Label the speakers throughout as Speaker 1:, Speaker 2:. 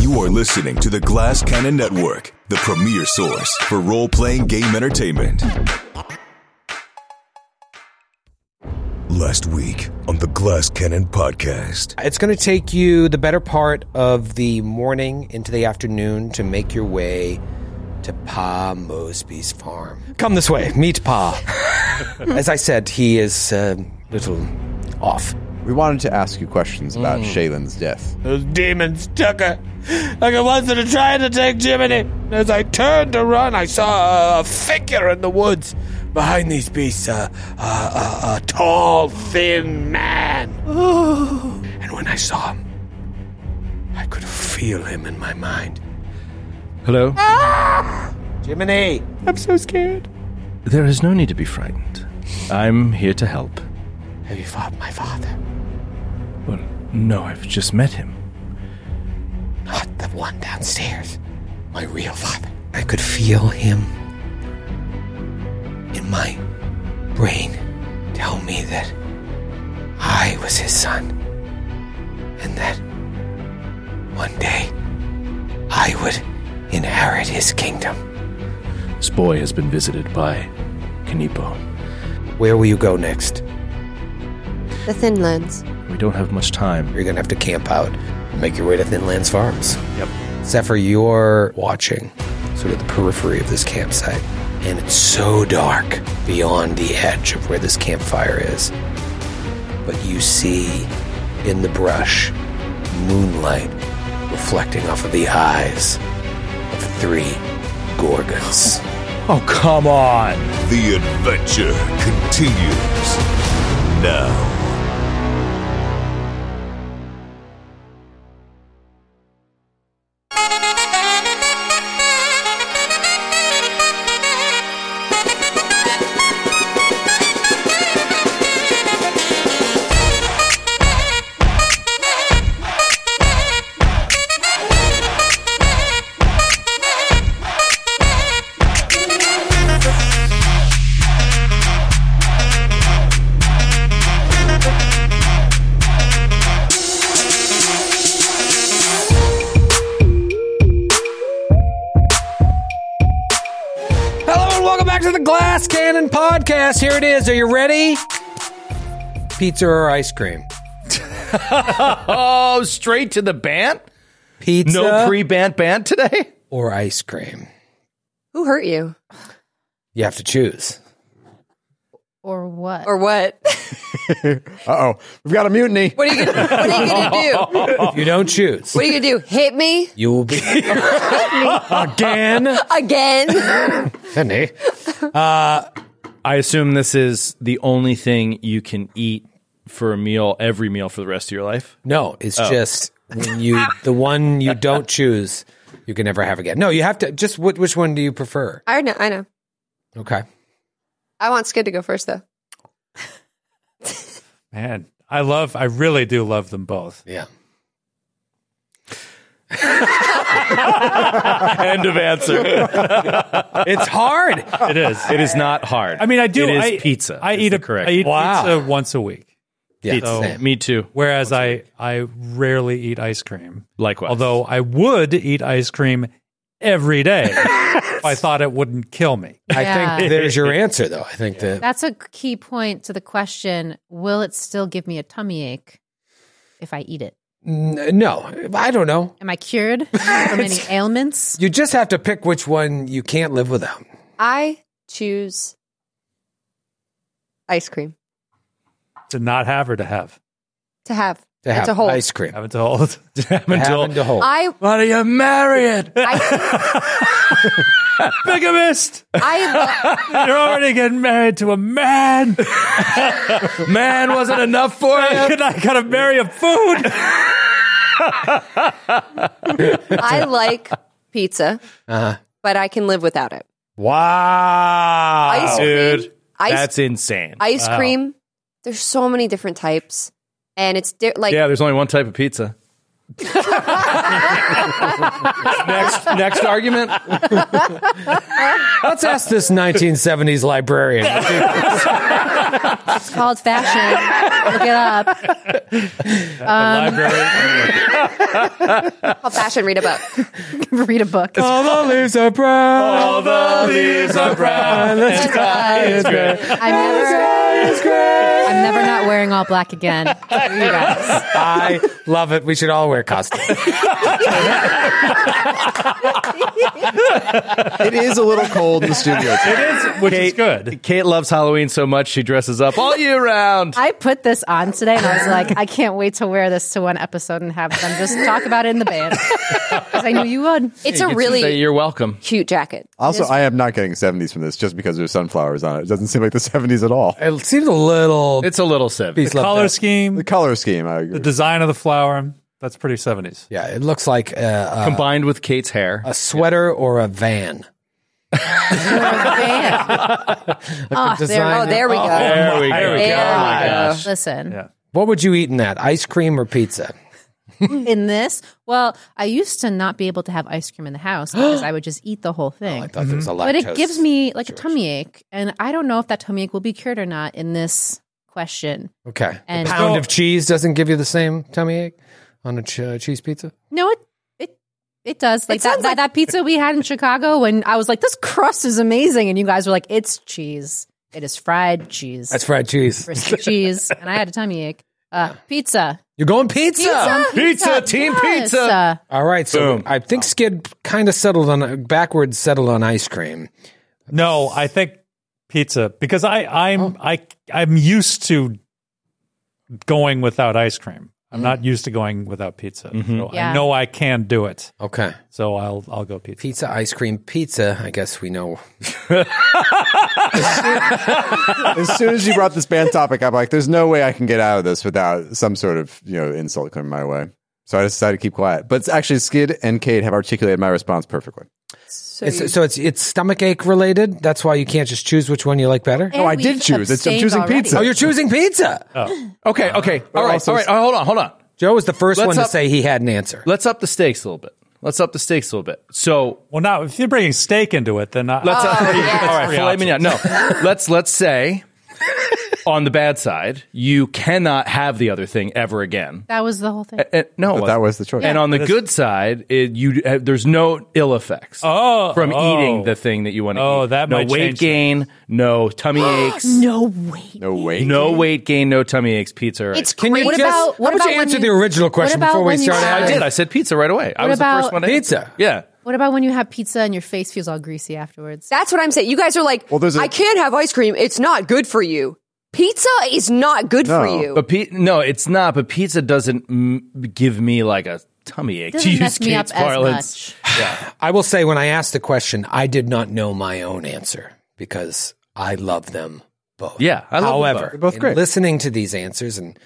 Speaker 1: You are listening to the Glass Cannon Network, the premier source for role playing game entertainment. Last week on the Glass Cannon podcast,
Speaker 2: It's going to take you the better part of the morning into the afternoon to make your way to Pa Mosby's farm. Come this way, meet Pa. As I said, he is a little off.
Speaker 3: We wanted to ask you questions about
Speaker 4: Mm.
Speaker 3: Shaylin's death.
Speaker 2: Those demons took her like the ones that are trying to take Jiminy. As I turned to run, I saw a, a figure in the woods behind these beasts, a, a, a, a tall, thin man. And when I saw him, I could feel him in my mind.
Speaker 5: Hello?
Speaker 2: Jiminy! I'm so scared.
Speaker 5: There is no need to be frightened. I'm here to help.
Speaker 2: Have you fought my father?
Speaker 5: Well, no, I've just met him.
Speaker 2: Not the one downstairs. My real father. I could feel him in my brain tell me that I was his son. And that one day I would inherit his kingdom.
Speaker 5: This boy has been visited by Kanipo.
Speaker 2: Where will you go next?
Speaker 4: The Thin Lands.
Speaker 5: We don't have much time.
Speaker 2: You're gonna have to camp out and make your way to Thinlands Farms.
Speaker 5: Yep.
Speaker 2: Zephyr, you're watching sort of the periphery of this campsite. And it's so dark beyond the edge of where this campfire is. But you see in the brush moonlight reflecting off of the eyes of three gorgons.
Speaker 5: Oh, come on!
Speaker 1: the adventure continues now.
Speaker 2: Hello and welcome back to the Glass Cannon Podcast. Here it is. Are you ready? Pizza or ice cream?
Speaker 5: Oh, straight to the band?
Speaker 2: Pizza
Speaker 5: No pre band band today?
Speaker 2: or ice cream?
Speaker 4: Who hurt you?
Speaker 2: You have to choose.
Speaker 6: Or what?
Speaker 4: Or what?
Speaker 3: Uh oh, we've got a mutiny.
Speaker 4: What are you gonna what are you gonna do?
Speaker 2: If you don't choose,
Speaker 4: What are you gonna do? Hit me
Speaker 2: you will be again.
Speaker 4: again?
Speaker 2: Honey.
Speaker 7: Uh, I assume this is the only thing you can eat for a meal, every meal for the rest of your life. Oh.
Speaker 2: No, it's
Speaker 5: Oh.
Speaker 2: just when you the one you don't choose, you can never have again. No, you have to just what, which one do you prefer?
Speaker 4: I know, I know.
Speaker 2: Okay.
Speaker 4: I want Skid to go first though.
Speaker 8: Man, I love, I really do love them both.
Speaker 2: Yeah.
Speaker 7: End of answer.
Speaker 2: It's hard.
Speaker 8: It is.
Speaker 7: it is not hard.
Speaker 8: I mean, I do.
Speaker 7: It is
Speaker 8: I,
Speaker 7: pizza.
Speaker 8: I
Speaker 7: is
Speaker 8: eat
Speaker 7: the
Speaker 8: a
Speaker 7: correct.
Speaker 8: I eat
Speaker 2: Wow.
Speaker 8: pizza once a week,
Speaker 2: Yeah. so-
Speaker 7: Pizza. Me too.
Speaker 8: whereas I I rarely eat ice cream.
Speaker 7: Likewise.
Speaker 8: Although I would eat ice cream every day if I thought it wouldn't kill me.
Speaker 2: I
Speaker 6: Yeah.
Speaker 2: think there's your answer though. I think that
Speaker 6: That's a key point to the question Will it still give me a tummy ache if I eat it?
Speaker 2: N- no, I don't know.
Speaker 6: Am I cured from any ailments?
Speaker 2: You just have to pick which one you can't live without.
Speaker 4: I choose ice cream
Speaker 8: To not have or to have?
Speaker 4: to have.
Speaker 2: To have
Speaker 4: to hold.
Speaker 2: ice cream.
Speaker 8: Have it to hold.
Speaker 2: To have and to hold.
Speaker 4: I
Speaker 7: Why do you marry it?
Speaker 8: Bigamist!
Speaker 4: I
Speaker 8: You're already getting married to a man.
Speaker 7: Man wasn't enough for
Speaker 8: You're not gonna marry a food.
Speaker 4: I like pizza,
Speaker 2: Uh-huh.
Speaker 4: but I can live without it.
Speaker 7: Wow,
Speaker 4: Ice cream.
Speaker 7: dude,
Speaker 4: Ice-
Speaker 7: that's insane.
Speaker 4: Ice cream. There's so many different types, and it's di- like
Speaker 7: yeah, there's only one type of pizza. next, next argument.
Speaker 2: Let's ask this 1970s librarian.
Speaker 6: It's called fashion. Look it up. Um,
Speaker 4: I'll fashion read about.
Speaker 6: Read a book.
Speaker 2: All the leaves are brown.
Speaker 7: All the leaves are brown.
Speaker 6: That's good. I'm never. I'm never not wearing all black again. You guys.
Speaker 2: I love it. We should all wear costumes.
Speaker 3: It is a little cold in the studio. today.
Speaker 8: Which is good.
Speaker 7: Kate loves Halloween so much she dresses up all year round.
Speaker 6: I put this on today, and I was like, I can't wait to wear this to one episode and have them just talk about it in the band because I knew you would.
Speaker 4: It's a
Speaker 7: Tuesday,
Speaker 4: really
Speaker 7: you're welcome.
Speaker 4: cute jacket.
Speaker 3: Also, I am not getting 70s from this just because there's sunflowers on it. It doesn't seem like the 70s at all.
Speaker 2: It seems a little.
Speaker 7: It's a little seventy.
Speaker 2: He's left
Speaker 8: Color
Speaker 2: out.
Speaker 8: scheme,
Speaker 3: The color scheme, I agree.
Speaker 8: the design of the flower. That's pretty 70s.
Speaker 2: Yeah, it looks like uh, uh,
Speaker 7: Combined with Kate's hair.
Speaker 2: a sweater or a van.
Speaker 6: Oh,
Speaker 2: design-
Speaker 4: Oh, there we go.
Speaker 7: there we go.
Speaker 8: There we
Speaker 4: go.
Speaker 7: Oh my
Speaker 4: Yeah.
Speaker 7: gosh.
Speaker 6: Listen,
Speaker 2: What would you eat in that? Ice cream or pizza?
Speaker 6: in this, well, I used to not be able to have ice cream in the house because I would just eat the whole thing.
Speaker 2: Oh, I thought there was a lot.
Speaker 6: but it gives me like a tummy ache, and I don't know if that tummy ache will be cured or not in this question.
Speaker 2: okay.
Speaker 6: And-
Speaker 2: a pound of cheese doesn't give you the same tummy ache on a ch- uh, cheese pizza.
Speaker 6: No, it it it does. Like, that,
Speaker 4: sounds
Speaker 6: that
Speaker 4: like-
Speaker 6: that pizza we had in Chicago when I was like, this crust is amazing, and you guys were like, it's cheese. It is fried cheese.
Speaker 2: That's fried cheese.
Speaker 6: Brisket cheese, and I had a tummy ache. Uh, pizza.
Speaker 2: You're going pizza.
Speaker 7: Pizza, team
Speaker 6: Yes.
Speaker 7: pizza.
Speaker 6: Uh,
Speaker 2: All right. So
Speaker 7: Boom.
Speaker 2: I think Skid kind of settled on backwards settled on ice cream.
Speaker 8: No, I think pizza because I I'm I I'm used to going without ice cream. I'm not used to going without pizza. So
Speaker 6: Yeah.
Speaker 8: I know I can do it.
Speaker 2: Mm-hmm. Okay.
Speaker 8: So I'll I'll go pizza.
Speaker 2: Pizza, ice cream, pizza. I guess we know.
Speaker 3: as soon as you brought this band topic up, like, there's no way I can get out of this without some sort of you know insult coming my way. So I decided to keep quiet. But it's actually, Skid and Kate have articulated my response perfectly.
Speaker 4: So
Speaker 2: It's,
Speaker 4: you-
Speaker 2: so it's it's stomach ache related. That's why you can't just choose which one you like better.
Speaker 6: and
Speaker 3: I
Speaker 6: we've
Speaker 3: did choose. It's- I'm
Speaker 6: abstained
Speaker 3: choosing
Speaker 6: already.
Speaker 3: pizza.
Speaker 2: Oh, you're choosing pizza.
Speaker 7: Oh. Okay, okay. All right,
Speaker 3: also-
Speaker 7: all right. Oh, hold on, hold on.
Speaker 2: Joe was the 1st
Speaker 7: Let's
Speaker 2: one
Speaker 7: up-
Speaker 2: to say he had an answer.
Speaker 7: Let's up the stakes a little bit. Let's up the stakes a little bit. So
Speaker 8: Well, now if you're bringing steak into it, then I,
Speaker 7: let's up.
Speaker 8: yeah.
Speaker 7: All right,
Speaker 8: Three
Speaker 7: filet
Speaker 8: options.
Speaker 7: mignon. No, let's let's say on the bad side, you cannot have the other thing ever again.
Speaker 6: That was the whole thing.
Speaker 7: And, no, it
Speaker 3: But that
Speaker 7: wasn't.
Speaker 3: was the choice.
Speaker 7: And on the good side, it, you uh, there's no ill effects
Speaker 8: Oh,
Speaker 7: from
Speaker 8: oh.
Speaker 7: eating the thing that you want to eat.
Speaker 8: Oh, that
Speaker 7: no
Speaker 8: might
Speaker 7: weight
Speaker 8: change
Speaker 7: gain, no tummy aches,
Speaker 6: no way.
Speaker 3: no way.
Speaker 7: no weight gain, no tummy aches. Pizza. or
Speaker 4: it's
Speaker 7: ice
Speaker 4: crazy.
Speaker 6: What
Speaker 2: Just-
Speaker 6: about what
Speaker 2: how about
Speaker 6: about
Speaker 2: you
Speaker 6: when
Speaker 2: answer the original
Speaker 6: what
Speaker 2: question
Speaker 6: about
Speaker 2: before we
Speaker 6: when you
Speaker 2: started
Speaker 6: have-
Speaker 7: cream. I did. I said pizza right away. I was the first
Speaker 6: about
Speaker 7: one. to
Speaker 2: pizza?
Speaker 7: Yeah.
Speaker 6: What about when you have pizza and your face feels all greasy afterwards?
Speaker 4: That's what I'm saying. You guys are like,
Speaker 3: Well, there's a-
Speaker 4: I can't have ice cream. It's not good for you. Pizza is not good for
Speaker 3: No.
Speaker 4: you.
Speaker 7: But pi- no, it's not. But pizza doesn't m- give me like a tummy ache. to
Speaker 6: Doesn't
Speaker 7: use
Speaker 6: mess me up
Speaker 7: Kate's
Speaker 6: as
Speaker 7: parlance.
Speaker 6: much.
Speaker 2: I will say when I asked the question, I did not know my own answer because I love them both.
Speaker 7: Yeah, I love them
Speaker 2: However,
Speaker 7: both. They're
Speaker 3: both
Speaker 2: in
Speaker 3: great.
Speaker 2: listening to these answers and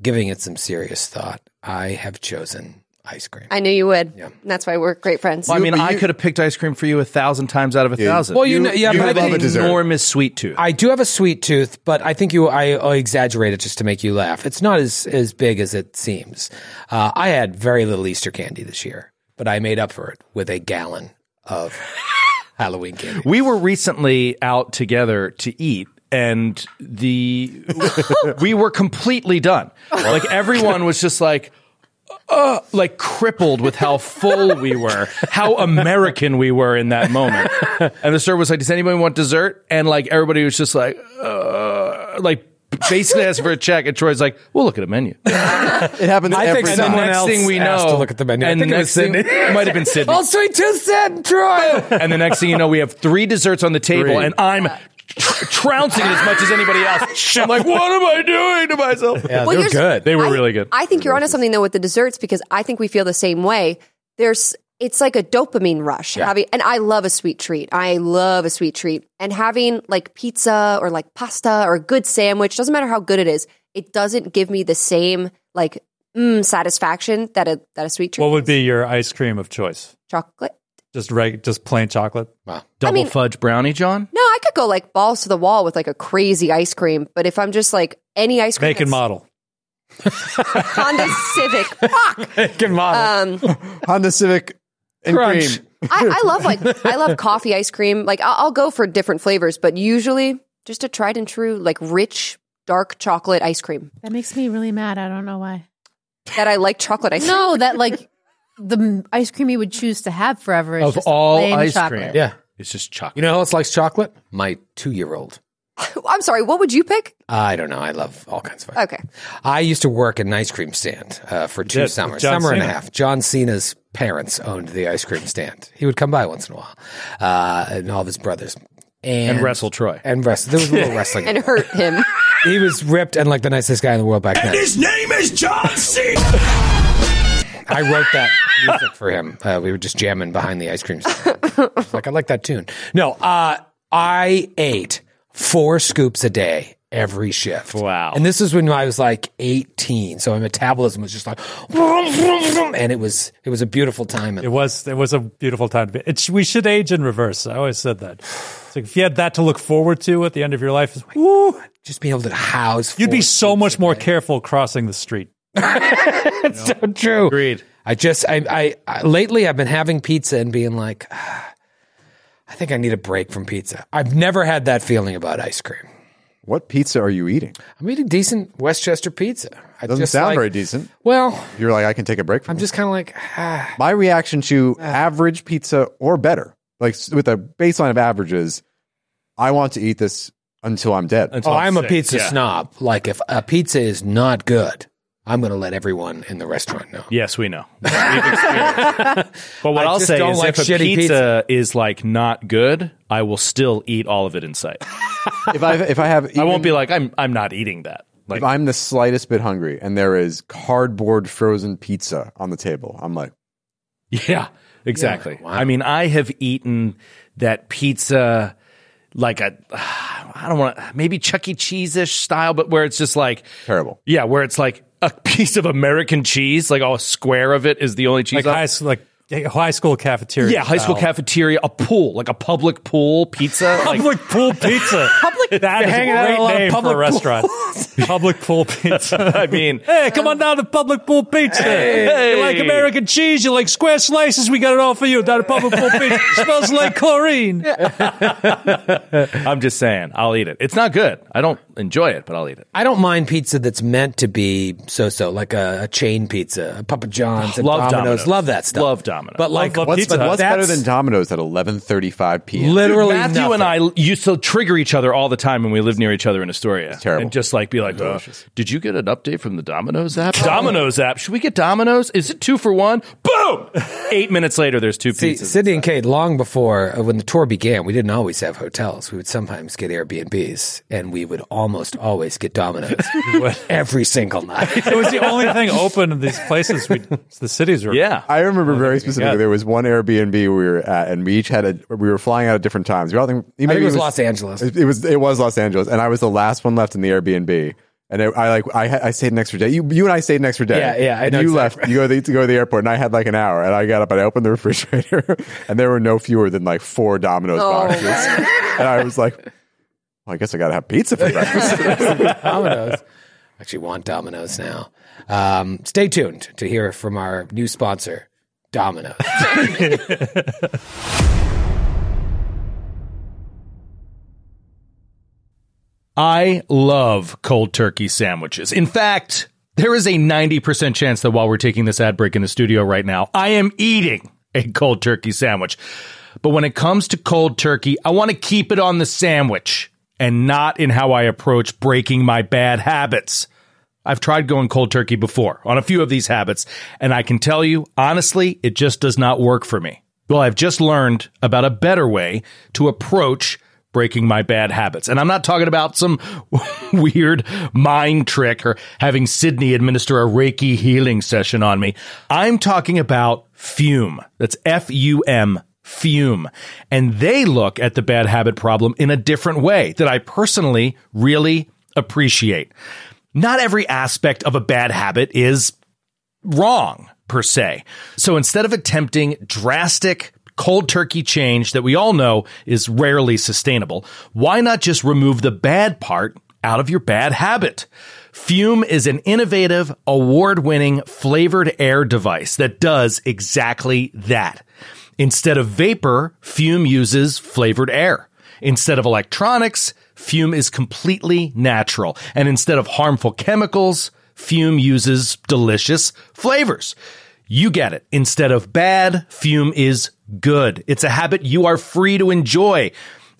Speaker 2: giving it some serious thought, I have chosen ice cream.
Speaker 4: I knew you would. And that's why we're great friends.
Speaker 7: Well, I mean,
Speaker 3: but
Speaker 7: I
Speaker 3: you-
Speaker 7: could have picked ice cream for you a thousand times out of a thousand.
Speaker 2: Well, you know- yeah, but I
Speaker 7: have
Speaker 2: love
Speaker 7: an
Speaker 3: a dessert.
Speaker 7: enormous sweet tooth.
Speaker 2: I do have a sweet tooth, but I think you I, I exaggerate it just to make you laugh. It's not as as big as it seems. Uh, I had very little Easter candy this year, but I made up for it with a gallon of Halloween candy.
Speaker 7: we were recently out together to eat and the we were completely done like everyone was just like uh, like crippled with how full we were, how American we were in that moment. And the server was like, "Does anybody want dessert?" And like everybody was just like, uh, like basically asks for a check, and Troy's like, "We'll look at a menu." it
Speaker 3: happens.
Speaker 7: I
Speaker 2: every
Speaker 7: think
Speaker 2: time.
Speaker 7: someone the next
Speaker 2: else
Speaker 7: thing we
Speaker 2: asked
Speaker 7: know,
Speaker 2: to look at the menu. I
Speaker 7: And
Speaker 2: think it
Speaker 7: the
Speaker 2: was
Speaker 7: next thing,
Speaker 2: Sydney. Oh,
Speaker 7: might have been Sydney.
Speaker 2: All sweet tooth said, Troy.
Speaker 7: and the next thing you know, we have three desserts on the table,
Speaker 2: Three.
Speaker 7: and I'm tr- trouncing it as much as anybody else. I'm like, "What am I doing to myself?"
Speaker 2: Yeah,
Speaker 4: Well, they're here's- good.
Speaker 7: They were
Speaker 4: I-
Speaker 7: really good.
Speaker 4: I think you're onto something though with the desserts because I think we feel the same way. There's it's like a dopamine rush having and I love a sweet treat. I love a sweet treat. And having like pizza or like pasta or a good sandwich, doesn't matter how good it is, it doesn't give me the same like mm, satisfaction that a that a sweet treat.
Speaker 8: What would be your ice cream of choice?
Speaker 4: Chocolate.
Speaker 8: Just right, just plain chocolate.
Speaker 7: Double
Speaker 4: mean-
Speaker 7: fudge brownie, John.
Speaker 4: No, I could go like balls to the wall with like a crazy ice cream, but if I'm just like any ice cream
Speaker 8: Make and
Speaker 4: that's
Speaker 8: model.
Speaker 4: Honda Civic, fuck.
Speaker 2: Good model.
Speaker 4: Um,
Speaker 3: Honda Civic and
Speaker 2: Crunch.
Speaker 3: cream.
Speaker 4: I, I love like I love coffee ice cream. Like I'll, I'll go for different flavors, but usually just a tried and true like rich dark chocolate ice cream
Speaker 6: That makes me really mad. I don't know why.
Speaker 4: that I like chocolate ice.
Speaker 6: No, that like the m- ice cream you would choose to have forever is
Speaker 7: Of
Speaker 6: just
Speaker 7: all
Speaker 6: plain
Speaker 7: ice
Speaker 6: chocolate.
Speaker 7: cream.
Speaker 2: yeah.
Speaker 7: It's just chocolate.
Speaker 2: You know who else likes chocolate? My two-year-old.
Speaker 4: cream. I'm sorry. What would you pick?
Speaker 2: I don't know. I love all kinds of ice
Speaker 4: Okay,
Speaker 2: I used to work at an ice cream stand uh, for two
Speaker 8: did, with
Speaker 2: summers,
Speaker 8: John
Speaker 2: summer and a
Speaker 8: Cena.
Speaker 2: half. John Cena's parents owned the ice cream stand. He would come by once in a while, uh, and all of his brothers. And,
Speaker 7: And wrestle Troy.
Speaker 2: And wrestle. There was a little wrestling.
Speaker 4: and hurt him.
Speaker 2: he was ripped and like the nicest guy in the world back then.
Speaker 1: His name is John C.
Speaker 2: I wrote that music for him. Uh, we were just jamming behind the ice cream stand. It's like, I like that tune. No, uh, I ate four scoops a day every shift.
Speaker 7: Wow.
Speaker 2: And this is when I was like 18. So my metabolism was just like, vroom, vroom, vroom, and it was, it was a beautiful time.
Speaker 8: It was it was a beautiful time. to be- It's, we should age in reverse. I always said that. It's like if you had that to look forward to at the end of your life, it's- woo,
Speaker 2: just being able to house.
Speaker 8: you'd be
Speaker 2: four
Speaker 8: so much more careful crossing the street.
Speaker 2: That's so true.
Speaker 7: Agreed.
Speaker 2: I just, I, I, I, lately I've been having pizza and being like, "Ah, I think I need a break from pizza. I've never had that feeling about ice cream.
Speaker 3: What pizza are you eating?
Speaker 2: I'm eating decent Westchester pizza. I
Speaker 3: Doesn't
Speaker 2: just
Speaker 3: sound
Speaker 2: like-
Speaker 3: very decent.
Speaker 2: Well,
Speaker 3: You're like, I can take a break from
Speaker 2: I'm
Speaker 3: this.
Speaker 2: just kind of like, ah,
Speaker 3: my reaction to average pizza or better, like s- with a baseline of averages, I want to eat this until I'm dead.
Speaker 2: oh, I'm a
Speaker 7: sick,
Speaker 2: pizza
Speaker 7: yeah.
Speaker 2: snob. Like, if a pizza is not good, I'm going to let everyone in the restaurant know.
Speaker 7: Yes, we know. We've experienced it. but what
Speaker 2: I
Speaker 7: I will
Speaker 2: just
Speaker 7: say
Speaker 2: don't
Speaker 7: is,
Speaker 2: like
Speaker 7: if a
Speaker 2: shitty
Speaker 7: pizza,
Speaker 2: pizza.
Speaker 7: is like not good, I will still eat all of it in sight.
Speaker 3: if I if I have,
Speaker 7: I
Speaker 3: even-
Speaker 7: won't be like I'm. I'm not eating that. Like
Speaker 3: If I'm the slightest bit hungry and there is cardboard frozen pizza on the table, I'm like,
Speaker 7: Yeah, exactly.
Speaker 2: Yeah. Wow.
Speaker 7: I mean, I have eaten that pizza like a I don't want to maybe Chuck E. Cheese ish style, but where it's just like
Speaker 3: Terrible.
Speaker 7: Yeah, where it's like a piece of American cheese, like all a square of it is the only cheese.
Speaker 8: Like
Speaker 7: on-
Speaker 8: high s- like eh, high school cafeteria.
Speaker 7: yeah, high school
Speaker 8: style.
Speaker 7: cafeteria, a pool, like a public pool pizza. like,
Speaker 8: Public pool pizza. public that is a
Speaker 2: hanging out at a
Speaker 8: great
Speaker 2: lot of
Speaker 8: name for
Speaker 2: public
Speaker 8: a restaurant. public pool pizza.
Speaker 7: I mean,
Speaker 8: Hey, come on down to Public Pool Pizza. You like American cheese? You like square slices? We got it all for you down at Public Pool Pizza. It smells like chlorine.
Speaker 7: I'm just saying, I'll eat it. It's not good. I don't enjoy it, but I'll eat it.
Speaker 2: I don't mind pizza that's meant to be so-so, like a, a chain pizza, a Papa John's, and
Speaker 7: Love
Speaker 2: Domino's.
Speaker 7: Domino's.
Speaker 2: Love that stuff.
Speaker 7: Love Domino's.
Speaker 2: But like,
Speaker 8: love
Speaker 3: what's,
Speaker 8: Pizza
Speaker 3: but
Speaker 8: Hut.
Speaker 3: what's better than Domino's at 11:35 p.m.
Speaker 2: literally
Speaker 7: Matthew
Speaker 2: nothing.
Speaker 7: and I l- used to trigger each other all the time when we lived near each other in Astoria.
Speaker 3: terrible.
Speaker 7: And just like be like, uh, did you get an update from the Domino's app? Domino's app. Should we get Domino's? Is it two for one? Boom! Eight minutes later, there's two
Speaker 2: See,
Speaker 7: pizzas.
Speaker 2: Sydney and Kate, long before uh, when the tour began, we didn't always have hotels. We would sometimes get Airbnbs, and we would almost always get Domino's every single night.
Speaker 8: It was the only thing open in these places. We, the cities were.
Speaker 7: yeah.
Speaker 3: I remember very specifically there was one Airbnb we were at, and we each had a we were flying out at different times. We all think, maybe
Speaker 2: I think it was Los Angeles.
Speaker 3: It, it was it was Los Angeles, and I was the last one left in the Airbnb. And I, I like I, had- I stayed an extra day. You you and I stayed an extra day.
Speaker 2: Yeah, yeah, I
Speaker 3: and
Speaker 2: know
Speaker 3: you
Speaker 2: exactly.
Speaker 3: left. You go to the, to go to the airport, and I had like an hour. And I got up and I opened the refrigerator, and there were no fewer than like four Domino's
Speaker 4: Oh,
Speaker 3: boxes. And I was like, well, I guess I gotta have pizza for breakfast.
Speaker 2: Domino's. I actually want Domino's now. Um, stay tuned to hear from our new sponsor, Domino's.
Speaker 7: I love cold turkey sandwiches. In fact, there is a 90% chance that while we're taking this ad break in the studio right now, I am eating a cold turkey sandwich. But when it comes to cold turkey, I want to keep it on the sandwich. and not in how I approach breaking my bad habits. I've tried going cold turkey before on a few of these habits, and I can tell you, honestly, it just does not work for me. Well, I've just learned about a better way to approach breaking my bad habits. And I'm not talking about some weird mind trick or having Sydney administer a Reiki healing session on me. I'm talking about fume. That's F U M, fume. And they look at the bad habit problem in a different way that I personally really appreciate. Not every aspect of a bad habit is wrong per se. So instead of attempting drastic cold turkey change that we all know is rarely sustainable, why not just remove the bad part out of your bad habit? Fume is an innovative, award winning flavored air device that does exactly that. Instead of vapor, Fume uses flavored air. Instead of electronics, Fume is completely natural. And instead of harmful chemicals, Fume uses delicious flavors. You get it. Instead of bad, Fume is good. It's a habit you are free to enjoy,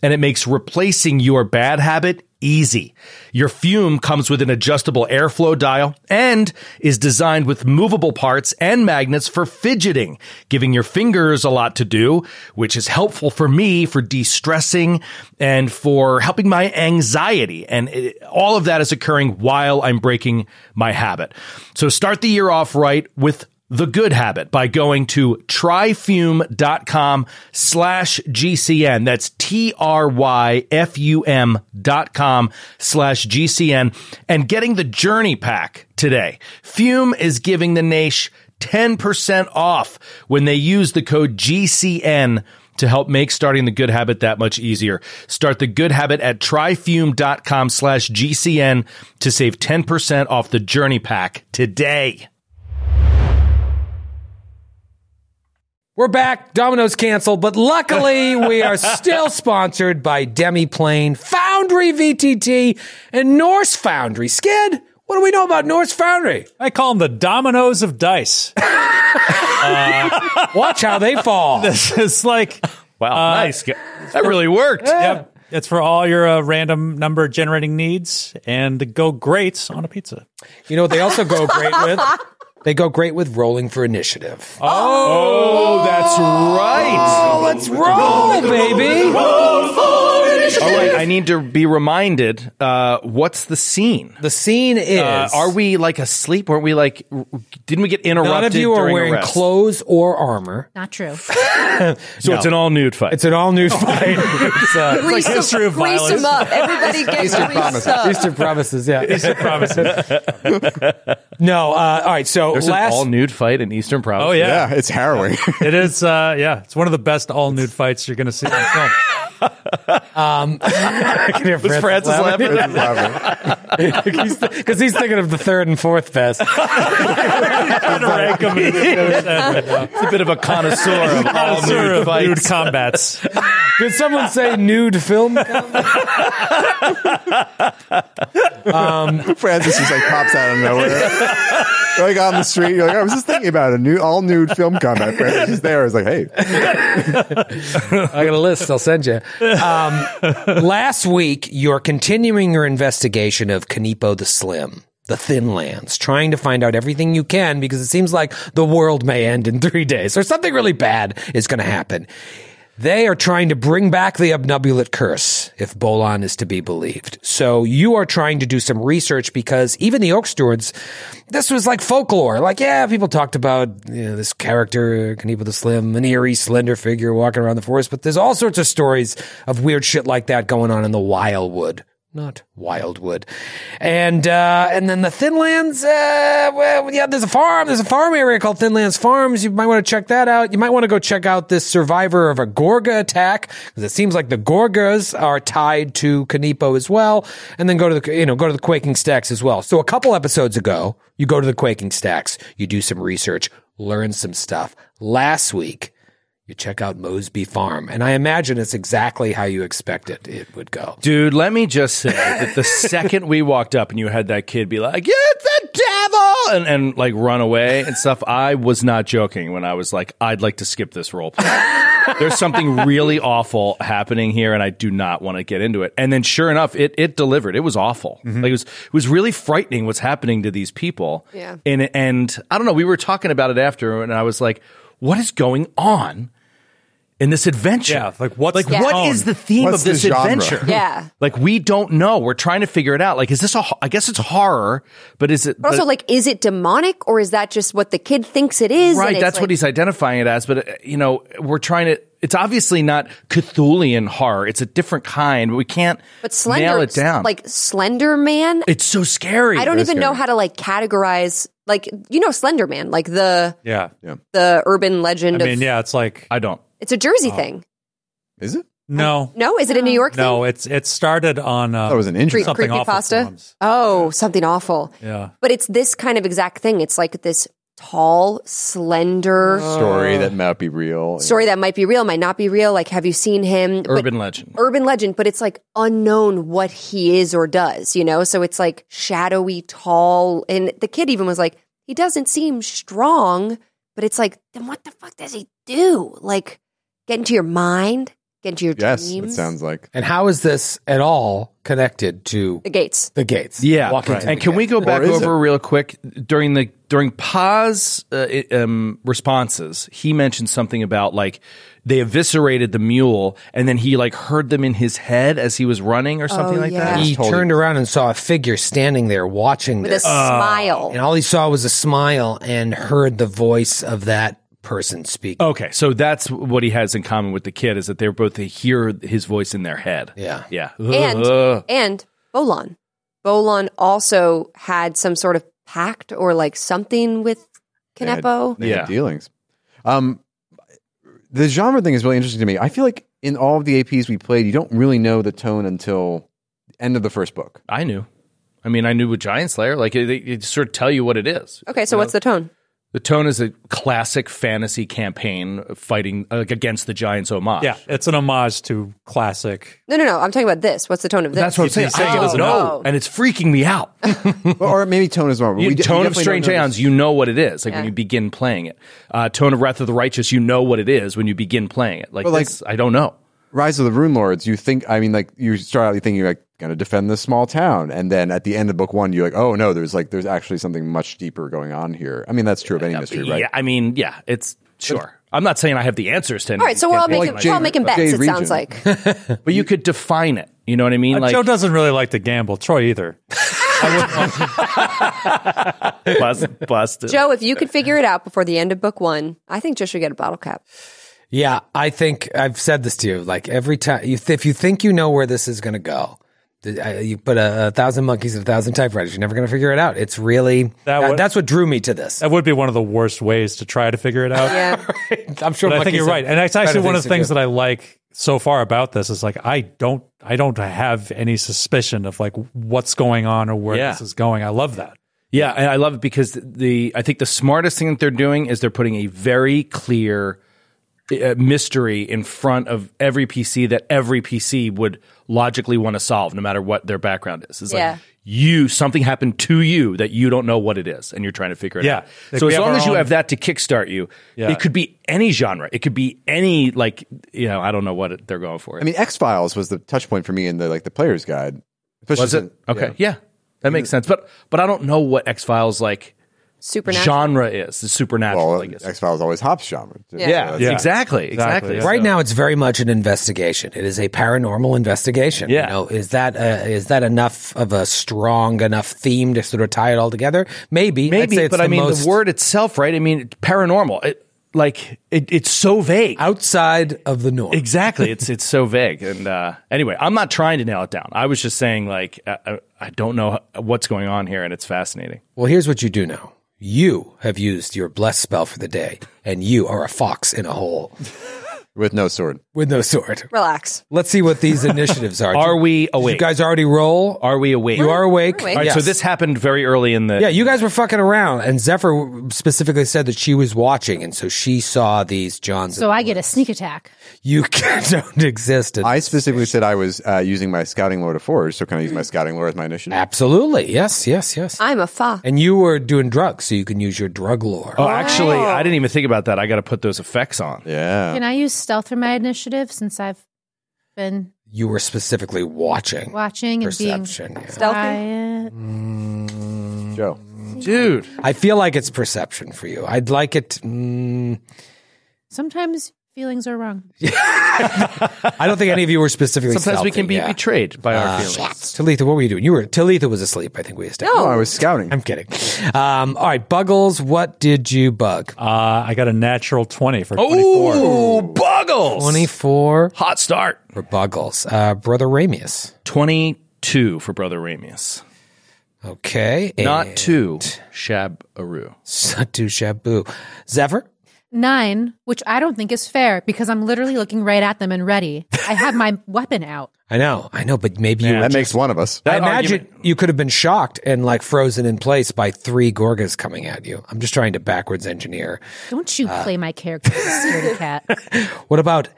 Speaker 7: and it makes replacing your bad habit easy. Your Fume comes with an adjustable airflow dial and is designed with movable parts and magnets for fidgeting, giving your fingers a lot to do, which is helpful for me for de stressing and for helping my anxiety. And it- all of that is occurring while I'm breaking my habit. So start the year off right with the good habit by going to tryfume.com slash GCN. That's T R Y F U M dot com slash GCN and getting the journey pack today. Fume is giving the niche 10% off when they use the code GCN to help make starting the good habit that much easier. Start the good habit at tryfume.com slash GCN to save 10% off the journey pack today.
Speaker 2: We're back. Domino's canceled, but luckily we are still sponsored by Demi Plane, Foundry VTT, and Norse Foundry. Skid, what do we know about Norse Foundry?
Speaker 8: I call them the dominoes of dice.
Speaker 2: Uh, watch how they fall.
Speaker 8: This is like
Speaker 7: wow, nice. That really worked.
Speaker 8: Yep. It's for all your uh, random number generating needs and go greats on a pizza.
Speaker 2: You know what they also
Speaker 8: Oh,
Speaker 2: go great with? They go great with rolling for initiative.
Speaker 7: Oh, that's right.
Speaker 2: Oh, let's roll, baby.
Speaker 7: Oh, wait, I need to be reminded. Uh, what's the scene?
Speaker 2: The scene is.
Speaker 7: Uh, are we like asleep? Weren't we like? r- Didn't we get interrupted?
Speaker 2: None of you are
Speaker 7: during a
Speaker 2: wearing
Speaker 7: rest?
Speaker 2: clothes or armor.
Speaker 6: Not true.
Speaker 7: So it's an all nude fight.
Speaker 2: It's an all new fight. It's, uh,
Speaker 4: Grease,
Speaker 8: history
Speaker 4: them,
Speaker 8: of
Speaker 4: grease
Speaker 8: violence.
Speaker 4: them up. Everybody get greased up.
Speaker 2: Easter promises, yeah. Easter
Speaker 8: promises.
Speaker 2: no, uh, all right. So
Speaker 7: There's
Speaker 2: last
Speaker 7: an all nude fight in Eastern Province.
Speaker 8: Oh, yeah.
Speaker 3: Yeah, it's harrowing.
Speaker 8: It is, uh, yeah. It's one of the best all nude fights you're going to see on film.
Speaker 2: Um, was
Speaker 7: Francis laughing?
Speaker 3: It's lovely.
Speaker 2: because he's thinking of the third and fourth fest.
Speaker 8: Trying to rank 'em in his head right
Speaker 7: It's a bit of a connoisseur of
Speaker 8: now.
Speaker 7: all
Speaker 8: Connoisseur
Speaker 7: nude
Speaker 8: of nude
Speaker 7: fights.
Speaker 8: combats.
Speaker 2: Did someone say nude film? Um,
Speaker 7: Um,
Speaker 3: Francis just like pops out of nowhere. like on the street, you're like, I was just thinking about a new all nude film combat. Francis is there. I was like, hey,
Speaker 2: I got a list. I'll send you. Um, last week, you're continuing your investigation of Kanipo the Slim, the Thin Lands, trying to find out everything you can because it seems like the world may end in three days or something really bad is going to happen. They are trying to bring back the obnubulate curse, if Bolan is to be believed. So you are trying to do some research because even the Oak Stewards, this was like folklore. Like, yeah, people talked about you know, this character, Kanipa the Slim, an eerie, slender figure walking around the forest, but there's all sorts of stories of weird shit like that going on in the Wildwood. Not Wildwood, and uh, and then the Thinlands. Uh, well, yeah, there's a farm. There's a farm area called Thinlands Farms. You might want to check that out. You might want to go check out this survivor of a Gorga attack because it seems like the Gorgas are tied to Kanipo as well. And then go to the you know go to the Quaking Stacks as well. So a couple episodes ago, you go to the Quaking Stacks. You do some research, learn some stuff. Last week, you check out Mosby Farm, and I imagine it's exactly how you expected it would go.
Speaker 7: Dude, let me just say that the second we walked up and you had that kid be like, yeah, it's that devil and, and like run away and stuff. I was not joking when I was like, I'd like to skip this role play. There's something really awful happening here, and I do not want to get into it. And then, sure enough, it it delivered. It was awful.
Speaker 4: Mm-hmm.
Speaker 7: Like it was it was really frightening what's happening to these people.
Speaker 4: Yeah.
Speaker 7: And and I don't know. We were talking about it after, and I was like, "What is going on in this adventure? Yeah,
Speaker 8: like what's
Speaker 7: like
Speaker 4: Yeah.
Speaker 7: what is the theme
Speaker 3: What's
Speaker 7: of
Speaker 3: the
Speaker 7: this
Speaker 3: genre?
Speaker 7: adventure?
Speaker 4: Yeah.
Speaker 7: like we don't know. We're trying to figure it out. Like, is this a? ho- I guess it's horror, but is it?
Speaker 4: But also, like, is it demonic or is that just what the kid thinks it is?
Speaker 7: right, that's what he's identifying it as. But uh, you know, we're trying to. It's obviously not Cthulian horror. It's a different kind. But we can't
Speaker 4: But Slender,
Speaker 7: nail it down.
Speaker 4: like Slender Man.
Speaker 7: it's so scary.
Speaker 4: I don't even know how to like categorize, like you know, Slender Man, like the
Speaker 8: Yeah.
Speaker 4: the urban
Speaker 8: I
Speaker 4: legend.
Speaker 8: mean,
Speaker 4: of,
Speaker 8: yeah, it's like
Speaker 7: I don't.
Speaker 4: it's a Jersey thing.
Speaker 3: Is it?
Speaker 8: no,
Speaker 4: No, is it a New York
Speaker 8: no. It's it started on.
Speaker 3: That
Speaker 8: Uh,
Speaker 3: was an intro.
Speaker 4: thing?
Speaker 8: Something
Speaker 4: Creepy
Speaker 8: awful
Speaker 4: pasta.
Speaker 8: forms.
Speaker 4: Oh, something awful.
Speaker 8: yeah,
Speaker 4: But it's this kind of exact thing. It's like this tall, slender
Speaker 7: Uh,
Speaker 3: Story that might be real.
Speaker 4: story that might be real, might not be real. Like, have you seen him? But-
Speaker 7: Urban legend.
Speaker 4: urban legend, but it's like unknown what he is or does, you know? So it's like shadowy, tall. And the kid even was like, he doesn't seem strong, but it's like, then what the fuck does he do? Like, get into your mind, get into your
Speaker 3: Yes, it
Speaker 4: dreams.
Speaker 3: sounds like.
Speaker 2: And how is this at all connected to
Speaker 4: The gates.
Speaker 2: the gates?
Speaker 7: Yeah,
Speaker 2: Walking through
Speaker 7: and
Speaker 2: the
Speaker 7: can we
Speaker 2: gates.
Speaker 7: go back
Speaker 3: is
Speaker 7: over real quick during the during Pa's uh, it, um, responses? He mentioned something about like they eviscerated the mule, and then he like heard them in his head as he was running or something
Speaker 4: Oh,
Speaker 7: like
Speaker 4: yeah.
Speaker 7: that.
Speaker 2: He
Speaker 3: Totally.
Speaker 2: turned around and saw a figure standing there watching
Speaker 4: With a
Speaker 2: this.
Speaker 7: Oh.
Speaker 4: smile.
Speaker 2: and all he saw was a smile and heard the voice of that person speak.
Speaker 7: Okay, so that's what he has in common with the kid is that they're both they hear his voice in their head.
Speaker 2: Yeah.
Speaker 7: yeah.
Speaker 4: And,
Speaker 7: Ugh.
Speaker 4: and Bolon. Bolon also had some sort of pact or like something with
Speaker 3: They had-
Speaker 4: Canepo.
Speaker 3: They had
Speaker 7: Yeah.
Speaker 3: dealings. Um, the genre thing is really interesting to me. I feel like in all of the APs we played, you don't really know the tone until the end of the first book.
Speaker 7: I knew. I mean, I knew with Giant Slayer, like they, they sort of tell you what it is.
Speaker 4: Okay, so what's the tone?
Speaker 7: The tone is a classic fantasy campaign fighting uh, like, against the giants. Omage.
Speaker 8: yeah. It's an homage to classic.
Speaker 4: No, no, no. I'm talking about this. What's the tone of this?
Speaker 7: that's what I'm saying.
Speaker 8: he's saying
Speaker 7: I
Speaker 4: Oh,
Speaker 8: it
Speaker 7: don't
Speaker 8: doesn't
Speaker 7: know, and it's freaking me out.
Speaker 3: or maybe tone is wrong. but
Speaker 7: You,
Speaker 3: we de-
Speaker 7: tone
Speaker 3: we
Speaker 7: of
Speaker 3: definitely
Speaker 7: Strange
Speaker 3: don't know
Speaker 7: Aeons, you know what it is. Like when you begin playing it. Uh, tone of Wrath of the Righteous, you know what it is when you begin playing it. Like,
Speaker 3: But, like-
Speaker 7: this, I don't know.
Speaker 3: Rise of the Rune Lords, you think, I mean, like, you start out thinking, like, gonna defend this small town. And then at the end of book one, you're like, oh no, there's like, there's actually something much deeper going on here. I mean, that's true of any mystery, right?
Speaker 7: Uh, Yeah, I mean, yeah, it's sure. I'm not saying I have the answers to.
Speaker 4: All right, so we're all making,
Speaker 3: like
Speaker 4: we're all
Speaker 3: Jade-
Speaker 4: making bets,
Speaker 3: Jade
Speaker 4: it
Speaker 3: Region.
Speaker 4: sounds like.
Speaker 7: but you could define it. You know what I mean?
Speaker 8: Uh,
Speaker 7: Like,
Speaker 8: Joe doesn't really like to gamble. Troy either.
Speaker 7: bust, bust it.
Speaker 4: Joe, if you could figure it out before the end of book one, I think Joe should get a bottle cap.
Speaker 2: Yeah, I think I've said this to you. Like every time, you if you think you know where this is going to go, th- I- you put a, a thousand monkeys in a thousand typewriters. You're never going to figure it out. It's really
Speaker 8: That
Speaker 2: that-
Speaker 8: would-
Speaker 2: that's what drew me to this.
Speaker 8: That would be one of the worst ways to try to figure it out.
Speaker 4: Yeah.
Speaker 2: I'm sure.
Speaker 8: But I
Speaker 2: monkeys
Speaker 8: think you're
Speaker 2: have
Speaker 8: right, and it's
Speaker 2: better
Speaker 8: actually one of the things
Speaker 2: to
Speaker 8: that I like so far about this is like I don't, I don't have any suspicion of like what's going on or where
Speaker 7: Yeah.
Speaker 8: this is going. I love that.
Speaker 7: Yeah, and I love it because the I think the smartest thing that they're doing is they're putting a very clear uh, mystery in front of every PC that every PC would logically want to solve, no matter what their background is. It's
Speaker 4: Yeah.
Speaker 7: like you something happened to you that you don't know what it is, and you're trying to figure it
Speaker 8: Yeah.
Speaker 7: out.
Speaker 8: Like,
Speaker 7: so
Speaker 8: we
Speaker 7: as
Speaker 8: have
Speaker 7: long
Speaker 8: our
Speaker 7: as you
Speaker 8: own-
Speaker 7: have that to kickstart you,
Speaker 8: Yeah.
Speaker 7: it could be any genre. It could be any like you know I don't know what it, they're going for.
Speaker 3: I mean, X Files was the touch point for me in the, like, the player's guide. Especially
Speaker 7: was it
Speaker 3: since-
Speaker 7: okay? Yeah, that makes sense. But but I don't know what X Files like.
Speaker 4: Supernatural.
Speaker 7: Genre is the supernatural.
Speaker 3: Well,
Speaker 7: I guess.
Speaker 3: X Files always hops genre.
Speaker 4: Yeah.
Speaker 7: Yeah,
Speaker 8: Yeah.
Speaker 7: exactly, exactly.
Speaker 8: Exactly, yeah.
Speaker 2: Right now, it's very much an investigation. It is a paranormal investigation.
Speaker 7: Yeah.
Speaker 2: You know, is that uh, is that enough of a strong enough theme to sort of tie it all together? Maybe. I'd say
Speaker 7: maybe,
Speaker 2: it's
Speaker 7: but
Speaker 2: the
Speaker 7: I mean
Speaker 2: most
Speaker 7: the word itself, right? I mean paranormal. It like it, it's so vague.
Speaker 2: outside of the norm.
Speaker 7: exactly, it's it's so vague. And uh, anyway, I'm not trying to nail it down. I was just saying like I, I- I don't know what's going on here, and it's fascinating.
Speaker 2: Well, here's what you do know. You have used your blessed spell for the day, and you are a fox in a hole.
Speaker 3: With no sword.
Speaker 2: With no sword.
Speaker 4: Relax.
Speaker 2: Let's see what these initiatives are.
Speaker 7: Are we
Speaker 2: Did
Speaker 7: awake?
Speaker 2: You guys already roll.
Speaker 7: Are we awake?
Speaker 2: You are awake.
Speaker 7: All right, so
Speaker 2: Yes.
Speaker 7: this happened very early in the.
Speaker 2: Yeah, you guys were fucking around, and Zephyr specifically said that she was watching, and so she saw these Johns.
Speaker 6: So I get a sneak attack.
Speaker 2: you can, don't exist. in-
Speaker 3: I specifically said I was uh, using my scouting lore to forge, so can I use my scouting lore as my initiative?
Speaker 2: Absolutely. Yes, yes, yes.
Speaker 4: I'm a fa.
Speaker 2: And you were doing drugs, so you can use your drug lore.
Speaker 7: Oh, actually, I didn't even think about that. I got to put those effects on.
Speaker 3: Yeah.
Speaker 6: Can I use stealth for my initiative since I've been
Speaker 2: You were specifically watching.
Speaker 6: watching and
Speaker 2: Perception,
Speaker 6: being
Speaker 2: yeah.
Speaker 6: quiet?
Speaker 3: Joe.
Speaker 7: Dude.
Speaker 2: I feel like it's perception for you. I'd like it. Mm,
Speaker 6: Sometimes feelings are wrong.
Speaker 2: I don't think any of you were specifically.
Speaker 7: Sometimes
Speaker 2: stealthy,
Speaker 7: we can be
Speaker 2: yeah.
Speaker 7: betrayed by our
Speaker 2: Uh,
Speaker 7: feelings.
Speaker 2: Talitha, what were you doing? You were Talitha was asleep. I think we established.
Speaker 3: Oh, I was scouting.
Speaker 2: I'm kidding.
Speaker 7: Oh!
Speaker 2: Um, all right, Buggles, what did you bug?
Speaker 8: Uh, I got a natural 20 for 24.
Speaker 7: Oh, Buggles.
Speaker 2: Twenty four
Speaker 7: Hot start.
Speaker 2: for Buggles. Uh, Brother Ramius.
Speaker 7: 22 for Brother Ramius.
Speaker 2: Okay,
Speaker 7: Not two. Shab Aru.
Speaker 2: Satu Shabu. Zephyr.
Speaker 6: Nine, which I don't think is fair because I'm literally looking right at them and ready. I have my weapon out.
Speaker 2: I know, I know, but maybe you.
Speaker 3: That makes one of us.
Speaker 2: I
Speaker 7: That
Speaker 2: imagine
Speaker 7: argument-
Speaker 2: you could have been shocked and like frozen in place by three Gorgas coming at you. I'm just trying to backwards engineer. Uh,
Speaker 6: Don't you
Speaker 7: Ah.
Speaker 6: play my character, as a scaredy cat.
Speaker 2: What about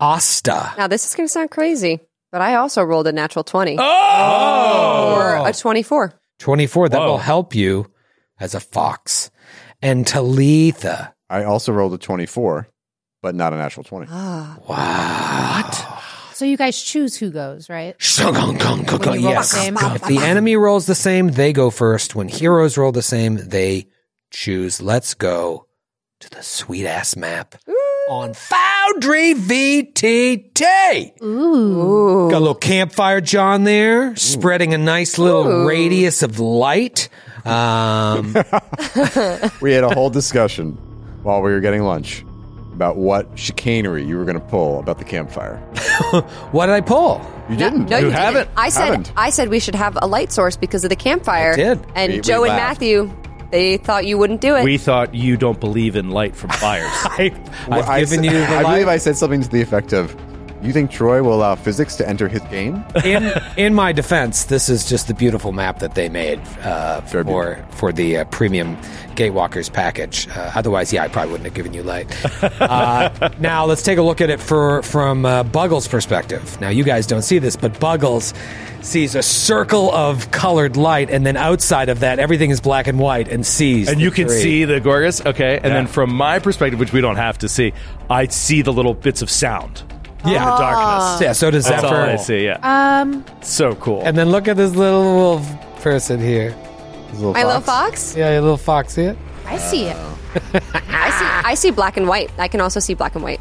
Speaker 2: Asta?
Speaker 4: Now this is going to sound crazy, but I also rolled a natural 20
Speaker 7: Oh!
Speaker 4: or a 24.
Speaker 2: 24. That will help you as a fox. And Talitha.
Speaker 3: I also rolled a 24, but not a natural 20.
Speaker 2: Ah. Wow.
Speaker 3: Ah.
Speaker 6: So you guys choose who goes, right?
Speaker 2: What?
Speaker 6: When you roll
Speaker 2: Yes.
Speaker 6: the same.
Speaker 2: If the enemy rolls the same, they go first. When heroes roll the same, they choose. Let's go to the sweet ass map on Foundry VTT.
Speaker 4: Ooh.
Speaker 2: Got a little campfire, John, there, spreading a nice little radius of light. Um,
Speaker 3: we had a whole discussion while we were getting lunch about what chicanery you were going to pull about the campfire.
Speaker 2: what did I pull?
Speaker 3: You didn't.
Speaker 4: No, you, didn't.
Speaker 7: haven't.
Speaker 4: I said
Speaker 3: Haven't.
Speaker 4: I said we should have a light source because of the campfire.
Speaker 2: I did.
Speaker 4: And
Speaker 3: We- we
Speaker 4: Joe and
Speaker 3: laughed.
Speaker 4: Matthew, they thought you wouldn't do it.
Speaker 7: We thought you don't believe in light from fires.
Speaker 2: I,
Speaker 3: Well,
Speaker 2: I've
Speaker 3: I
Speaker 2: given
Speaker 3: said-
Speaker 2: you the
Speaker 3: I
Speaker 2: light.
Speaker 3: believe I said something to the effect of, "You think Troy will allow physics to enter his game?"
Speaker 2: in in my defense, this is just the beautiful map that they made uh,
Speaker 3: Very
Speaker 2: for for the uh, premium Gatewalkers package. Uh, otherwise, yeah, I probably wouldn't have given you light. Uh, now let's take a look at it for from uh, Buggles' perspective. Now you guys don't see this, but Buggles sees a circle of colored light, and then outside of that, everything is black and white, and sees
Speaker 7: and
Speaker 2: the
Speaker 7: you can
Speaker 2: three.
Speaker 7: see the Gorgas. Okay. And then from my perspective, which we don't have to see, I see the little bits of sound. Yeah. In the darkness.
Speaker 2: Yeah, so does
Speaker 7: That's all I
Speaker 2: Zephyr.
Speaker 7: see. Yeah.
Speaker 6: Um,
Speaker 7: so cool.
Speaker 2: And then look at this little wolf person here.
Speaker 3: His little
Speaker 4: My little
Speaker 3: fox.
Speaker 4: fox.
Speaker 2: Yeah, a little fox here.
Speaker 6: I see it.
Speaker 4: I see. I see black and white. I can also see black and white,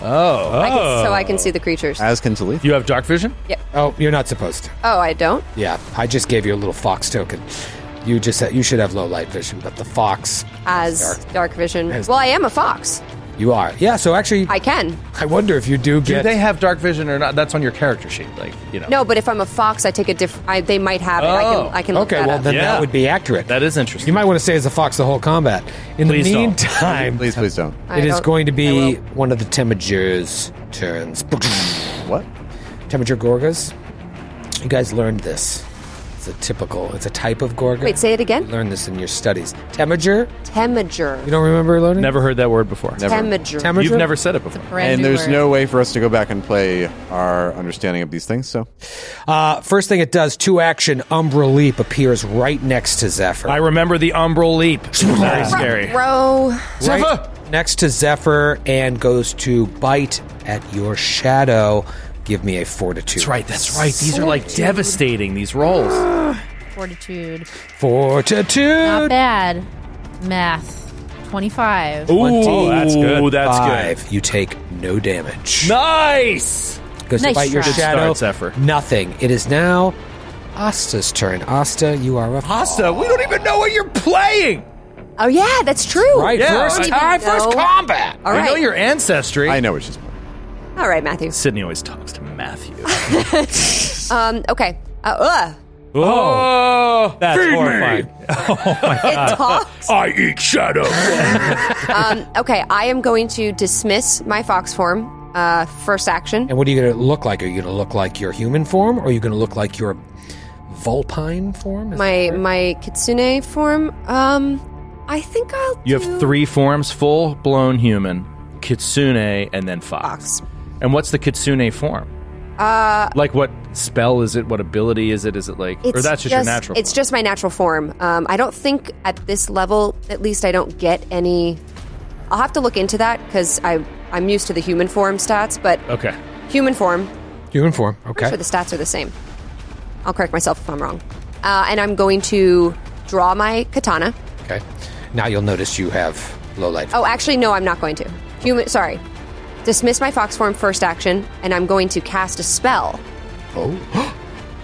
Speaker 7: oh.
Speaker 4: I can, so I Oh. can see the creatures.
Speaker 3: As can Talith.
Speaker 7: You have dark vision?
Speaker 2: Oh, you're not supposed to.
Speaker 4: oh, I don't.
Speaker 2: Yeah, I just gave you a little fox token. You just you should have low light vision, but the fox
Speaker 4: As dark, vision.
Speaker 2: As
Speaker 4: well, I am a fox.
Speaker 2: you are. Yeah, so actually,
Speaker 4: I
Speaker 2: I,
Speaker 4: can.
Speaker 2: wonder if you do
Speaker 7: Do
Speaker 2: get.
Speaker 7: they have dark vision or not? That's on your character sheet. Like, you know.
Speaker 4: No, but if I'm a fox, I take a different. They might have it. I
Speaker 7: Oh.
Speaker 4: can. I can look
Speaker 2: okay,
Speaker 4: that
Speaker 2: well
Speaker 4: up.
Speaker 2: then
Speaker 7: Yeah.
Speaker 2: that would be accurate.
Speaker 7: That is
Speaker 2: You
Speaker 7: interesting.
Speaker 2: might want to stay as a fox the whole combat. In
Speaker 7: Please
Speaker 2: the
Speaker 7: don't.
Speaker 2: meantime,
Speaker 3: Please, please don't.
Speaker 4: I
Speaker 2: it is
Speaker 4: don't-
Speaker 2: going to
Speaker 4: I
Speaker 2: be
Speaker 4: will.
Speaker 2: one of the Temujur's turns.
Speaker 3: What?
Speaker 2: Temujur Gorgas. You guys learned this. It's a typical. It's a type of Gorga.
Speaker 4: Wait, say it
Speaker 2: You
Speaker 4: again.
Speaker 2: learned this in your studies. Temujur. You
Speaker 4: Temager.
Speaker 2: don't remember learning?
Speaker 7: Never heard that word before.
Speaker 3: Never.
Speaker 4: Temager.
Speaker 2: Temager?
Speaker 7: You've never said it before.
Speaker 6: Brand
Speaker 3: And
Speaker 6: new
Speaker 3: there's
Speaker 6: word.
Speaker 3: no way for us to go back and play our understanding of these things. So
Speaker 2: Uh, first thing it does, two action Umbra Leap appears right next to Zephyr.
Speaker 7: I remember the umbral leap. Very scary.
Speaker 4: Bro.
Speaker 2: right
Speaker 7: Zephyr!
Speaker 2: next to Zephyr and goes to bite at your shadow. Give me a fortitude.
Speaker 7: That's right. That's right. These are like devastating. These rolls.
Speaker 6: fortitude. Not
Speaker 2: Fortitude.
Speaker 6: bad. Math. 25.
Speaker 7: Ooh, that's good. Ooh, that's
Speaker 2: Five. You take no damage.
Speaker 7: good. Nice.
Speaker 2: Goes
Speaker 6: Nice
Speaker 2: to bite your
Speaker 6: try. Good
Speaker 2: shadow.
Speaker 7: start, Zephyr.
Speaker 2: Nothing. It is now Asta's turn. Asta, you are up.
Speaker 7: Asta, we don't even know what you're playing.
Speaker 4: Oh yeah, that's true.
Speaker 2: Right.
Speaker 7: Yeah,
Speaker 2: first
Speaker 7: I-
Speaker 2: time. First
Speaker 4: No.
Speaker 2: combat.
Speaker 4: All
Speaker 7: I know
Speaker 4: right.
Speaker 7: your ancestry.
Speaker 3: I know it's just
Speaker 4: All right, Matthew.
Speaker 7: Sydney always talks to Matthew.
Speaker 4: Um. Okay. Uh, uh,
Speaker 8: Oh, that's
Speaker 4: Feed me.
Speaker 8: horrifying. Oh my god!
Speaker 4: talks?
Speaker 8: I eat shadow.
Speaker 4: um, okay, I am going to dismiss my fox form. Uh, first action.
Speaker 2: And what are you going to look like? Are you going to look like your human form, or are you going to look like your vulpine form? Is
Speaker 4: My my kitsune form. Um, I think I'll.
Speaker 7: You have three forms full blown human, kitsune, and then fox. And what's the kitsune form?
Speaker 4: Uh,
Speaker 7: Like, what spell is it? What ability is it? Is it like, or that's just, your natural?
Speaker 4: It's just my natural form. Um, I don't think at this level, at least, I don't get any. I'll have to look into that because I I'm used to the human form stats, but
Speaker 7: Oh.
Speaker 2: Okay.
Speaker 4: human form.
Speaker 2: Human form.
Speaker 4: I'm
Speaker 2: Okay.
Speaker 4: sure the stats are the same. I'll correct myself if I'm wrong. Uh, and I'm going to draw my katana.
Speaker 2: Okay. Now you'll notice you have low light.
Speaker 4: Oh, actually, no, I'm not going to. Human, sorry. Dismiss my fox form first action, and I'm going to cast a spell.
Speaker 2: Oh.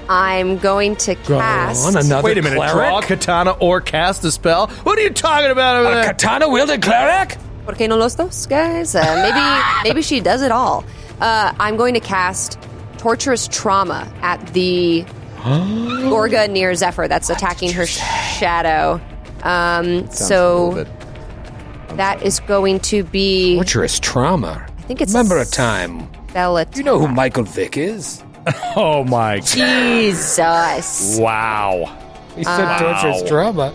Speaker 4: I'm going to cast.
Speaker 7: Wait a minute, draw katana or cast a spell? What are you talking about? Over there?
Speaker 2: katana wielded cleric?
Speaker 4: Por qué no los dos, guys? Uh, maybe, maybe she does it all. Uh, I'm going to cast torturous trauma at the Gorga near Zephyr that's attacking her shadow. Um, so that is going to be.
Speaker 2: Torturous trauma. I
Speaker 4: think it's
Speaker 2: Remember a time.
Speaker 4: Bellet.
Speaker 2: You know who Michael Vick is?
Speaker 7: oh my god.
Speaker 4: Jesus.
Speaker 7: Wow.
Speaker 2: He said
Speaker 4: Wow.
Speaker 2: torturous trauma.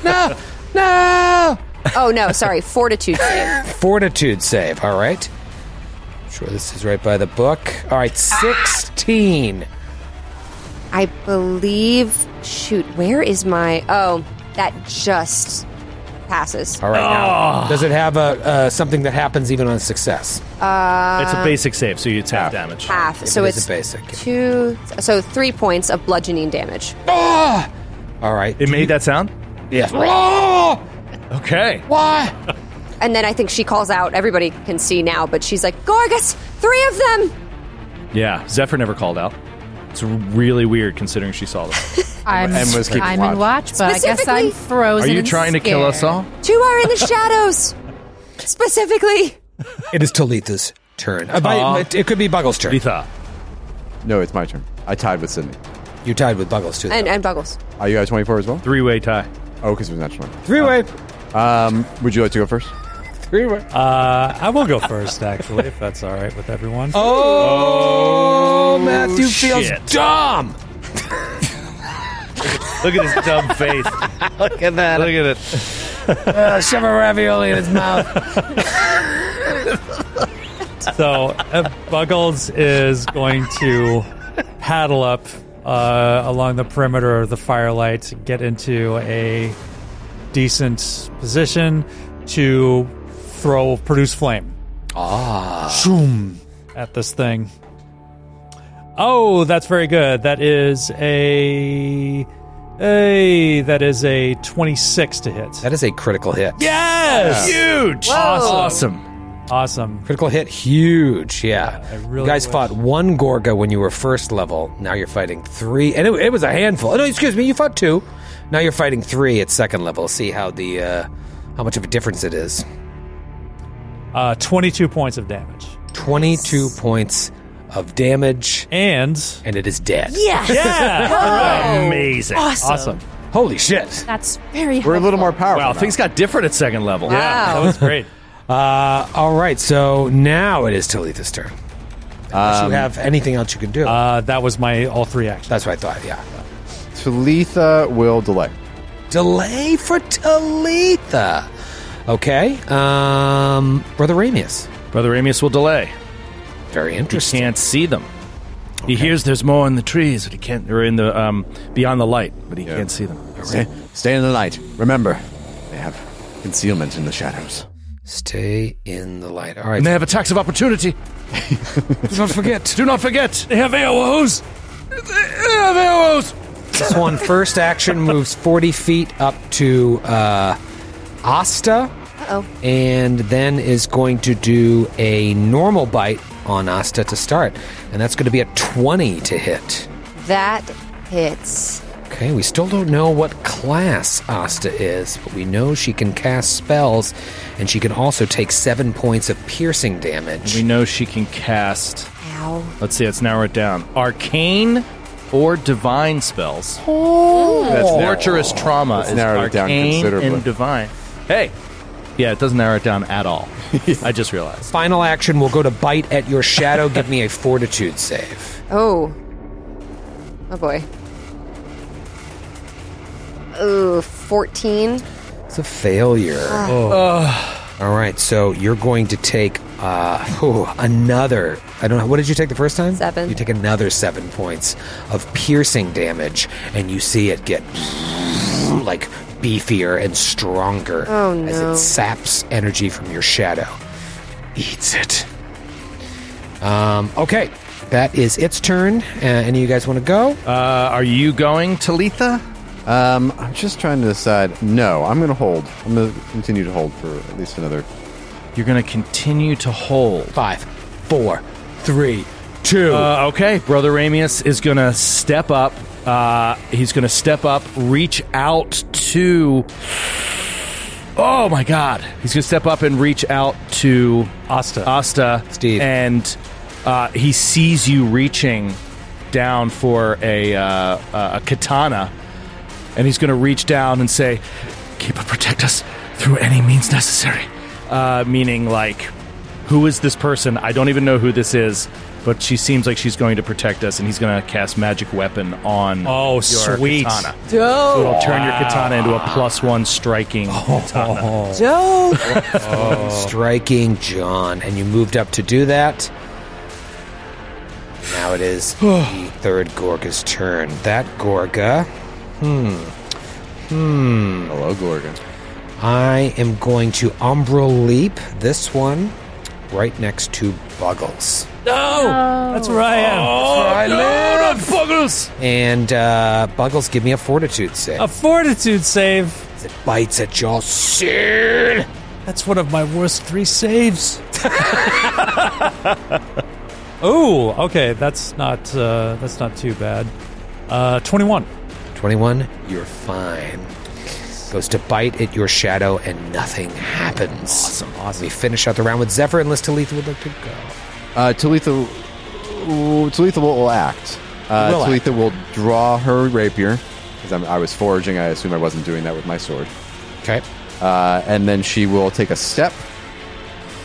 Speaker 4: no,
Speaker 2: no.
Speaker 4: Oh no, sorry, fortitude save.
Speaker 2: Fortitude save, all right? Sure, this is right by the book. All right, 16.
Speaker 4: I believe. Shoot, where is my? Oh, that just passes.
Speaker 2: All right, now. Does it have a uh, something that happens even on success?
Speaker 4: Uh,
Speaker 2: save, so you tap damage.
Speaker 4: half. so it's
Speaker 2: a basic.
Speaker 4: two. So three points of bludgeoning damage.
Speaker 2: Ah! All right.
Speaker 7: It made that sound?
Speaker 2: Yeah.
Speaker 7: Okay.
Speaker 2: Why?
Speaker 4: And then I think she calls out. Everybody can see now, but she's like, "Gorgas, three of them."
Speaker 7: Yeah, Zephyr never called out. It's really weird considering she saw that.
Speaker 6: I'm,
Speaker 7: And was keeping
Speaker 6: I'm in
Speaker 7: watch.
Speaker 6: watch, but I guess
Speaker 4: Specifically-
Speaker 6: I'm frozen.
Speaker 7: Are you
Speaker 6: and
Speaker 7: trying to kill us
Speaker 6: scared.
Speaker 7: all?
Speaker 4: Two are in the shadows. Specifically,
Speaker 2: It is Talitha's turn. Uh, by-
Speaker 3: Aw.
Speaker 2: it, it could be Buggles' turn. Talitha.
Speaker 3: No, it's my turn. I tied with Sydney.
Speaker 2: You tied with Buggles too.
Speaker 4: and, and Buggles.
Speaker 3: Are you at 24 as well?
Speaker 7: Three way tie.
Speaker 3: Oh, because it was natural. one.
Speaker 2: Three way.
Speaker 3: Um, would you like to go first?
Speaker 2: Three way.
Speaker 8: Uh, I will go first, actually, if that's all right with everyone.
Speaker 2: Oh, Matthew feels
Speaker 8: shit.
Speaker 2: dumb.
Speaker 7: Look at his dumb face.
Speaker 2: Look at that.
Speaker 7: Look at it.
Speaker 2: Uh, shove a ravioli in his mouth.
Speaker 8: So uh, Buggles is going to paddle up uh, along the perimeter of the firelight, get into a decent position to throw produce flame.
Speaker 2: Ah,
Speaker 8: Shoom at this thing. Oh, that's very good. That is a a that is a twenty-six to hit.
Speaker 2: That is a critical hit.
Speaker 8: Yes,
Speaker 2: Yeah.
Speaker 7: huge,
Speaker 8: awesome, awesome,
Speaker 2: Critical hit, huge. Yeah.
Speaker 8: really
Speaker 2: you guys
Speaker 8: wish-
Speaker 2: fought one Gorga when you were first level. Now you're fighting three. And it, it was a handful. Oh, No, excuse me. You fought two. Now you're fighting three at second level. See how the. Uh, how much of a difference it is.
Speaker 8: Uh, Twenty-two points of damage.
Speaker 2: 22 points of damage.
Speaker 8: And.
Speaker 2: And it is dead.
Speaker 8: Yes. Yeah.
Speaker 7: Whoa. Amazing. Awesome. Awesome.
Speaker 2: Holy shit.
Speaker 6: That's very.
Speaker 7: We're a little
Speaker 3: more powerful.
Speaker 7: Wow, things got different at second level.
Speaker 6: Yeah, that was
Speaker 8: great.
Speaker 2: Uh, all right, so now it is Talitha's turn. Unless you have anything else you can do.
Speaker 8: Um, Uh, that was my all three actions.
Speaker 2: That's what I thought, yeah.
Speaker 3: Talitha will delay.
Speaker 2: Delay for Talitha. Okay. Um, Brother Ramius.
Speaker 7: Brother Amius will delay.
Speaker 2: Very interesting.
Speaker 7: He can't see them. He hears there's more in the trees, but he can't. Or in the um, beyond the light, but he can't see them.
Speaker 3: Stay, stay in the light. Remember, they have concealment in the shadows.
Speaker 2: Stay in the light. All right.
Speaker 7: And they have attacks of opportunity.
Speaker 2: Do not forget.
Speaker 7: Do not forget. They have arrows.
Speaker 2: This one first action moves 40 feet up to uh, Asta.
Speaker 4: Oh,
Speaker 2: and then is going to do a normal bite on Asta to start. And that's going to be a 20 to hit.
Speaker 4: that hits.
Speaker 2: Okay, we still don't know what class Asta is, but we know she can cast spells and she can also take seven points of piercing damage.
Speaker 7: We know she can cast.
Speaker 4: Ow.
Speaker 7: Let's see. Let's narrow it down. Arcane or divine spells.
Speaker 3: That's narrow.
Speaker 7: torturous trauma
Speaker 3: That's
Speaker 7: is
Speaker 3: narrowed Oh. it down
Speaker 7: arcane
Speaker 3: considerably.
Speaker 7: and divine. Hey, yeah, it doesn't narrow it down at all. I just realized.
Speaker 2: Final action will go to bite at your shadow. Give me a fortitude save.
Speaker 4: Oh. Oh boy. Oh, 14.
Speaker 2: It's a failure.
Speaker 4: Ah. Oh.
Speaker 2: All right, so you're going to take uh, whew, another. I don't know. What did you take the first time?
Speaker 4: Seven.
Speaker 2: You take another seven points of piercing damage, and you see it get like beefier and stronger
Speaker 4: Oh,
Speaker 2: as
Speaker 4: no.
Speaker 2: it saps energy from your shadow, eats it. Um, okay, that is its turn. Uh, any of you guys want to go?
Speaker 7: Uh, are you going, Talitha?
Speaker 3: Um, I'm just trying to decide. No, I'm going to hold. I'm going to continue to hold for at least another.
Speaker 7: You're going to continue to hold.
Speaker 2: Five, four, three, two.
Speaker 7: Uh, okay, Brother Ramius is going to step up. Uh, he's going to step up, reach out to. Oh my God! He's going to step up and reach out to
Speaker 8: Asta.
Speaker 7: Asta,
Speaker 2: Steve.
Speaker 7: and uh, he sees you reaching down for a, uh, a katana, and he's going to reach down and say, "Keep and protect us through any means necessary." Uh, meaning, like, who is this person? I don't even know who this is, but she seems like she's going to protect us, and he's going to cast magic weapon on
Speaker 8: Oh,
Speaker 7: your
Speaker 8: sweet.
Speaker 7: katana. So it'll turn your katana into a plus one striking
Speaker 2: Oh.
Speaker 7: katana.
Speaker 2: striking John, and you moved up to do that. Now it is the third Gorga's turn. That Gorga, Hmm.
Speaker 3: Hello, Gorgon.
Speaker 2: I am going to Umbral Leap, this one, right next to Buggles.
Speaker 8: That's where I am.
Speaker 2: I live! Buggles! And uh, Buggles, give me a fortitude save.
Speaker 8: A fortitude save.
Speaker 2: As it bites at your soul.
Speaker 8: That's one of my worst three saves. Ooh, okay, that's not uh, that's not too bad. Uh, Twenty-one.
Speaker 2: 21, you're fine. Goes to bite at your shadow, and nothing happens. Awesome, awesome. We finish out the round with Zephyr, unless Talitha would like to go.
Speaker 3: Uh, Talitha, ooh, Talitha will, will act. Uh,
Speaker 2: Will act.
Speaker 3: Talitha will draw her rapier because I was foraging. I assume I wasn't doing that with my sword.
Speaker 2: Okay.
Speaker 3: Uh, and then she will take a step,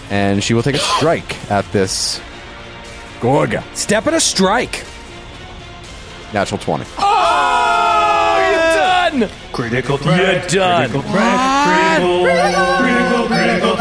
Speaker 3: and she will take a strike at this Gorga.
Speaker 2: Step and a strike.
Speaker 3: Natural twenty.
Speaker 7: Done. Critical You're done.
Speaker 3: Look at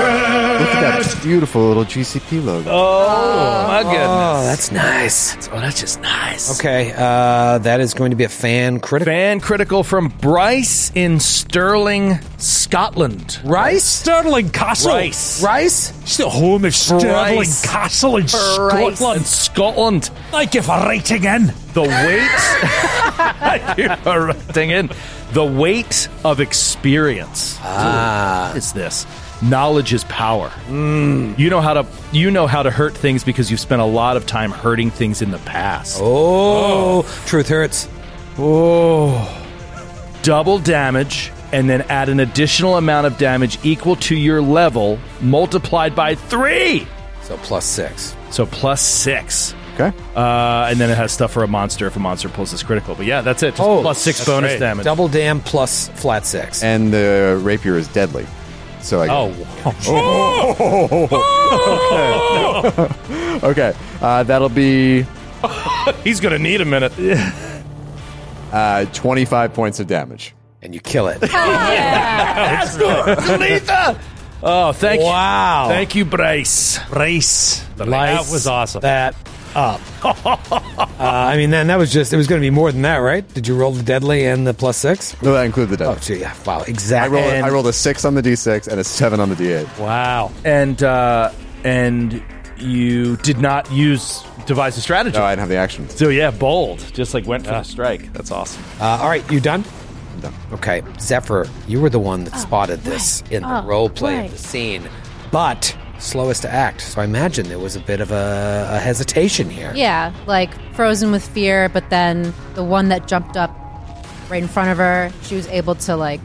Speaker 3: that beautiful little GCP logo.
Speaker 7: Oh my goodness.
Speaker 2: Oh, that's nice.
Speaker 7: Oh, that's just nice.
Speaker 2: Okay, uh, that is going to be a fan critical.
Speaker 7: Fan critical from Bryce in Stirling, Scotland.
Speaker 2: Rice?
Speaker 8: Stirling Castle.
Speaker 7: Rice.
Speaker 2: Rice?
Speaker 8: It's the home of Stirling
Speaker 7: Rice.
Speaker 8: Castle in
Speaker 7: In
Speaker 8: Scotland.
Speaker 7: Scotland.
Speaker 8: I give a rating in.
Speaker 7: The weight. You're writing in. The weight of experience. Ah. What is this? Knowledge is power. You know how to you know how to hurt things because you've spent a lot of time hurting things in the past.
Speaker 2: Oh, truth hurts.
Speaker 7: Oh. Double damage, and then add an additional amount of damage equal to your level multiplied by three.
Speaker 2: So plus six.
Speaker 7: So plus six.
Speaker 3: Okay.
Speaker 7: Uh, and then it has stuff for a monster if a monster pulls this critical. But yeah, that's it. Just
Speaker 2: Oh,
Speaker 7: plus six
Speaker 2: that's
Speaker 7: bonus
Speaker 8: great.
Speaker 7: damage.
Speaker 2: Double damn plus flat six.
Speaker 3: And the rapier is deadly. So like,
Speaker 7: Oh, wow.
Speaker 3: Oh. okay, uh, that'll be
Speaker 7: he's gonna need a minute.
Speaker 3: uh, twenty-five points of damage.
Speaker 2: And you kill it.
Speaker 7: That's good, Letha. Oh, thank you.
Speaker 2: Wow.
Speaker 7: Thank you, Bryce.
Speaker 8: Race. That was awesome.
Speaker 2: That up. uh, I mean, then that was just, it was going to be more than that, right? Did you roll the deadly and the plus six?
Speaker 3: No, that includes the
Speaker 2: Oh,
Speaker 3: damage.
Speaker 2: gee, yeah. Wow,
Speaker 3: I
Speaker 2: exactly.
Speaker 3: rolled, a, I rolled a six on the d6 and a seven on the d8.
Speaker 8: wow.
Speaker 7: And uh, and you did not use devise a strategy.
Speaker 3: No, I didn't have the action.
Speaker 7: so yeah, bold. Just like went for the strike. That's awesome.
Speaker 2: Uh, all right, you done?
Speaker 3: done.
Speaker 2: Okay, Zephyr, you were the one that spotted this in the
Speaker 6: Oh,
Speaker 2: role play
Speaker 6: right.
Speaker 2: of the scene, but slowest to act. So I imagine there was a bit of a, a hesitation here.
Speaker 6: Yeah, like frozen with fear, but then the one that jumped up right in front of her, she was able to like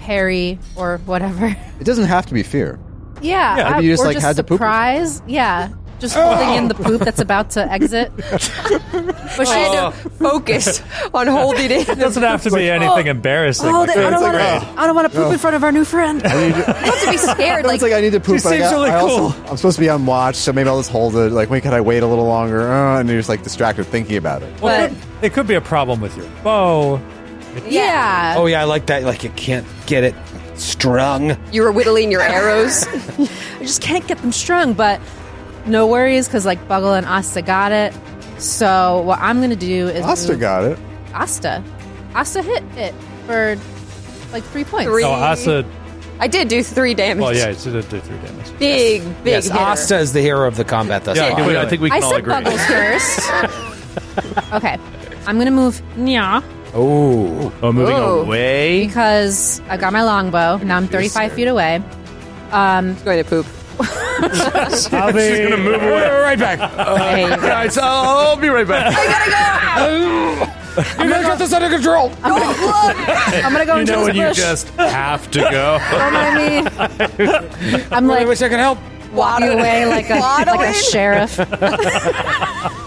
Speaker 6: parry or whatever.
Speaker 3: It doesn't have to be fear.
Speaker 6: yeah,
Speaker 3: maybe you just,
Speaker 6: or
Speaker 3: like, had to poop Oh! or
Speaker 6: surprise. Yeah, Just holding in the poop that's about to exit.
Speaker 4: But
Speaker 6: Oh.
Speaker 4: she had to focus on holding it.
Speaker 8: It doesn't have to be anything embarrassing.
Speaker 6: Oh,
Speaker 8: Like,
Speaker 6: that- I
Speaker 8: it's
Speaker 6: don't
Speaker 8: like,
Speaker 6: want
Speaker 8: "Oh,
Speaker 6: to. I don't want to poop in front of our new friend.
Speaker 4: Not to be scared.
Speaker 3: It's like I need to poop.
Speaker 8: She
Speaker 3: but I
Speaker 8: seems really
Speaker 3: I also-
Speaker 8: cool.
Speaker 3: I'm supposed to be on watch, so maybe I'll just hold it. Like, wait, could I wait a little longer? Uh, and you're just like distracted thinking about it.
Speaker 8: Well, it could be a problem with your bow.
Speaker 6: Uh,
Speaker 4: yeah.
Speaker 2: Oh yeah, I like that. Like you can't get it strung.
Speaker 4: You were whittling your arrows.
Speaker 6: I just can't get them strung, but no worries because like Buggle and Asta got it. So what I'm gonna do is
Speaker 3: Asta
Speaker 6: move-
Speaker 3: got it.
Speaker 6: Asta, Asta hit it for like three points.
Speaker 4: Three.
Speaker 8: Oh, Asa.
Speaker 4: I did do three damage.
Speaker 8: Well, yeah, she did do three damage.
Speaker 4: Big, big
Speaker 2: yes,
Speaker 4: hitter.
Speaker 2: Asta is the hero of the combat thus
Speaker 7: Yeah,
Speaker 2: far.
Speaker 7: can we- I think we
Speaker 6: I
Speaker 7: can all
Speaker 6: said
Speaker 7: agree.
Speaker 6: Buggles first. okay, I'm gonna move Nya
Speaker 2: oh,
Speaker 7: Oh, moving
Speaker 4: Whoa.
Speaker 7: away.
Speaker 6: because I got my longbow. Now I'm 35 feet away. Um,
Speaker 4: She's going to poop.
Speaker 8: I'll be-
Speaker 2: right back.
Speaker 7: Guys, I'll, I'll be right back.
Speaker 2: you gotta get this under control.
Speaker 6: I'm gonna go
Speaker 7: you
Speaker 6: into
Speaker 7: know
Speaker 6: this
Speaker 7: when you
Speaker 6: bush.
Speaker 7: just have to go.
Speaker 6: Don't mind me. I'm
Speaker 2: I
Speaker 6: like
Speaker 2: wish I could help.
Speaker 6: walking away like a like a sheriff.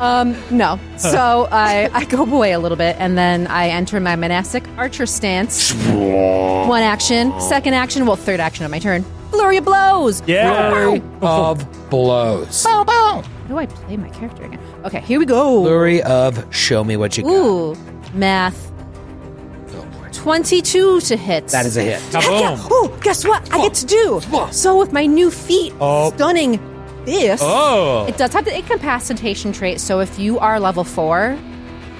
Speaker 6: um, no. So I, I go away a little bit and then I enter my monastic archer stance. One action, second action, well, third action on my turn. Flurry of blows.
Speaker 8: Yeah.
Speaker 2: Of blows.
Speaker 6: Bow, bow. How do I play my character again? Okay, here we go.
Speaker 2: Flurry of show me what you got.
Speaker 6: Ooh, math. 22 to hit.
Speaker 2: Oh, That is a hit.
Speaker 8: Kaboom.
Speaker 6: Oh, guess what? I get to do. So with my new feat,
Speaker 2: Oh.
Speaker 6: stunning this.
Speaker 8: Oh.
Speaker 6: It does have the incapacitation trait, so if you are level four,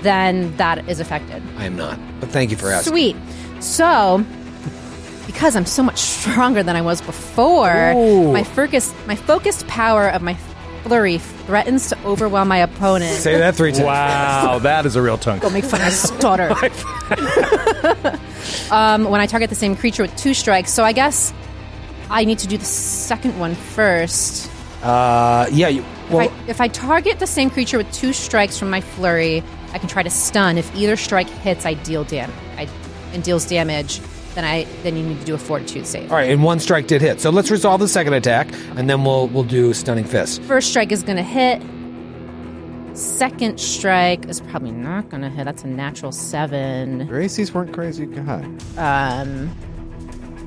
Speaker 6: then that is affected.
Speaker 2: I am not, but thank you for asking.
Speaker 6: Sweet. So, because I'm so much stronger than I was before, my focus, my focused power of my flurry threatens to overwhelm my opponent.
Speaker 2: Say that three times.
Speaker 7: Wow, that is a real tongue.
Speaker 6: Don't make fun of my stutter. um, when I target the same creature with two strikes, so I guess I need to do the second one first.
Speaker 2: Uh, yeah. You, well,
Speaker 6: If I, if I target the same creature with two strikes from my flurry, I can try to stun. If either strike hits, I deal damage. I and deals damage. Then I then you need to do a fortitude save.
Speaker 2: all right. And one strike did hit. So let's resolve the second attack, and then we'll we'll do stunning fist.
Speaker 6: First strike is going to hit. Second strike is probably not going to hit. That's a natural seven.
Speaker 3: Your ACs weren't crazy high.
Speaker 6: Um,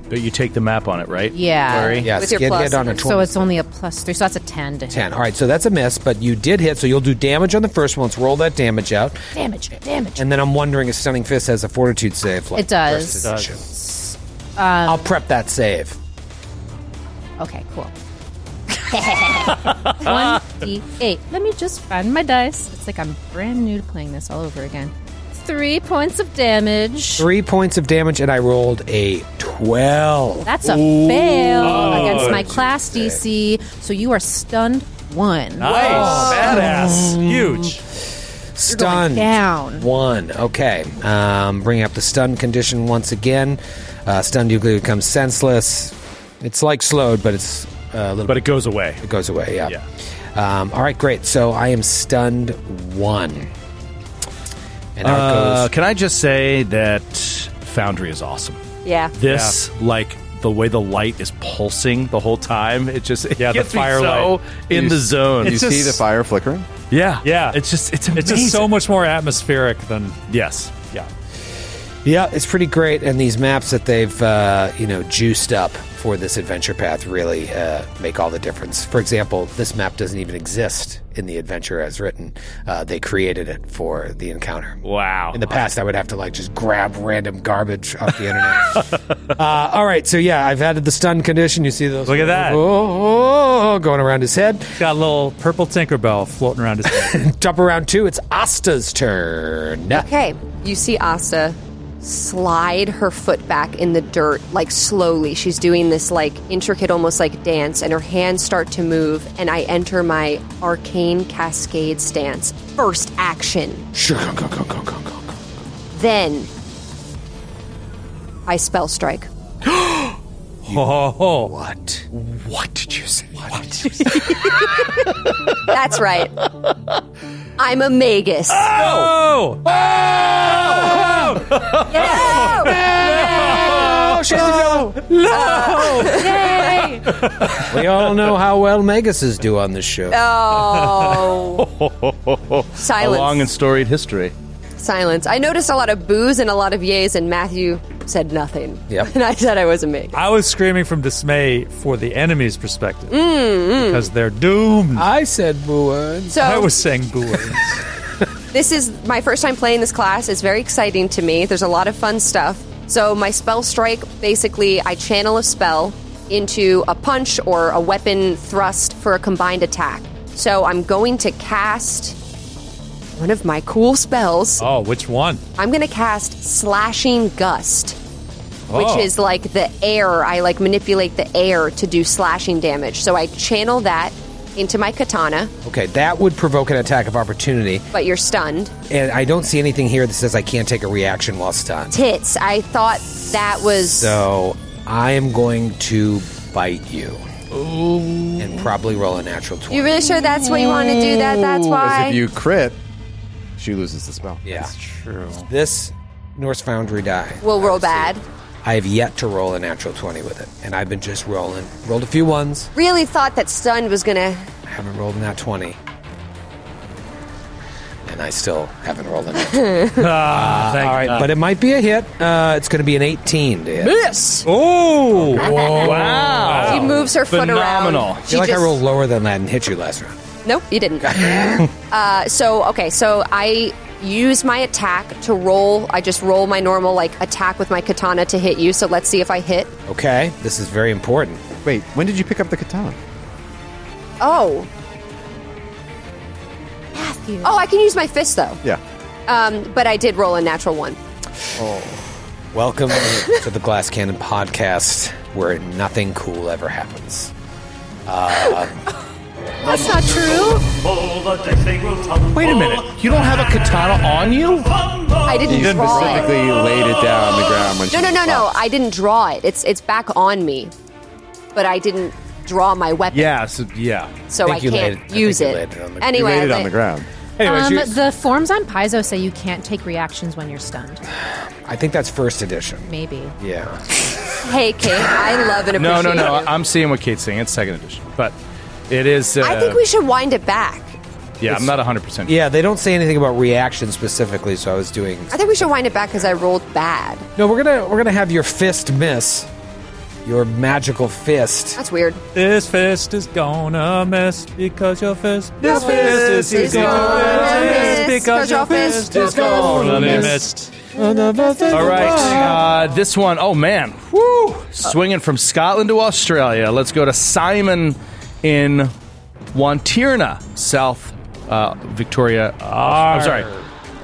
Speaker 7: But you take the map on it, right?
Speaker 6: yeah.
Speaker 2: Yeah.
Speaker 4: With your
Speaker 2: skid
Speaker 4: plus.
Speaker 2: hit on a
Speaker 6: So
Speaker 2: twenty.
Speaker 6: it's only a plus three. So that's a ten to hit.
Speaker 2: 10. All right, so that's a miss, but you did hit, so you'll do damage on the first one. Let's roll that damage out.
Speaker 6: Damage. Damage.
Speaker 2: And then I'm wondering if Stunning Fist has a fortitude save. Like
Speaker 6: It does. Um,
Speaker 2: versus action. I'll prep that save.
Speaker 6: Okay. Cool. One d eight. Let me just find my dice. It's like I'm brand new to playing this all over again. Three points of damage.
Speaker 2: Three points of damage, and I rolled a 12.
Speaker 6: That's a fail against my class DC. So you are stunned one.
Speaker 8: Nice. Badass. Huge.
Speaker 2: Stun.
Speaker 6: down.
Speaker 2: One. Okay. Um, bring up the stun condition once again. Uh, stunned Ugly becomes senseless. It's like slowed, but it's uh, a little
Speaker 7: But it goes away.
Speaker 2: It goes away, yeah. Um, all right, great. So I am stunned one. And out
Speaker 7: Uh,
Speaker 2: goes.
Speaker 7: can I just say that Foundry is awesome.
Speaker 4: Yeah.
Speaker 7: This, like the way the light is pulsing the whole time, it just it
Speaker 8: Yeah, the
Speaker 7: gets me
Speaker 8: firelight.
Speaker 7: so in the zone.
Speaker 3: You
Speaker 7: It's
Speaker 3: see
Speaker 7: just-
Speaker 3: the fire flickering?
Speaker 7: Yeah,
Speaker 8: Yeah.
Speaker 7: It's just it's amazing.
Speaker 8: It's just so much more atmospheric than.
Speaker 7: yes.
Speaker 8: Yeah.
Speaker 2: Yeah, it's pretty great. And these maps that they've, uh, you know, juiced up for this adventure path really uh, make all the difference. For example, this map doesn't even exist in the adventure as written. Uh, they created it for the encounter.
Speaker 7: Wow.
Speaker 2: In the past, I would have to like just grab random garbage off the internet. uh, all right, so yeah, I've added the stun condition. You see those?
Speaker 8: Look at that.
Speaker 2: Oh, oh, oh, going around his head.
Speaker 8: Got a little purple Tinkerbell floating around his head.
Speaker 2: Jump around two. It's Asta's turn.
Speaker 4: Okay. You see Asta slide her foot back in the dirt, like slowly. She's doing this like intricate, almost like dance, and her hands start to move. And I enter my arcane cascade stance. First action.
Speaker 2: Sure, go, go, go, go, go, go, go.
Speaker 4: Then I spell strike.
Speaker 8: oh,
Speaker 2: What?
Speaker 7: What did you say?
Speaker 4: That's right. I'm a magus.
Speaker 8: oh,
Speaker 4: Yeah!
Speaker 8: Oh!
Speaker 2: Oh, she's
Speaker 4: Yay!
Speaker 2: we all know how well Megases do on this show.
Speaker 4: Oh, Silence.
Speaker 7: A long and storied history.
Speaker 4: silence. I noticed a lot of boos and a lot of yays, and Matthew said nothing.
Speaker 8: Yep.
Speaker 4: And I said I wasn't me.
Speaker 8: I was screaming from dismay for the enemy's perspective
Speaker 4: Mm, mm.
Speaker 8: because they're doomed.
Speaker 2: I said boo words.
Speaker 4: So-
Speaker 8: I was saying boo words.
Speaker 4: This is my first time playing this class. It's very exciting to me. There's a lot of fun stuff. So, my spell strike basically, I channel a spell into a punch or a weapon thrust for a combined attack. So, I'm going to cast one of my cool spells.
Speaker 8: oh, which one?
Speaker 4: I'm going to cast Slashing Gust.
Speaker 8: Oh.
Speaker 4: which is like the air. I like manipulate the air to do slashing damage. So I channel that into my katana,
Speaker 2: Okay, that would provoke an attack of opportunity.
Speaker 4: but you're stunned.
Speaker 2: And I don't see anything here that says I can't take a reaction while stunned.
Speaker 4: Tits. I thought that was.
Speaker 2: So I am going to bite you. And probably roll a natural 20.
Speaker 4: you really sure that's what you want to do? That that's why.
Speaker 2: if you-
Speaker 3: Crit. She loses the spell.
Speaker 2: Yeah. That's true. This Norse Foundry die.
Speaker 4: We'll roll bad.
Speaker 2: I have yet to roll a natural 20 with it. And I've been just rolling. Rolled a few ones.
Speaker 4: Really thought that stunned was gonna.
Speaker 2: I haven't rolled a nat 20. And I still haven't rolled a nat 20.
Speaker 4: Ah,
Speaker 2: Uh, all right, but it might be a hit. Uh, it's going to be an 18 to hit.
Speaker 4: Miss.
Speaker 8: Oh,
Speaker 2: wow.
Speaker 4: She moves her foot
Speaker 2: Phenomenal. I
Speaker 4: around.
Speaker 2: feel like I rolled lower than that and hit you last round.
Speaker 4: Nope, you didn't. uh, so okay, so I use my attack to roll. I just roll my normal like attack with my katana to hit you. So let's see if I hit.
Speaker 2: Okay, this is very important.
Speaker 3: Wait, when did you pick up the katana?
Speaker 4: Oh. Oh, I can use my fist though.
Speaker 3: Yeah.
Speaker 4: Um, but I did roll a natural one.
Speaker 2: Oh. Welcome to the Glass Cannon podcast, where nothing cool ever happens. Uh,
Speaker 4: That's not
Speaker 9: true.
Speaker 7: Wait a minute. You don't have a katana on you?
Speaker 4: I didn't draw it.
Speaker 3: specifically laid it down on the ground when she
Speaker 4: No, no, no, no. I didn't draw it. It's it's back on me, but I didn't draw my weapon.
Speaker 7: Yeah, so, yeah.
Speaker 4: So I, can't use it. anyway, I think-
Speaker 6: um, the forms on Paizo say you can't take reactions when you're stunned.
Speaker 2: I think that's first edition.
Speaker 6: Maybe.
Speaker 2: Yeah.
Speaker 4: Hey, Kate, I love and
Speaker 7: No,
Speaker 4: appreciate
Speaker 7: no, no.
Speaker 4: you.
Speaker 7: I'm seeing what Kate's saying. It's second edition. But it is. Uh,
Speaker 4: I think we should wind it back.
Speaker 7: Yeah, I'm not 100%.
Speaker 2: Yeah, they don't say anything about reaction specifically, so I was doing.
Speaker 4: I think we should wind it back because I rolled bad.
Speaker 2: No, we're gonna we're gonna have your fist miss, your magical fist.
Speaker 4: That's weird.
Speaker 8: This fist is gonna miss because your fist. This
Speaker 2: fist is gonna
Speaker 8: miss because your fist is
Speaker 4: Oh,
Speaker 8: gonna
Speaker 7: miss.
Speaker 8: miss.
Speaker 7: All right. Uh, this one, oh man. Woo! Swinging from Scotland to Australia. Let's go to Simon in Wantirna, South uh, Victoria. I'm sorry.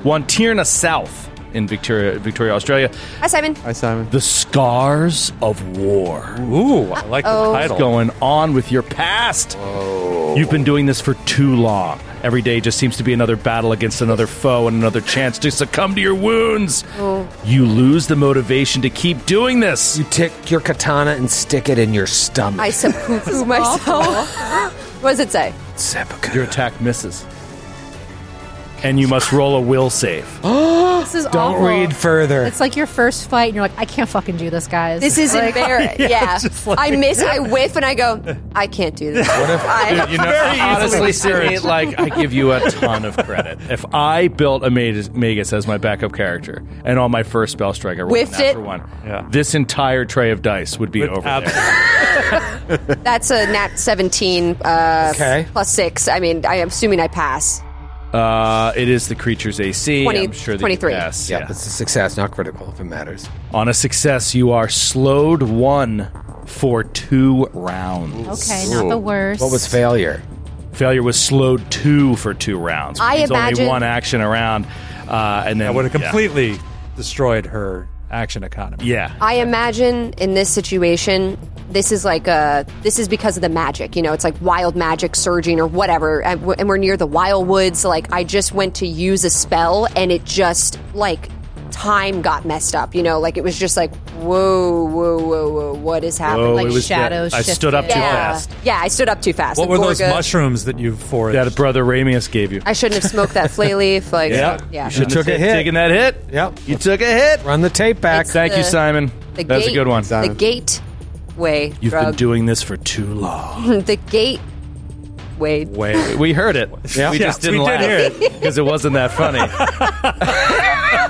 Speaker 7: Wantirna South in Victoria, Victoria, Australia.
Speaker 4: Hi, Simon.
Speaker 3: Hi, Simon.
Speaker 7: The scars of war.
Speaker 8: Ooh, I like
Speaker 4: the Uh-oh. title.
Speaker 7: What's going on with your past? You've been doing this for too long. Every day just seems to be another battle against another foe and another chance to succumb to your wounds.
Speaker 4: Oh.
Speaker 7: You lose the motivation to keep doing this. You
Speaker 2: take your katana and stick it in your stomach.
Speaker 4: I suppose myself. what does it say?
Speaker 7: Your attack misses. And you must roll a will save.
Speaker 6: this is
Speaker 7: Don't
Speaker 6: awful.
Speaker 7: read further.
Speaker 6: It's like your first fight, and you're like, I can't fucking do this, guys.
Speaker 4: This is
Speaker 6: Like-
Speaker 4: embarrassing. Yeah. I miss, I whiff, and I go, I can't do this. What if I,
Speaker 7: Dude, you know, honestly, Sydney, like I give you a ton of credit. If I built a Magus, Magus as my backup character, and on my first spell strike, I rolled
Speaker 4: Whiffed it.
Speaker 7: after one, this entire tray of dice would be over. There.
Speaker 4: That's a nat 17 uh,
Speaker 7: Okay.
Speaker 4: plus 6. I mean, I'm assuming I pass.
Speaker 7: Uh, it is the creature's AC.
Speaker 4: 20
Speaker 7: I'm sure that you
Speaker 4: 23.
Speaker 7: pass,
Speaker 2: Yeah, it's a success, not critical if it matters.
Speaker 7: On a success, you are slowed one for two rounds.
Speaker 6: Okay, not the worst. What was
Speaker 2: failure?
Speaker 7: Failure was slowed two for two rounds.
Speaker 6: I
Speaker 7: It's
Speaker 6: imagine-
Speaker 7: only one action around, uh, and then
Speaker 8: That would have
Speaker 7: yeah.
Speaker 8: completely destroyed her action economy.
Speaker 7: Yeah.
Speaker 4: I imagine in this situation, this is like a, this is because of the magic. You know, it's like wild magic surging or whatever. And we're and we're near the wild woods. Like, I just went to use a spell and it just, like, time got messed up. You know, like it was just like, whoa, whoa, whoa, whoa, what is happening?
Speaker 8: Whoa, Like it was good. shadows I stood up shifted. too
Speaker 4: Yeah.
Speaker 8: fast.
Speaker 4: Yeah, I stood up too fast.
Speaker 8: What
Speaker 4: The
Speaker 8: were those
Speaker 4: Gorga-
Speaker 8: mushrooms that you foraged?
Speaker 7: That brother Ramius gave you.
Speaker 4: I shouldn't have smoked that flea leaf. Like,
Speaker 7: Yeah.
Speaker 4: yeah.
Speaker 7: You should have ta- taken that hit. Yep. You took a hit.
Speaker 2: Run the tape back.
Speaker 4: It's
Speaker 7: Thank
Speaker 4: the-
Speaker 7: you, Simon.
Speaker 4: The
Speaker 7: That's
Speaker 4: gate,
Speaker 7: a good one.
Speaker 4: The gate way
Speaker 7: You've
Speaker 4: drug.
Speaker 7: been doing this for too long.
Speaker 4: the gate way.
Speaker 7: Wait, we heard it.
Speaker 10: Yeah.
Speaker 7: We just
Speaker 10: Yeah,
Speaker 7: didn't
Speaker 10: we did
Speaker 7: laugh
Speaker 10: hear
Speaker 4: it.
Speaker 7: because it wasn't that funny.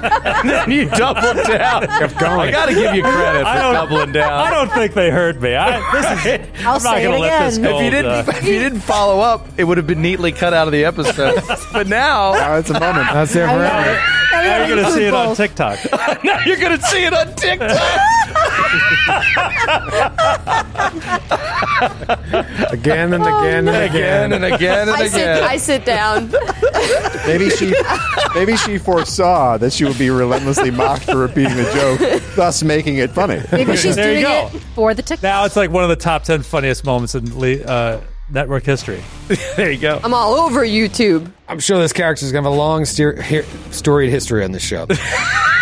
Speaker 7: and then you doubled down.
Speaker 10: Kept going.
Speaker 7: I got to give you credit
Speaker 10: I
Speaker 7: for
Speaker 10: don't-
Speaker 7: doubling down.
Speaker 10: I
Speaker 8: don't think they heard me. I, this is,
Speaker 7: I'll
Speaker 8: I'm not
Speaker 7: say
Speaker 8: gonna
Speaker 7: it
Speaker 8: let this
Speaker 7: again.
Speaker 8: go.
Speaker 7: If you didn't- if you didn't follow up, it would have been neatly cut out of the episode. but now,
Speaker 3: it's a moment.
Speaker 8: That's
Speaker 7: it
Speaker 8: Now you're gonna see it on TikTok.
Speaker 7: now you're gonna see it on TikTok.
Speaker 2: Again and again and again.
Speaker 7: and again
Speaker 4: I sit, I sit down.
Speaker 3: Maybe she, maybe she foresaw that she would be relentlessly mocked for repeating the joke, thus making it funny.
Speaker 11: Maybe she's
Speaker 8: There you
Speaker 11: doing
Speaker 8: go.
Speaker 11: it for the TikTok.
Speaker 8: Now it's like one of the top ten funniest moments in le- uh, network history.
Speaker 7: there you go.
Speaker 4: I'm all over YouTube.
Speaker 2: I'm sure this character's gonna have a long steer- he- storied history on this show.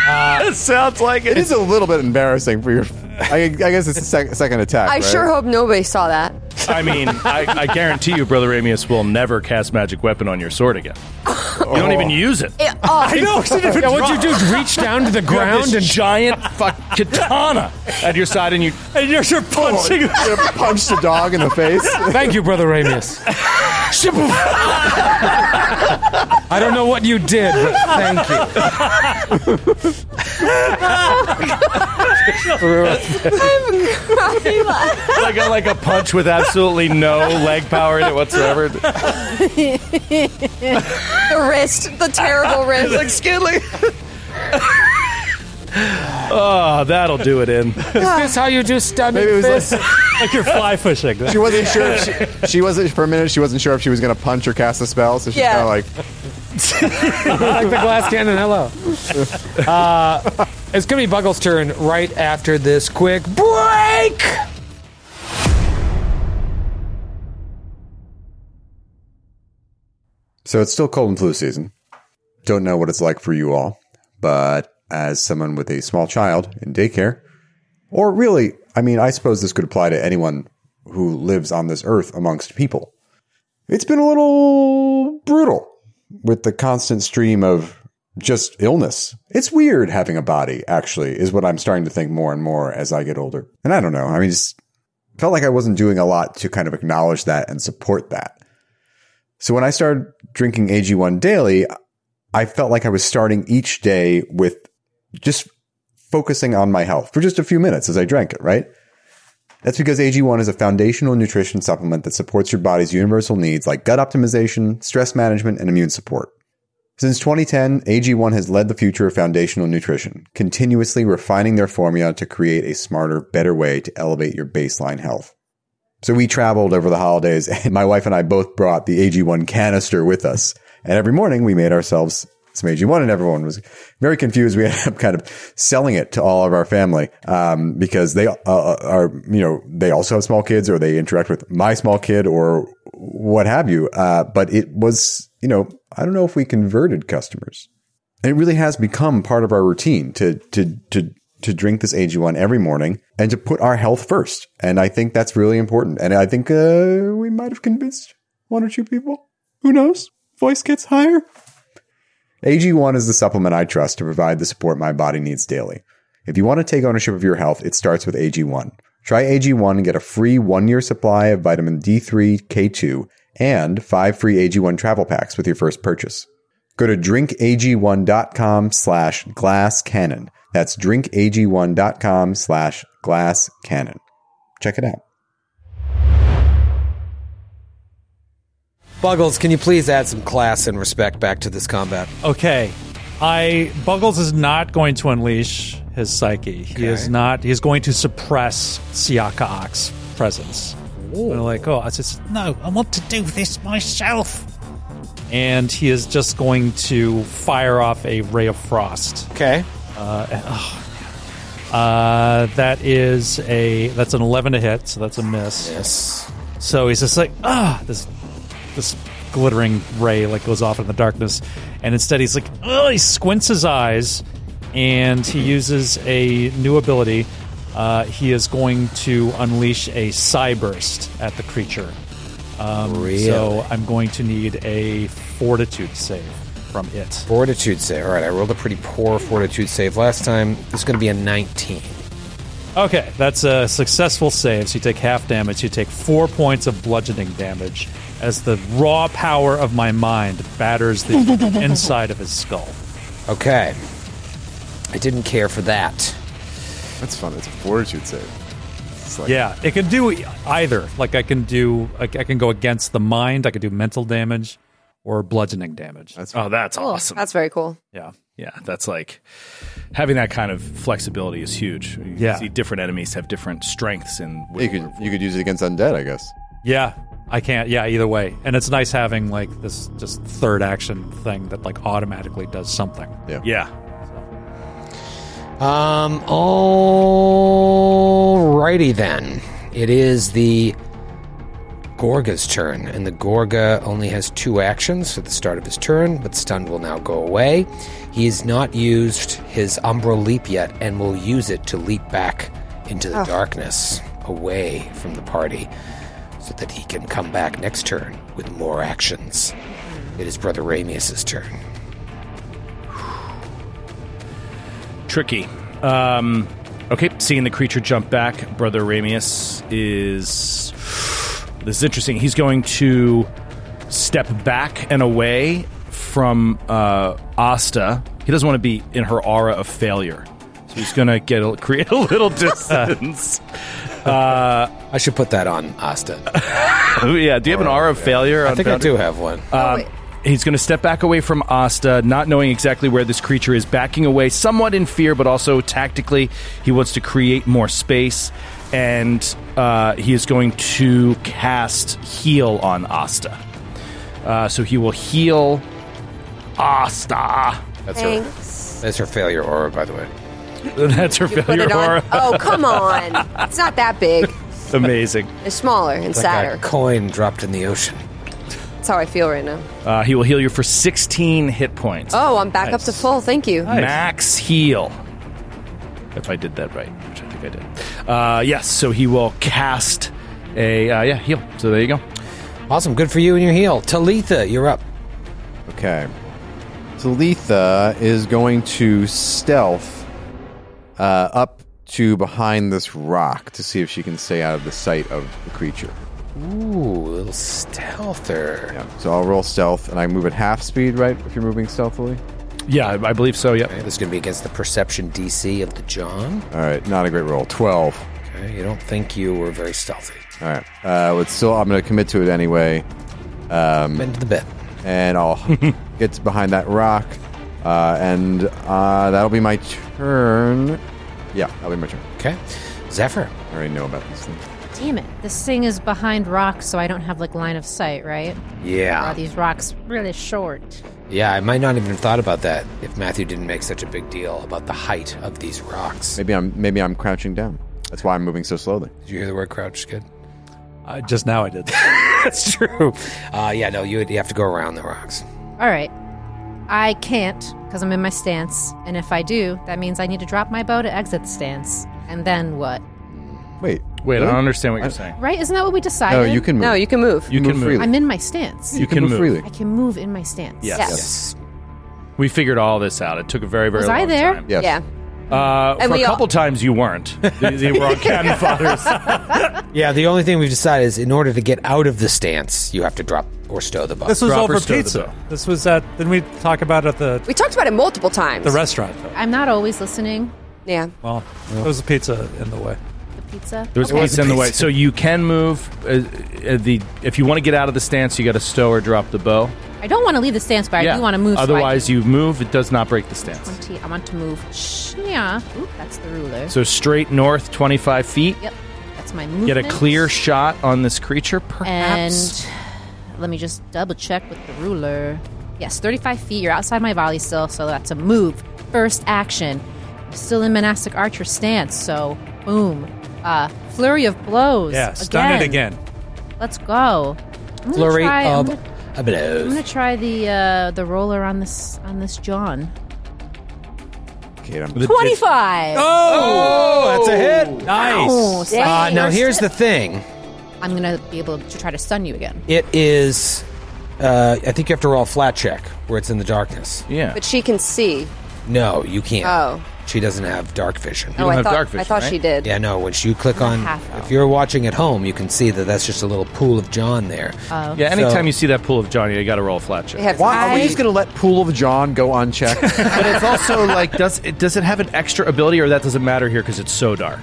Speaker 2: Uh,
Speaker 7: sounds like
Speaker 3: it is a little bit embarrassing for your. I, I guess it's the sec- second attack.
Speaker 4: I
Speaker 3: right?
Speaker 4: sure hope nobody saw that.
Speaker 7: I mean, I, I guarantee you, Brother Amius will never cast magic weapon on your sword again. You don't even use it.
Speaker 4: It- oh.
Speaker 7: I know, it's a different
Speaker 2: Yeah, what'd you
Speaker 7: drop.
Speaker 2: do? Is Reach down to the
Speaker 7: You have
Speaker 2: ground
Speaker 7: this
Speaker 2: and
Speaker 7: giant fuck katana at your side, and you
Speaker 8: and you're, you're
Speaker 7: punching.
Speaker 3: Oh, you punch the dog in the face.
Speaker 2: Thank you, brother Amius. I don't know what you did, but thank you.
Speaker 7: like a, like a punch with absolutely no leg power in it whatsoever.
Speaker 4: the wrist, the terrible wrist.
Speaker 7: like Skidley. Oh, that'll do it in.
Speaker 2: Is this how you do stunning
Speaker 3: Maybe it was
Speaker 2: fists?
Speaker 3: like
Speaker 8: like you're fly fishing.
Speaker 3: she wasn't sure. If she, she wasn't for a minute. She wasn't sure if she was going to punch or cast a spell. So she's
Speaker 2: Yeah.
Speaker 3: kind of like,
Speaker 2: like the glass cannon. Hello. Uh, it's gonna be Buggle's turn right after this quick break.
Speaker 3: So it's still cold and flu season. Don't know what it's like for you all, but as someone with a small child in daycare, or really, I mean, I suppose this could apply to anyone who lives on this earth amongst people. It's been a little brutal with the constant stream of just illness. It's weird having a body, actually, is what I'm starting to think more and more as I get older. And I don't know. I mean, just felt like I wasn't doing a lot to kind of acknowledge that and support that. So when I started drinking AG1 daily, I felt like I was starting each day with just focusing on my health for just a few minutes as I drank it, right? That's because AG1 is a foundational nutrition supplement that supports your body's universal needs like gut optimization, stress management, and immune support. Since 2010, AG1 has led the future of foundational nutrition, continuously refining their formula to create a smarter, better way to elevate your baseline health. So we traveled over the holidays, and my wife and I both brought the AG1 canister with us. And every morning we made ourselves some AG1, and everyone was very confused. We ended up kind of selling it to all of our family um, because they uh, are, you know, they also have small kids, or they interact with my small kid, or what have you. Uh, but it was, you know, I don't know if we converted customers. And it really has become part of our routine to to to to drink this AG1 every morning and to put our health first. And I think that's really important. And I think uh, we might have convinced one or two people. Who knows? Voice gets higher. AG1 is the supplement I trust to provide the support my body needs daily. If you want to take ownership of your health, it starts with AG1. Try AG1 and get a free one year supply of vitamin D3, K2, and five free AG1 travel packs with your first purchase. Go to drinkag1.com slash glass cannon. That's drinkag1.com slash glass cannon. Check it out.
Speaker 2: Buggles, can you please add some class and respect back to this combat?
Speaker 8: Okay. I Buggles is not going to unleash his psyche. He is not. He's going to suppress Siaka Ox presence. They're like, oh, I just no. I want to do this myself. And he is just going to fire off a ray of frost.
Speaker 2: Okay.
Speaker 8: Uh, and- oh, man. uh, that is a that's an eleven to hit, so that's a miss.
Speaker 2: Yes.
Speaker 8: So he's just like, ah, this this glittering ray like goes off in the darkness, and instead he's like, oh, he squints his eyes, and
Speaker 2: Mm-hmm.
Speaker 8: he uses a new ability. Uh, he is going to unleash a cyburst at the creature. Um, So
Speaker 2: Really?
Speaker 8: I'm going to need a fortitude save from it.
Speaker 2: Fortitude save. All right, I rolled a pretty poor fortitude save last time. This is going to be a 19.
Speaker 8: Okay, that's a successful save. So you take half damage. You take four points of bludgeoning damage as the raw power of my mind batters the inside of his skull.
Speaker 2: Okay. I didn't care for that.
Speaker 3: That's fun. It's a fortitude save. It's like,
Speaker 8: Yeah, it can do either. Like I can do, like I can go against the mind. I can do mental damage or bludgeoning damage.
Speaker 3: That's
Speaker 7: Oh, that's awesome.
Speaker 4: That's very cool.
Speaker 8: yeah.
Speaker 7: Yeah, that's like having that kind of flexibility is huge. You
Speaker 8: Yeah.
Speaker 7: see different enemies have different strengths and
Speaker 3: You could you could use it against undead, I guess.
Speaker 8: Yeah, I can't. Yeah, either way. And it's nice having like this just third action thing that like automatically does something.
Speaker 7: yeah.
Speaker 2: Um, alrighty then. It is the Gorga's turn, and the Gorga only has two actions at the start of his turn, but stun will now go away. He has not used his Umbral Leap yet, and will use it to leap back into the darkness, away from the party, so that he can come back next turn with more actions. It is Brother Ramius' turn.
Speaker 7: Tricky. Um, okay, seeing the creature jump back, Brother Ramius is. This is interesting. He's going to step back and away from uh, Asta. He doesn't want to be in her aura of failure. So he's going to get a, create a little distance.
Speaker 2: I should put that on Asta.
Speaker 7: yeah, do you have an aura of failure?
Speaker 2: I
Speaker 7: on
Speaker 2: think I
Speaker 7: Boundary?
Speaker 2: do have one.
Speaker 7: Um, he's going to step back away from Asta, not knowing exactly where this creature is, backing away somewhat in fear, but also tactically, he wants to create more space. And uh, he is going to cast Heal on Asta. Uh, so he will heal Asta.
Speaker 2: That's her.
Speaker 4: Thanks.
Speaker 2: That's her failure aura, by the way.
Speaker 7: That's her
Speaker 4: Put
Speaker 7: failure
Speaker 4: it on.
Speaker 7: aura.
Speaker 4: Oh, come on. It's not that big.
Speaker 7: Amazing.
Speaker 4: It's smaller and
Speaker 2: Like a
Speaker 4: sadder.
Speaker 2: coin dropped in the ocean.
Speaker 4: That's how I feel right now.
Speaker 7: Uh, he will heal you for 16 hit points.
Speaker 4: Oh, I'm back up to full. Thank you.
Speaker 7: Max heal. If I did that right, which I think I did. Uh, yes, so he will cast a uh, yeah heal. So there you go.
Speaker 2: Awesome. Good for you and your heel. Talitha, you're up.
Speaker 3: Okay. So Letha is going to stealth uh, up to behind this rock to see if she can stay out of the sight of the creature.
Speaker 2: Ooh, little stealther.
Speaker 3: Yeah. So I'll roll stealth, and I move at half speed, right? If you're moving stealthily.
Speaker 7: Yeah, I I believe so. Yep.
Speaker 2: Okay, this is going to be against the perception DC of the John.
Speaker 3: All right. Not a great roll. Twelve.
Speaker 2: Okay, you don't think you were very stealthy.
Speaker 3: All right. Uh, it's still. I'm going to commit to it anyway, Um,
Speaker 2: Bend to the bed.
Speaker 3: and I'll get behind that rock, uh, and uh, that'll be my turn. Yeah, that'll be my turn.
Speaker 2: Okay. Zephyr.
Speaker 3: I already know about this thing.
Speaker 6: Damn it. This thing is behind rocks, so I don't have like line of sight, right? Are
Speaker 2: Yeah.
Speaker 6: these rocks really short?
Speaker 2: Yeah, I might not even have thought about that if Matthew didn't make such a big deal about the height of these rocks.
Speaker 3: Maybe I'm maybe I'm crouching down. That's why I'm moving so slowly.
Speaker 2: Did you hear the word crouch, kid?
Speaker 8: Uh, just now I did.
Speaker 2: That's true. Uh, yeah, no, you, would- you have to go around the rocks.
Speaker 6: All right. I can't because I'm in my stance, and if I do, that means I need to drop my bow to exit the stance. And then what?
Speaker 3: Wait.
Speaker 7: Wait, I
Speaker 3: really?
Speaker 7: don't understand what you're saying.
Speaker 6: Right? Isn't that what we
Speaker 3: No,
Speaker 6: decided?
Speaker 3: you can move.
Speaker 4: No, you can move.
Speaker 7: You can move.
Speaker 3: freely.
Speaker 6: I'm in my stance.
Speaker 7: You can move.
Speaker 3: freely.
Speaker 6: I can move in my stance.
Speaker 7: Yes.
Speaker 4: Yes.
Speaker 7: We figured all this out. It took a very very
Speaker 6: Was
Speaker 7: long
Speaker 6: I there?
Speaker 7: time.
Speaker 3: Yes.
Speaker 4: Yeah.
Speaker 7: Uh,
Speaker 4: And
Speaker 7: for
Speaker 4: we
Speaker 7: a
Speaker 4: all-
Speaker 7: couple times you weren't. they, they were on cannon fodder's.
Speaker 2: Yeah, the only thing we've decided is in order to get out of the stance, you have to drop or stow the bow.
Speaker 8: This was
Speaker 7: Drop or
Speaker 8: over
Speaker 7: stow the
Speaker 8: pizza.
Speaker 7: bill.
Speaker 8: This was at. Didn't we talk about it at the
Speaker 4: We talked about it multiple times.
Speaker 8: the restaurant? Though.
Speaker 6: I'm not always listening.
Speaker 4: Yeah.
Speaker 8: Well, there was a pizza in the way.
Speaker 6: The pizza.
Speaker 7: There was
Speaker 6: Okay.
Speaker 7: pizza in the way, so you can move. Uh, uh, the if you want to get out of the stance, you got to stow or drop the bow.
Speaker 6: I don't want to leave the stance, but I do want to move. so I can-
Speaker 7: Otherwise, you move. It does not break the stance.
Speaker 6: 20. I want to move. Shh, Yeah. Oop, that's the ruler.
Speaker 7: So straight north, twenty five feet.
Speaker 6: yep. That's my movement.
Speaker 7: Get a clear shot on this creature, perhaps.
Speaker 6: And let me just double check with the ruler. Yes, 35 feet. You're outside my volley still, so that's a move. First action. I'm still in monastic archer stance, so boom. Uh, flurry of blows.
Speaker 8: Yeah, stun it again.
Speaker 6: Let's go. I'm gonna
Speaker 2: Flurry
Speaker 6: try- I'm
Speaker 2: of
Speaker 6: gonna- I'm
Speaker 2: blows.
Speaker 6: gonna try the uh, the roller on this on this John.
Speaker 3: Okay, I'm-
Speaker 6: Twenty five.
Speaker 2: Oh, that's a hit.
Speaker 4: Oh,
Speaker 8: Nice.
Speaker 2: Uh, now here's the thing.
Speaker 6: I'm gonna be able to try to stun you again.
Speaker 2: It is. Uh, I think you have to roll a flat check where it's in the darkness.
Speaker 7: yeah.
Speaker 4: But she can see.
Speaker 2: No, you can't.
Speaker 4: Oh.
Speaker 2: She doesn't have dark vision.
Speaker 4: You Oh, don't I have thought- dark I vision, thought right? she did.
Speaker 2: Yeah, no. When you click on, if you're watching at home, you can see that that's just a little pool of John there.
Speaker 6: Oh.
Speaker 7: Yeah, anytime you see that pool of Johnny, you got to roll a flat check.
Speaker 12: Why are we just going to let Pool of John go unchecked?
Speaker 7: but it's also like, does it does it have an extra ability, or that doesn't matter here because it's so dark?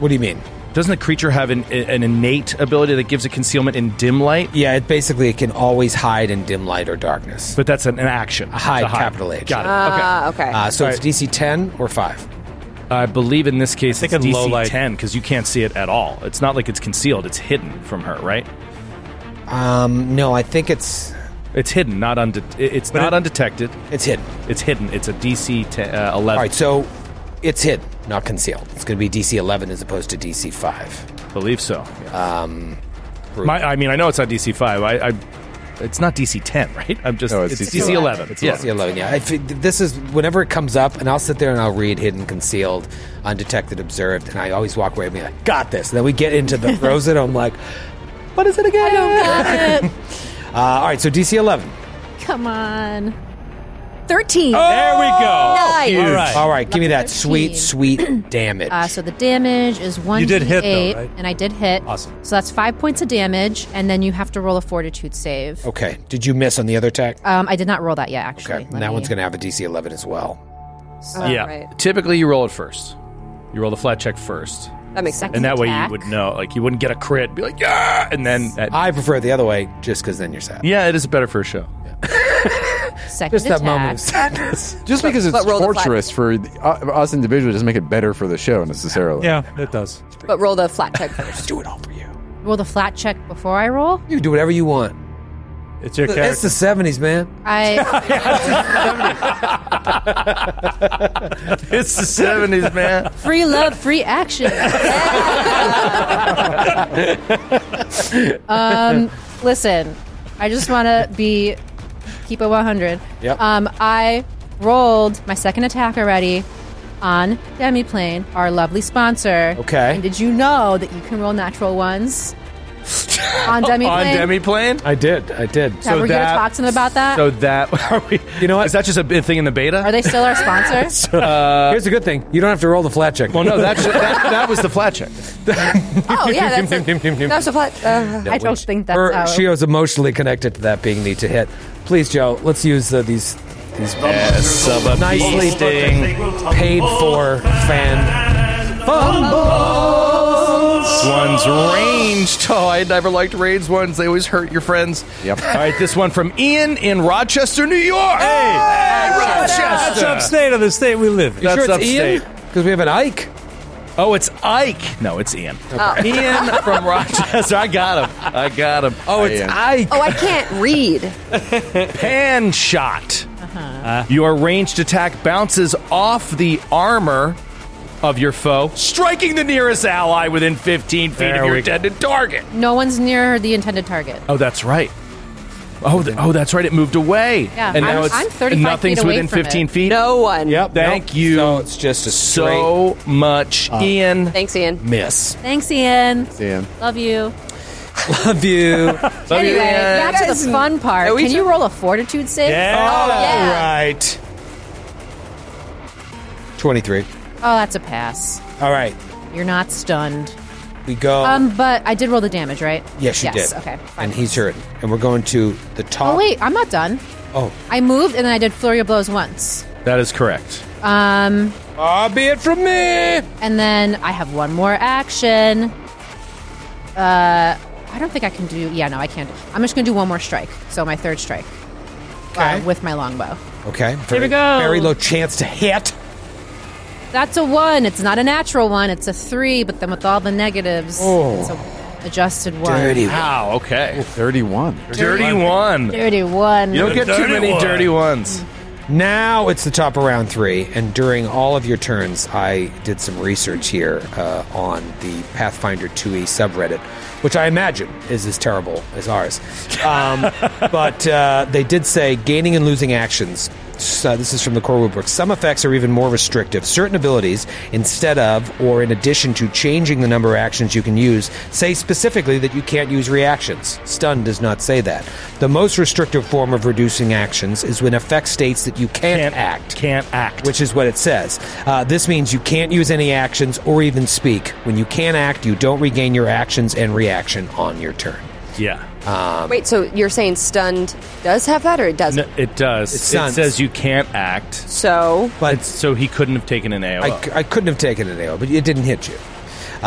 Speaker 2: What do you mean?
Speaker 7: Doesn't the creature have an, an innate ability that gives it concealment in dim light?
Speaker 2: Yeah, it basically it can always hide in dim light or darkness.
Speaker 7: But that's an, an action.
Speaker 2: A hide,
Speaker 7: It's a
Speaker 2: capital H.
Speaker 7: Got it.
Speaker 4: Ah, okay.
Speaker 2: Uh, so
Speaker 7: Right.
Speaker 2: it's DC 10 or 5.
Speaker 7: I believe in this case
Speaker 8: think
Speaker 7: it's
Speaker 8: in
Speaker 7: DC
Speaker 8: low light.
Speaker 7: 10 because you can't see it at all. It's not like it's concealed; it's hidden from her, right?
Speaker 2: Um, no, I think it's
Speaker 7: It's hidden, not unde- it- It's not undetected.
Speaker 2: it's hidden.
Speaker 7: It's hidden. It's a DC 10, uh, 11.
Speaker 2: All right, so it's hidden, not concealed. It's going to be DC 11 as opposed to DC 5.
Speaker 7: believe so.
Speaker 2: Um, brutal.
Speaker 7: My, I mean, I know it's not DC five. I, I it's not DC ten, right? I'm just
Speaker 12: No,
Speaker 7: it's,
Speaker 12: it's
Speaker 7: DC,
Speaker 12: DC
Speaker 7: eleven.
Speaker 2: It's
Speaker 7: yeah.
Speaker 2: DC 11, yeah. If it- this is whenever it comes up, and I'll sit there and I'll read hidden, concealed, undetected, observed, and I always walk away and be like, got this. And then we get into the throws it. I'm like, what is it again? Uh, all right, so DC 11.
Speaker 6: Come on.
Speaker 4: 13.
Speaker 2: Oh!
Speaker 7: There we go.
Speaker 4: Nice.
Speaker 7: Huge.
Speaker 8: All right.
Speaker 2: All right, give me that sweet,
Speaker 6: 13.
Speaker 2: sweet damage.
Speaker 6: Uh, so the damage is one.
Speaker 8: You did hit, though,
Speaker 6: D8,
Speaker 8: right?
Speaker 6: And I did hit.
Speaker 8: Awesome.
Speaker 6: So that's five points of damage, and then you have to roll a Fortitude save.
Speaker 2: okay, did you miss on the other attack?
Speaker 6: Um, I did not roll that yet, actually.
Speaker 2: Okay, and that one's going to have a DC 11 as well.
Speaker 4: Oh,
Speaker 7: Yeah.
Speaker 4: right.
Speaker 7: Typically, you roll it first. You roll the flat check first,
Speaker 4: That makes sense.
Speaker 7: and that way you
Speaker 6: Attack.
Speaker 7: would know. Like you wouldn't get a crit. Be like, yeah, and then that,
Speaker 2: I prefer it the other way just because then you're sad.
Speaker 7: yeah, it is better for a show.
Speaker 6: to second
Speaker 2: Just that
Speaker 6: attack.
Speaker 2: moment of sadness.
Speaker 12: just because it's
Speaker 4: but roll the flat.
Speaker 12: torturous for the, uh, us individually doesn't make it better for the show necessarily.
Speaker 8: Yeah, it does.
Speaker 4: But roll the flat check first.
Speaker 2: do it all for you.
Speaker 6: Roll the flat check before I roll.
Speaker 2: You can do whatever you want.
Speaker 8: It's your
Speaker 2: It's
Speaker 8: character.
Speaker 2: the 70s, man.
Speaker 6: I
Speaker 7: It's the seventies, man.
Speaker 6: free love, free action. um, listen, I just want to be keep it 100.
Speaker 2: Yep.
Speaker 6: Um, I rolled my second attack already on Demiplane, our lovely sponsor.
Speaker 2: Okay.
Speaker 6: And did you know that you can roll natural ones on Demiplane?
Speaker 7: On demiplane.
Speaker 9: I did. I did.
Speaker 6: Yeah, we're gonna talk to them about that.
Speaker 7: So that are we?
Speaker 9: You know what? Uh,
Speaker 7: Is that just a big thing in the beta? uh,
Speaker 6: Are they still our sponsor?
Speaker 9: Here's the good thing. You don't have to roll the flat check.
Speaker 7: well, no. That's, that that was the flat check.
Speaker 4: Oh, yeah. That's a, that's a flat. Uh,
Speaker 6: I don't think that's
Speaker 9: Her,
Speaker 6: how.
Speaker 9: she was emotionally connected to that being need to hit. Please, Joe, let's use uh, these these nicely paid for fan.
Speaker 7: This one's ranged. Oh, I never liked ranged ones. They always hurt your friends.
Speaker 12: Yep.
Speaker 7: All right, this one from Ian in Rochester, New York. Hey,
Speaker 8: That's
Speaker 7: Rochester.
Speaker 8: upstate of the state we live in.
Speaker 7: That's
Speaker 9: sure it's
Speaker 7: upstate.
Speaker 9: Because we have an Ike.
Speaker 7: Oh, it's Ike. No, it's Ian. Ian from Rochester. I got him. I got him. Oh, it's
Speaker 12: Ian.
Speaker 7: Ike.
Speaker 4: oh, I can't read.
Speaker 7: Pan shot. Uh, Your ranged attack bounces off the armor of your foe, striking the nearest ally within 15 feet
Speaker 8: There
Speaker 7: of your
Speaker 8: we go.
Speaker 7: intended target.
Speaker 6: no one's near the intended target.
Speaker 7: Oh, that's right. Oh, th- oh, that's right. It moved away.
Speaker 6: Yeah,
Speaker 7: and now
Speaker 6: I'm-
Speaker 7: it's
Speaker 6: I'm 35
Speaker 7: nothing's
Speaker 6: feet away
Speaker 7: within
Speaker 6: from
Speaker 7: 15
Speaker 6: it.
Speaker 7: feet.
Speaker 4: No one.
Speaker 9: Yep.
Speaker 7: Thank you
Speaker 9: So it's just a straight.
Speaker 7: so much, Ian.
Speaker 4: Thanks, Ian.
Speaker 2: Uh, Miss.
Speaker 6: Thanks, Ian.
Speaker 12: Ian.
Speaker 6: Love you.
Speaker 9: Love you.
Speaker 6: anyway,
Speaker 7: Ian.
Speaker 6: back to the fun part. Can you roll a fortitude save?
Speaker 8: Yeah.
Speaker 6: Oh, yeah.
Speaker 9: right. 23.
Speaker 6: Oh, that's a pass.
Speaker 9: All right.
Speaker 6: You're not stunned.
Speaker 9: We go.
Speaker 6: Um, but I did roll the damage, right?
Speaker 2: Oh. Yes, you did.
Speaker 6: Okay. fine.
Speaker 2: And he's hurt. And we're going to the top.
Speaker 6: Oh wait, I'm not done.
Speaker 2: Oh.
Speaker 6: I moved and then I did flurry of blows once.
Speaker 7: That is correct.
Speaker 6: Um,
Speaker 9: Ah, be it from me.
Speaker 6: and then I have one more action. Uh, I don't think I can do. Yeah, no, I can't. I'm just gonna do one more strike. So my third strike. Uh,
Speaker 9: Okay.
Speaker 6: with my longbow.
Speaker 2: Okay. Very,
Speaker 6: we go.
Speaker 2: Very low chance to hit.
Speaker 6: That's a one. It's not a natural one. It's a three. But then with all the negatives,
Speaker 9: Oh.
Speaker 6: it's a adjusted one.
Speaker 2: Dirty.
Speaker 9: Ah.
Speaker 7: Wow, okay.
Speaker 12: 31.
Speaker 7: Dirty one.
Speaker 6: Dirty one.
Speaker 7: You don't get too
Speaker 8: Dirty
Speaker 7: many
Speaker 8: one.
Speaker 7: dirty ones.
Speaker 2: Now it's the top of round three, and during all of your turns, I did some research here uh, on the Pathfinder 2e subreddit, which I imagine is as terrible as ours. Um, but uh, they did say gaining and losing actions So this is from the core rulebook. Some effects are even more restrictive. Certain abilities, instead of or in addition to changing the number of actions you can use, say specifically that you can't use reactions. Stun does not say that. The most restrictive form of reducing actions is when effect states that you can't, act.
Speaker 7: Can't act.
Speaker 2: Which is what it says. Uh, this means you can't use any actions or even speak. When you can't act, you don't regain your actions and reaction on your turn. Um,
Speaker 7: Yeah.
Speaker 4: Wait, so you're saying stunned does have that or it doesn't?
Speaker 7: No, it does.
Speaker 2: It
Speaker 7: It,
Speaker 2: stunts.
Speaker 7: says you can't act,
Speaker 4: So
Speaker 2: But
Speaker 7: so he couldn't have taken an AO.
Speaker 2: I, I couldn't have taken an AO, but it didn't hit you.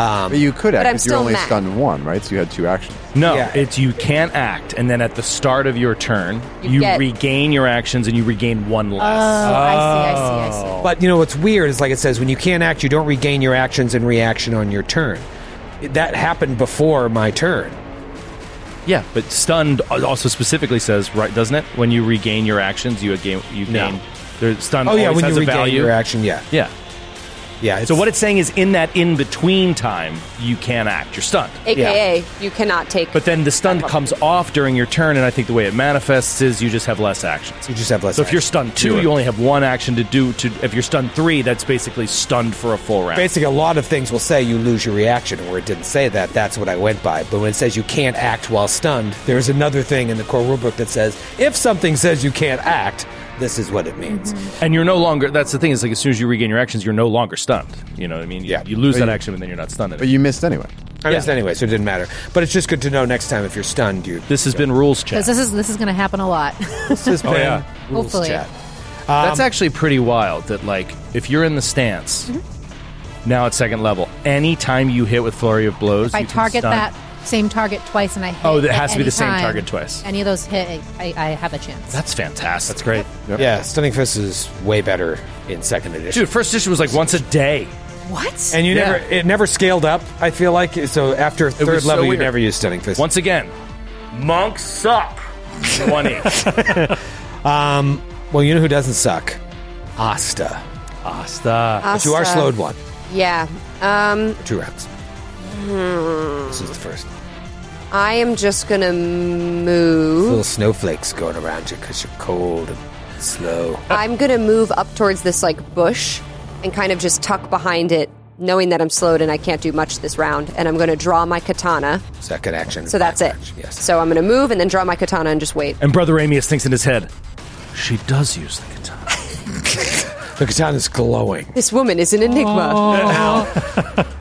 Speaker 2: Um,
Speaker 3: But you could act
Speaker 4: I'm
Speaker 3: because you're
Speaker 4: still
Speaker 3: only
Speaker 4: mad.
Speaker 3: stunned one, right? So you had two actions.
Speaker 7: no,
Speaker 2: yeah.
Speaker 7: it's you can't act, and then at the start of your turn,
Speaker 4: You
Speaker 7: you,
Speaker 4: get-
Speaker 7: regain your actions and you regain one
Speaker 6: Oh,
Speaker 7: less.
Speaker 6: I see, I see, I see.
Speaker 2: Oh. But you know what's weird is like it says when you can't act, you don't regain your actions and reaction on your turn. That happened before my turn.
Speaker 7: yeah, but stunned also specifically says right, doesn't it? When you regain your actions, you gain. You
Speaker 2: No.
Speaker 7: gain. There, stunned.
Speaker 2: Oh yeah,
Speaker 7: always
Speaker 2: when you
Speaker 7: has a
Speaker 2: regain
Speaker 7: value.
Speaker 2: your action, yeah,
Speaker 7: Yeah.
Speaker 2: yeah. It's,
Speaker 7: So what it's saying is, in that in between time, you can't act. You're stunned.
Speaker 4: AKA you cannot take
Speaker 7: But then the stun comes off during your turn, and I think the way it manifests is you just have less actions.
Speaker 2: you just have less.
Speaker 7: So if you're
Speaker 2: actions.
Speaker 7: stunned two, you only have one action to do. To if you're stunned three, that's basically stunned for a full round.
Speaker 2: basically a lot of things will say you lose your reaction, where it didn't say that. That's what I went by. But when it says you can't act while stunned, there's another thing in the core rulebook that says if something says you can't act, this is what it means.
Speaker 6: Mm-hmm.
Speaker 7: and you're no longer. That's the thing is like as soon as you regain your actions, you're no longer stunned. You know what I mean? You-
Speaker 2: Yeah.
Speaker 7: You lose
Speaker 2: But
Speaker 7: that
Speaker 2: you-
Speaker 7: action, and then you're not stunned.
Speaker 3: But you missed anyway.
Speaker 2: I missed anyway, so it didn't matter. But it's just good to know next time if you're stunned, you
Speaker 7: this has been rules chat.
Speaker 6: Because this is this is going to happen a lot.
Speaker 2: This has
Speaker 9: Oh,
Speaker 2: been
Speaker 7: yeah.
Speaker 2: rules
Speaker 6: Hopefully.
Speaker 2: chat. um,
Speaker 7: that's actually pretty wild. That like if you're in the stance. Now at second level, anytime you hit with flurry of
Speaker 6: Mm-hmm.
Speaker 7: blows,
Speaker 6: if I
Speaker 7: you can
Speaker 6: target
Speaker 7: stun.
Speaker 6: that same target twice and I hit,
Speaker 7: Oh, that
Speaker 6: at
Speaker 7: has to be
Speaker 6: any
Speaker 7: the same
Speaker 6: time,
Speaker 7: target twice.
Speaker 6: Any of those hit, I, I have a chance.
Speaker 7: That's fantastic. That's great,
Speaker 2: Yeah, Stunning Fist is way better in second edition.
Speaker 7: dude. First edition was like once a day.
Speaker 6: what?
Speaker 2: And you
Speaker 7: Yeah.
Speaker 2: never it never scaled up, I feel like. So after third
Speaker 7: was so
Speaker 2: level you
Speaker 7: weird.
Speaker 2: never used Stunning Fist.
Speaker 7: Once again, monks suck. One each.
Speaker 2: Um, well, you know who doesn't suck? Asta.
Speaker 8: Asta.
Speaker 2: But you are
Speaker 4: Asta.
Speaker 2: slowed one.
Speaker 4: Yeah. Um hmm.
Speaker 2: Two rounds. This is the first.
Speaker 4: I am just gonna
Speaker 2: Little
Speaker 4: move.
Speaker 2: snowflakes going around you because you're cold and slow.
Speaker 4: I'm gonna move up towards this like bush and kind of just tuck behind it, knowing that I'm slowed and I can't do much this round. And I'm gonna draw my katana.
Speaker 2: Second action.
Speaker 4: So that's it.
Speaker 2: back action, Yes.
Speaker 4: So I'm gonna move and then draw my katana and just wait.
Speaker 7: And Brother Amius thinks in his head, she does use the katana.
Speaker 2: the katana's glowing.
Speaker 4: This woman is an enigma.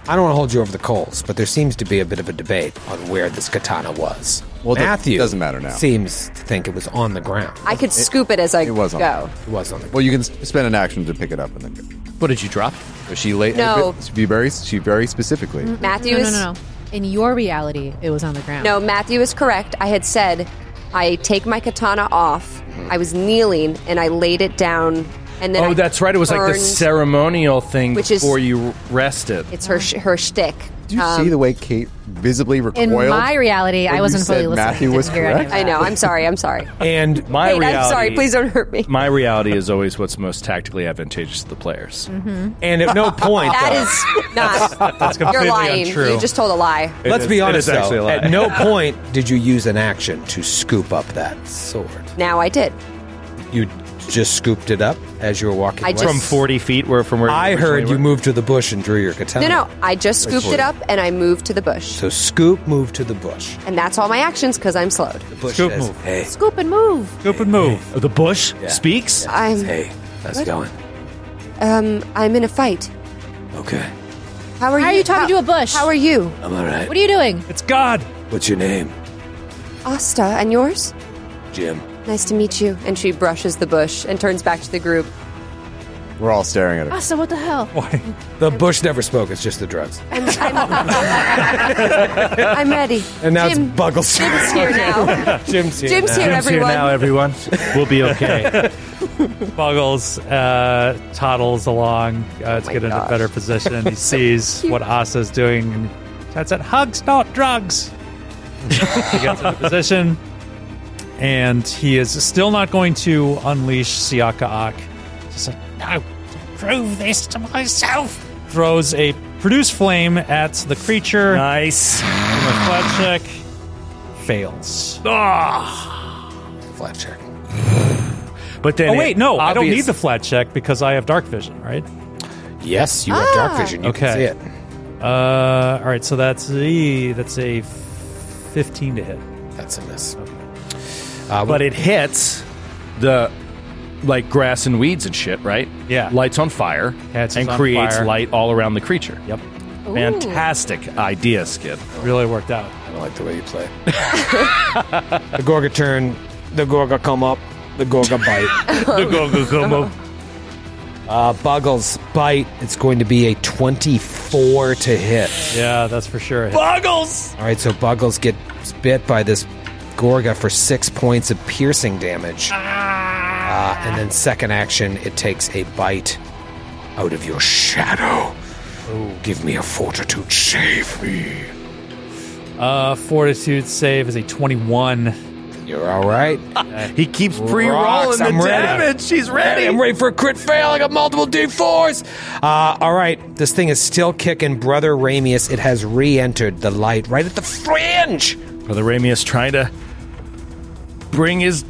Speaker 2: I don't want to hold you over the coals, but there seems to be a bit of a debate on where this katana was. Well,
Speaker 3: that
Speaker 2: Matthew
Speaker 3: doesn't matter now.
Speaker 2: Seems to think it was on the ground.
Speaker 4: I could scoop it as I
Speaker 3: it was on
Speaker 4: go.
Speaker 2: It was on the ground.
Speaker 3: Well, you can s- spend an action to pick it up and then go.
Speaker 7: What did you drop?
Speaker 3: But she late.
Speaker 4: No. Mm-hmm.
Speaker 3: She very. She very specifically.
Speaker 4: Matthew
Speaker 6: no, no,
Speaker 4: is
Speaker 6: no, no. In your reality, it was on the ground.
Speaker 4: No, Matthew is correct. I had said I take my katana off. I was kneeling and I laid it down, and then
Speaker 7: Oh,
Speaker 4: I
Speaker 7: that's right. It was like the
Speaker 4: turned-
Speaker 7: ceremonial thing
Speaker 4: Which is-
Speaker 7: before you rested.
Speaker 4: It's her sh- her shtick.
Speaker 3: Do you
Speaker 4: Um,
Speaker 3: see the way Kate visibly recoiled?
Speaker 6: In my reality,
Speaker 3: when
Speaker 6: I
Speaker 3: you
Speaker 6: wasn't fully
Speaker 3: said
Speaker 6: listening.
Speaker 3: Matthew
Speaker 6: I didn't
Speaker 3: was
Speaker 6: hear any of
Speaker 3: correct?
Speaker 6: that.
Speaker 4: I know. I'm sorry. I'm sorry.
Speaker 2: And
Speaker 7: My
Speaker 4: Kate,
Speaker 7: reality.
Speaker 4: I'm sorry. Please don't hurt me.
Speaker 7: My reality is always what's most tactically advantageous to the players.
Speaker 6: Mm-hmm.
Speaker 2: And at no point,
Speaker 4: That
Speaker 2: though,
Speaker 4: is not. You're
Speaker 8: completely
Speaker 4: lying.
Speaker 8: untrue.
Speaker 4: You just told a lie.
Speaker 2: let's
Speaker 7: is-
Speaker 2: be
Speaker 7: it
Speaker 2: honest,
Speaker 7: is actually a
Speaker 2: though,
Speaker 7: lie.
Speaker 2: at no point did you use an action to scoop up that sword.
Speaker 4: Now I did.
Speaker 2: You just scooped it up as you were walking.
Speaker 4: I
Speaker 2: away?
Speaker 4: just-
Speaker 7: From 40 feet where from where
Speaker 2: I heard
Speaker 7: originally
Speaker 2: you
Speaker 7: were.
Speaker 2: moved to the bush and drew your katana.
Speaker 4: No, no. I just scooped it up and I moved to the bush,
Speaker 2: So scoop, move to the bush.
Speaker 4: and that's all my actions because I'm slowed.
Speaker 2: The bush
Speaker 8: Scoop
Speaker 2: says,
Speaker 8: move.
Speaker 2: "Hey,
Speaker 6: Scoop and move.
Speaker 8: Scoop and move.
Speaker 7: The bush speaks?
Speaker 4: I'm
Speaker 2: hey, how's it going?
Speaker 4: um I'm in a fight.
Speaker 2: Okay,
Speaker 4: How
Speaker 6: Why
Speaker 4: are you?
Speaker 6: are you talking
Speaker 4: how-
Speaker 6: to a bush?
Speaker 4: How are you,
Speaker 2: I'm all right.
Speaker 6: What are you doing?
Speaker 8: It's God.
Speaker 2: What's your name,
Speaker 4: Asta? And yours?
Speaker 2: Jim?
Speaker 4: Nice to meet you. And she brushes the bush and turns back to the group.
Speaker 3: We're all staring at her.
Speaker 6: Asta, what the hell?
Speaker 8: Why?
Speaker 2: The bush never spoke. It's just the drugs.
Speaker 4: I'm ready.
Speaker 2: And now
Speaker 4: Jim,
Speaker 2: it's Buggles.
Speaker 4: Jim's here now.
Speaker 2: Jim's here.
Speaker 4: Jim's here,
Speaker 2: now.
Speaker 7: Jim's here
Speaker 4: everyone.
Speaker 7: now, everyone. We'll be okay.
Speaker 8: Buggles uh, toddles along uh, to
Speaker 4: Oh my
Speaker 8: get in a
Speaker 4: gosh.
Speaker 8: better position. He sees what Asa's doing and shouts out, Hugs, not drugs! he gets into position and he is still not going to unleash Siaka Ak. Just like, no, prove this to myself! Throws a produce flame at the creature.
Speaker 7: nice.
Speaker 8: Give him a flat check. Fails.
Speaker 2: Flat check.
Speaker 7: But then
Speaker 8: Oh
Speaker 7: it
Speaker 8: wait, no, I don't
Speaker 7: obvious-
Speaker 8: need the flat check because I have dark vision, right?
Speaker 2: Yes, you have
Speaker 4: Ah.
Speaker 2: dark vision. You
Speaker 8: Okay.
Speaker 2: can see it.
Speaker 8: Uh, all right, so that's a that's a fifteen to hit.
Speaker 2: That's a miss. Uh,
Speaker 7: but it hits the like grass and weeds and shit, right?
Speaker 8: Yeah.
Speaker 7: Lights on fire
Speaker 8: Catches
Speaker 7: and
Speaker 8: on
Speaker 7: creates
Speaker 8: fire.
Speaker 7: light all around the creature.
Speaker 8: Yep,
Speaker 7: Fantastic idea, Skip.
Speaker 8: really worked out.
Speaker 2: I don't like the way you play. the Gorga turn. The Gorga come up. The Gorga bite. Uh, Buggles bite. It's going to be a 24 to hit.
Speaker 8: Yeah, that's for sure. a hit.
Speaker 2: All right, so Buggles get bit by this Gorga for six points of piercing
Speaker 8: Ah.
Speaker 2: damage. Uh, and then, second action, it takes a bite out of your shadow. Give me a fortitude save me.
Speaker 8: Uh, fortitude save is a twenty-one.
Speaker 2: You're all right.
Speaker 7: He keeps
Speaker 2: Rocks,
Speaker 7: pre-rolling
Speaker 2: I'm
Speaker 7: the
Speaker 2: ready.
Speaker 7: damage. She's ready.
Speaker 2: I'm ready for a crit fail. I got multiple D4s. Uh, all right, this thing is still kicking. Brother Ramius, it has re entered the light right at the fringe.
Speaker 7: Brother Ramius trying to bring his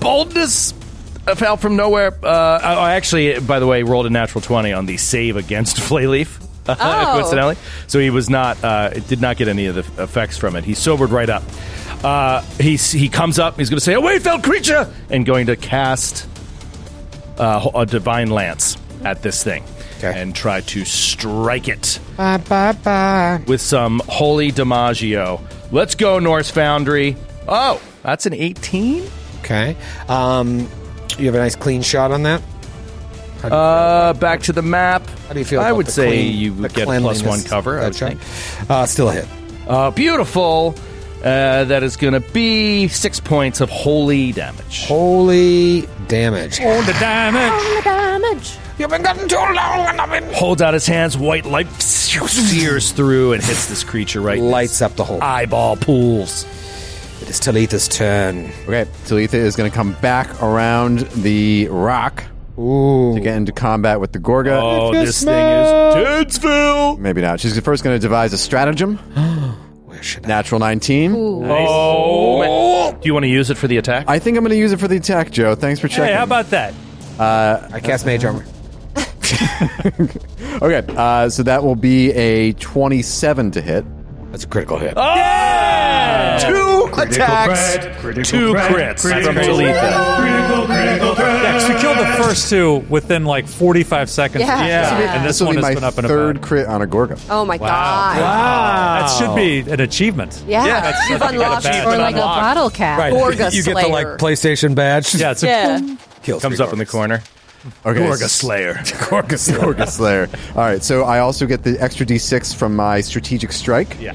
Speaker 7: boldness of out from nowhere. Uh, I, I actually, by the way, rolled a natural twenty on the save against Flayleaf.
Speaker 4: Oh.
Speaker 7: coincidentally, so he was not uh, did not get any of the effects from it. He sobered right up. Uh, he he comes up. He's going to say, "Away, fell creature!" and going to cast uh, a divine lance at this thing and try to strike it with some holy Dimaggio. Let's go, Norse Foundry. Oh, that's an 18?
Speaker 2: Okay. Um, you have a nice clean shot on that.
Speaker 7: Uh, back to the map.
Speaker 2: How do you feel?
Speaker 7: I
Speaker 2: about
Speaker 7: would
Speaker 2: the
Speaker 7: say
Speaker 2: clean-
Speaker 7: you
Speaker 2: the
Speaker 7: would get a
Speaker 2: cleanliness
Speaker 7: plus one
Speaker 2: of
Speaker 7: cover. I
Speaker 2: that
Speaker 7: would
Speaker 2: shot?
Speaker 7: think.
Speaker 2: Uh, still a hit.
Speaker 7: Uh, beautiful. Uh, that is going to be six points of holy damage.
Speaker 2: Holy damage.
Speaker 8: Oh, the damage!
Speaker 6: Damage.
Speaker 2: You've been gotten too long and I've been.
Speaker 7: Holds out his hands, white light sears through and hits this creature right. in its
Speaker 2: Lights up the whole.
Speaker 7: eyeball pools.
Speaker 2: It is Talitha's turn.
Speaker 3: Okay, Talitha is going to come back around the rock
Speaker 2: Ooh.
Speaker 3: to get into combat with the Gorga.
Speaker 7: Oh, this thing is Tensville.
Speaker 3: Maybe not. She's first going to devise a stratagem.
Speaker 2: Where should I?
Speaker 3: Natural 19.
Speaker 7: Oh, man. do you want to use it for the attack?
Speaker 3: I think I'm going to use it for the attack, Joe. Thanks for checking.
Speaker 8: Hey, how about that?
Speaker 3: Uh,
Speaker 2: I cast Mage Armor.
Speaker 3: okay, uh, so that will be a 27 to hit.
Speaker 2: That's a critical hit.
Speaker 7: Oh!
Speaker 8: Uh,
Speaker 3: Two attacks.
Speaker 7: Two crits from Talitha.
Speaker 8: Yeah, 'cause we killed the first two within like forty-five seconds.
Speaker 4: Yeah. Yeah.
Speaker 8: and this,
Speaker 3: This will
Speaker 8: one
Speaker 3: be my
Speaker 8: has been up and
Speaker 3: third
Speaker 8: about.
Speaker 3: crit on a Gorga.
Speaker 4: Oh my god.
Speaker 8: That should be an achievement.
Speaker 4: Yeah, you've unlocked Oh
Speaker 8: badge.
Speaker 6: Or like a bottle cap.
Speaker 4: Gorga
Speaker 2: you get the like
Speaker 4: Slayer.
Speaker 2: PlayStation badge.
Speaker 8: Yeah, it's a
Speaker 4: Yeah.
Speaker 2: Kills
Speaker 7: Comes
Speaker 2: three
Speaker 7: up in the
Speaker 2: Gorgas.
Speaker 7: corner.
Speaker 3: Okay.
Speaker 7: Slayer.
Speaker 3: Gorga Slayer. Gorga Slayer. All right, so I also get the extra d6 from my strategic strike.
Speaker 7: Yeah.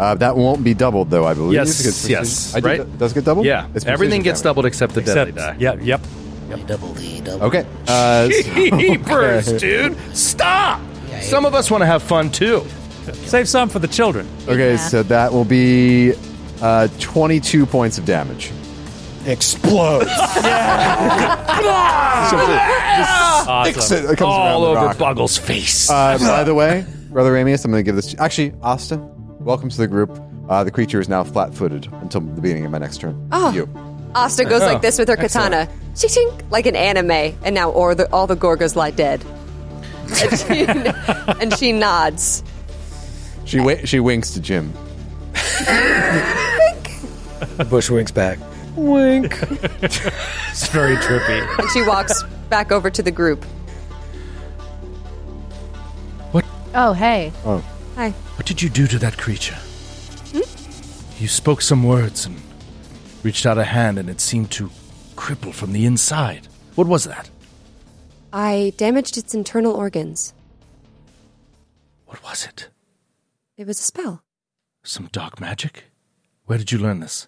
Speaker 3: Uh, that won't be doubled, though, I believe.
Speaker 7: Yes,
Speaker 3: Because precision-
Speaker 7: yes,
Speaker 3: I did-
Speaker 7: right?
Speaker 3: Does it get doubled?
Speaker 7: Yeah.
Speaker 3: It's precision
Speaker 7: Everything gets
Speaker 3: damage.
Speaker 7: doubled except the
Speaker 8: except,
Speaker 7: deadly
Speaker 8: yeah, Uh, yep.
Speaker 3: Okay. Uh,
Speaker 7: die. Jeepers, dude. Stop. Some of us want to have fun too.
Speaker 8: Save some for the children.
Speaker 3: okay, so that will be uh, 22 points of damage.
Speaker 2: Explodes.
Speaker 7: Ah!
Speaker 3: So it- this
Speaker 8: Awesome.
Speaker 3: sticks Ah, it- it comes
Speaker 7: All
Speaker 3: around the
Speaker 7: over
Speaker 3: rock.
Speaker 7: Buggle's face.
Speaker 3: Uh, by the way, Brother Ramius, I'm going to give this. Actually, Asta, welcome to the group. Uh, the creature is now flat footed until the beginning of my next turn. Oh. You.
Speaker 4: Asta goes like this with her katana, chink, chink, like an anime, and now or the, all the Gorgas lie dead. And she, and she nods.
Speaker 3: She, wi- she winks to Jim.
Speaker 2: Bush winks back.
Speaker 7: it's very trippy.
Speaker 4: And she walks back over to the group.
Speaker 6: Oh, hey.
Speaker 4: Hi.
Speaker 7: What did you do to that creature? You spoke some words and reached out a hand, and it seemed to cripple from the inside. What was that?
Speaker 4: I damaged its internal organs.
Speaker 7: What was it?
Speaker 4: It was a spell.
Speaker 7: Some dark magic? Where did you learn this?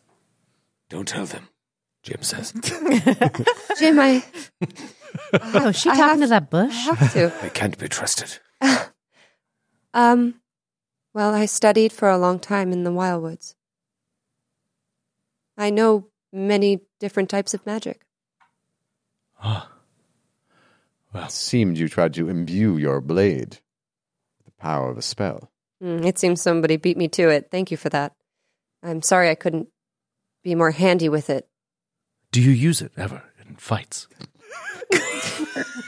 Speaker 2: Don't tell them. Jim says.
Speaker 4: Jim, I
Speaker 6: Oh, is she
Speaker 4: I
Speaker 6: talking
Speaker 4: have-
Speaker 6: to that bush?
Speaker 4: have to.
Speaker 2: They can't be trusted.
Speaker 4: Um, well, I studied for a long time in the Wildwoods. I know many different types of magic.
Speaker 3: It seemed you tried to imbue your blade with the power of a spell.
Speaker 4: Mm, it seems somebody beat me to it. Thank you for that. I'm sorry I couldn't be more handy with it.
Speaker 7: Do you use it ever in
Speaker 5: fights.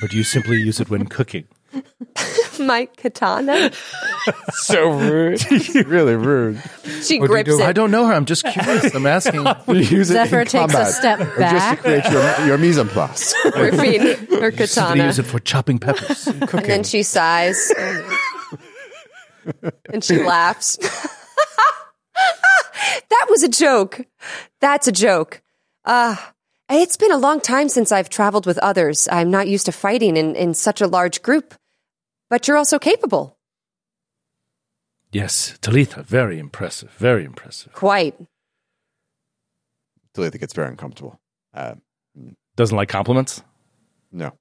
Speaker 5: or do you simply use it when cooking?
Speaker 4: My katana.
Speaker 2: so rude.
Speaker 3: really rude.
Speaker 4: She grips
Speaker 5: I
Speaker 4: it.
Speaker 5: don't know her. I'm just curious. I'm asking.
Speaker 3: Use it in
Speaker 6: Zephyr takes a
Speaker 3: combat,
Speaker 6: step
Speaker 3: or just to
Speaker 6: back.
Speaker 3: create your, your mise en place.
Speaker 4: Gripping her
Speaker 5: Simply
Speaker 4: katana.
Speaker 5: use it for chopping peppers.
Speaker 4: And then she sighs. and she laughs. that was a joke. That's a joke. Ah, it's been a long time since I've traveled with others. I'm not used to fighting in, in such a large group, but you're also capable.
Speaker 5: yes, Talitha, very impressive. Very impressive.
Speaker 4: Quite.
Speaker 3: Talitha gets very uncomfortable. Uh,
Speaker 5: Doesn't like compliments?
Speaker 3: no.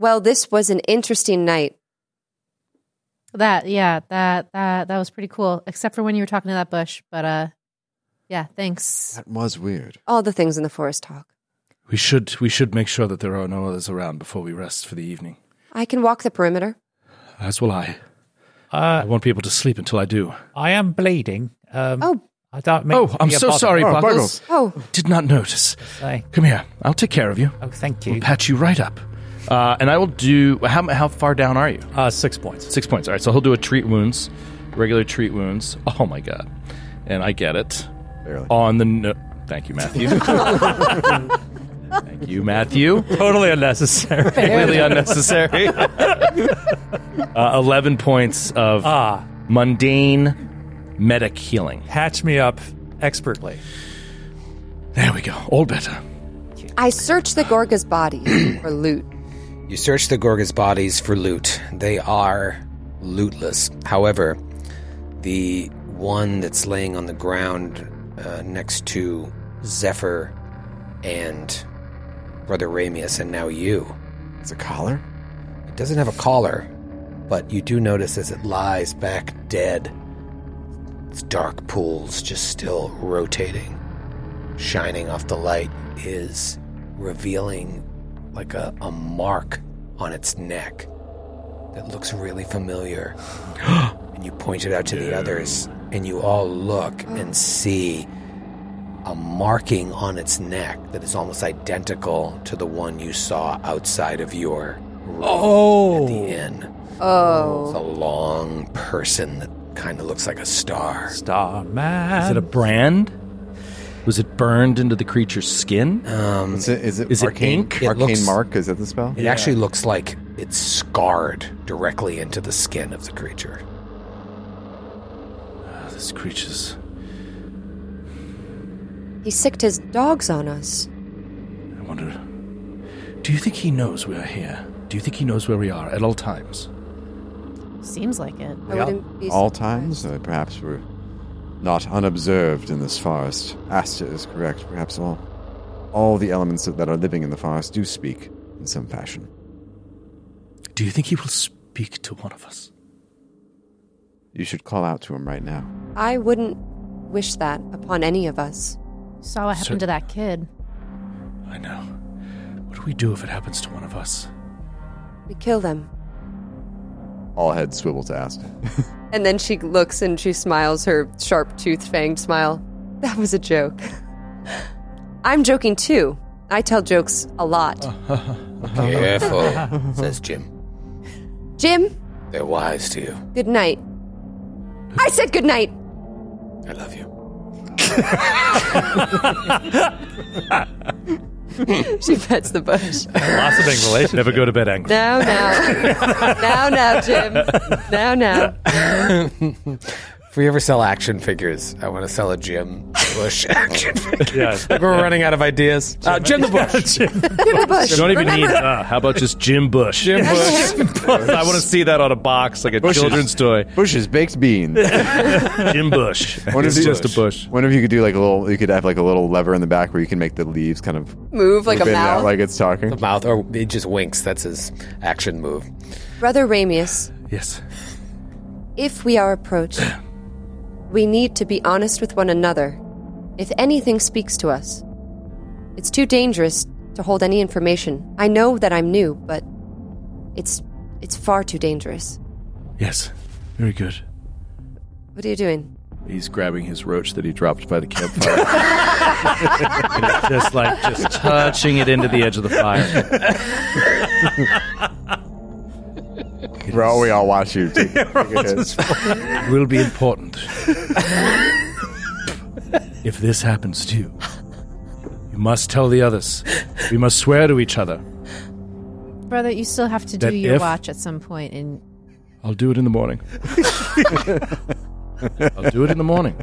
Speaker 4: Well, this was an interesting night.
Speaker 6: That yeah, that that that was pretty cool. Except for when you were talking to that bush, but uh, yeah, thanks.
Speaker 3: That was weird.
Speaker 4: All the things in the forest talk.
Speaker 5: We should we should make sure that there are no others around before we rest for the evening.
Speaker 4: I can walk the perimeter.
Speaker 5: As will I. I
Speaker 7: Uh,
Speaker 5: won't be able to sleep until I do.
Speaker 7: I am bleeding. Um,
Speaker 4: Oh.
Speaker 7: I don't mean
Speaker 5: Oh,
Speaker 7: to
Speaker 5: I'm
Speaker 7: be a
Speaker 5: so
Speaker 7: bother.
Speaker 5: sorry,
Speaker 3: Oh,
Speaker 5: Buggles.
Speaker 4: Oh,
Speaker 5: Did not notice.
Speaker 7: Say,
Speaker 5: Come here. I'll take care of you.
Speaker 7: oh, thank
Speaker 5: We'll
Speaker 7: you.
Speaker 5: patch you right up. Uh, and I will do. How, how far down are you?
Speaker 7: Uh, six points.
Speaker 5: Six points. All right, so he'll do a treat wounds, regular treat wounds. Oh my god, and I get it
Speaker 3: Barely.
Speaker 5: on the. No- Thank you, Matthew. Thank you, Matthew.
Speaker 7: Totally unnecessary.
Speaker 5: Completely unnecessary. uh, Eleven points of
Speaker 7: ah,
Speaker 5: mundane medic healing.
Speaker 7: patch me up expertly.
Speaker 5: There we go. All better.
Speaker 4: I search the Gorga's body for loot.
Speaker 2: You search the Gorgas' bodies for loot. They are lootless. However, the one that's laying on the ground uh, next to Zephyr and Brother Ramius, and now you,
Speaker 3: It's a collar?
Speaker 2: it doesn't have a collar, but you do notice as it lies back dead, its dark pools just still rotating, shining off the light, is revealing like a, a mark on its neck that looks really familiar. and you point it out to the others, and you all look and see a marking on its neck that is almost identical to the one you saw outside of your room at the inn. It's
Speaker 4: Oh.
Speaker 2: a long person that kind of looks like a star.
Speaker 7: Star man.
Speaker 5: Is it a brand? Was it burned into the creature's skin?
Speaker 2: Um,
Speaker 3: Is it, is it
Speaker 5: Is it
Speaker 3: arcane,
Speaker 5: ink?
Speaker 2: It
Speaker 3: arcane
Speaker 2: looks-
Speaker 3: mark? Is that the spell?
Speaker 2: it actually looks like it's scarred directly into the skin of the creature.
Speaker 5: Oh, this creature's.
Speaker 4: He sicked his dogs on us.
Speaker 5: I wonder. Do you think he knows we're here? Do you think he knows where we are at all times?
Speaker 6: Seems like it.
Speaker 4: I wouldn't be
Speaker 3: All
Speaker 4: surprised.
Speaker 3: times? Uh, perhaps we're not unobserved in this forest. Asta is correct. Perhaps all, all the elements that are living in the forest do speak in some fashion.
Speaker 5: Do you think he will speak to one of us?
Speaker 3: You should call out to him right now.
Speaker 4: I wouldn't wish that upon any of us.
Speaker 6: Saw what happened
Speaker 5: So-
Speaker 6: to that kid.
Speaker 5: I know. What do we do if it happens to one of us?
Speaker 4: We kill them.
Speaker 3: All heads swivel to Asta.
Speaker 4: And then she looks and she smiles her sharp toothed fanged smile. That was a joke. I'm joking too. I tell jokes a lot.
Speaker 2: Uh-huh. Careful, says Jim.
Speaker 4: Jim,
Speaker 2: They're wise to you.
Speaker 4: good night. I said good night.
Speaker 2: I love you.
Speaker 4: She pets the bush.
Speaker 7: blossoming relationship?
Speaker 5: Never go to bed angry.
Speaker 4: Now, now. now, now, Jim. Now, now.
Speaker 2: If we ever sell action figures, I want to sell a Jim Bush action figure.
Speaker 7: Yes.
Speaker 2: Like we're running out of ideas. Uh, Jim the Bush.
Speaker 4: Jim the bush.
Speaker 5: You don't even need. Uh, how about just Jim Bush? Jim Bush. I want to see that on a box, like a children's toy.
Speaker 3: Bush's baked bean.
Speaker 5: Jim Bush.
Speaker 3: One of
Speaker 5: it's
Speaker 3: these-
Speaker 5: just a bush.
Speaker 3: One of you could do like a little. You could have like a little lever in the back where you can make the leaves kind of
Speaker 4: Move like a
Speaker 3: spin out
Speaker 4: mouth.
Speaker 3: like it's talking.
Speaker 2: Mouth, or he just winks. That's his action move.
Speaker 4: Brother Ramius,
Speaker 5: Yes.
Speaker 4: if we are approached, we need to be honest with one another. If anything speaks to us, it's too dangerous to hold any information. I know that I'm new, but it's it's far too dangerous.
Speaker 5: Yes. Very good.
Speaker 4: What are you doing?
Speaker 13: He's grabbing his roach that he dropped by the campfire.
Speaker 5: just like just touching it into the edge of the fire.
Speaker 3: Bro, we all watch you. Take, take a hit.
Speaker 8: uh,
Speaker 5: Will be important. if this happens to you, you must tell the others. We must swear to each other.
Speaker 6: Brother, you still have to do
Speaker 5: That
Speaker 6: your
Speaker 5: if-
Speaker 6: watch at some point and
Speaker 5: I'll do it in the morning. I'll do it in the morning.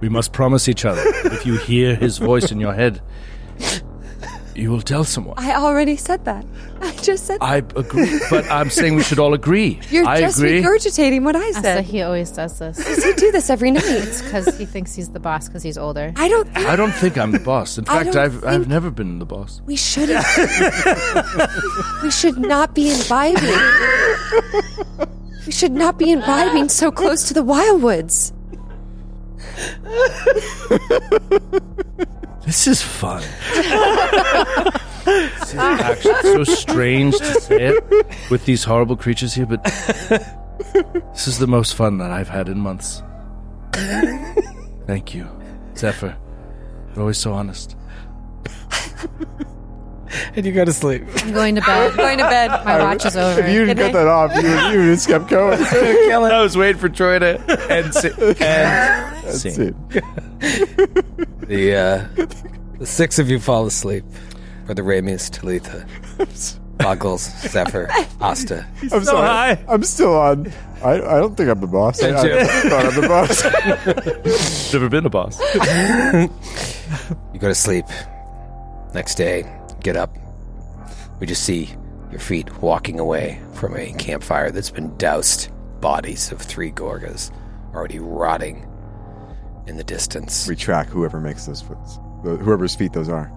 Speaker 5: we must promise each other. that If you hear his voice in your head, you will tell someone.
Speaker 4: I already said that. I just said
Speaker 5: I agree, but I'm saying we should all agree.
Speaker 4: you're
Speaker 5: I
Speaker 4: just
Speaker 5: agree.
Speaker 4: regurgitating what I
Speaker 6: Asa,
Speaker 4: said.
Speaker 6: he always does this
Speaker 4: Does he do this every night?
Speaker 6: because he thinks he's the boss because he's older.
Speaker 4: I don't think
Speaker 5: I don't think I'm the boss. In
Speaker 4: I
Speaker 5: fact,
Speaker 4: don't
Speaker 5: I've I've
Speaker 4: think-
Speaker 5: never been the boss.
Speaker 4: we shouldn't. we should not be imbibing. We should not be imbibing so close to the wildwoods.
Speaker 5: This is fun. this is actually so strange to say it with these horrible creatures here, but this is the most fun that I've had in months. Thank you, Zephyr. You're always so honest.
Speaker 2: And you go to sleep.
Speaker 6: I'm going to bed.
Speaker 4: Going to bed.
Speaker 6: My watch is over.
Speaker 3: If you didn't cut that off, you, you just kept going.
Speaker 7: I was waiting for Troy to and, si- and
Speaker 3: That's it.
Speaker 2: The, uh, the six of you fall asleep. For the Ramius, Talitha, Buggles, Zephyr, Asta.
Speaker 3: I'm
Speaker 14: so
Speaker 3: sorry.
Speaker 14: high.
Speaker 3: I'm still on. I, I don't think I'm the boss. I,
Speaker 2: Me too.
Speaker 3: I thought I'm the boss.
Speaker 7: never been a boss.
Speaker 2: You go to sleep. Next day, get up. We just see your feet walking away from a campfire that's been doused. Bodies of three Gorgas already rotting in the distance.
Speaker 3: we track whoever makes those foots, whoever's feet those are.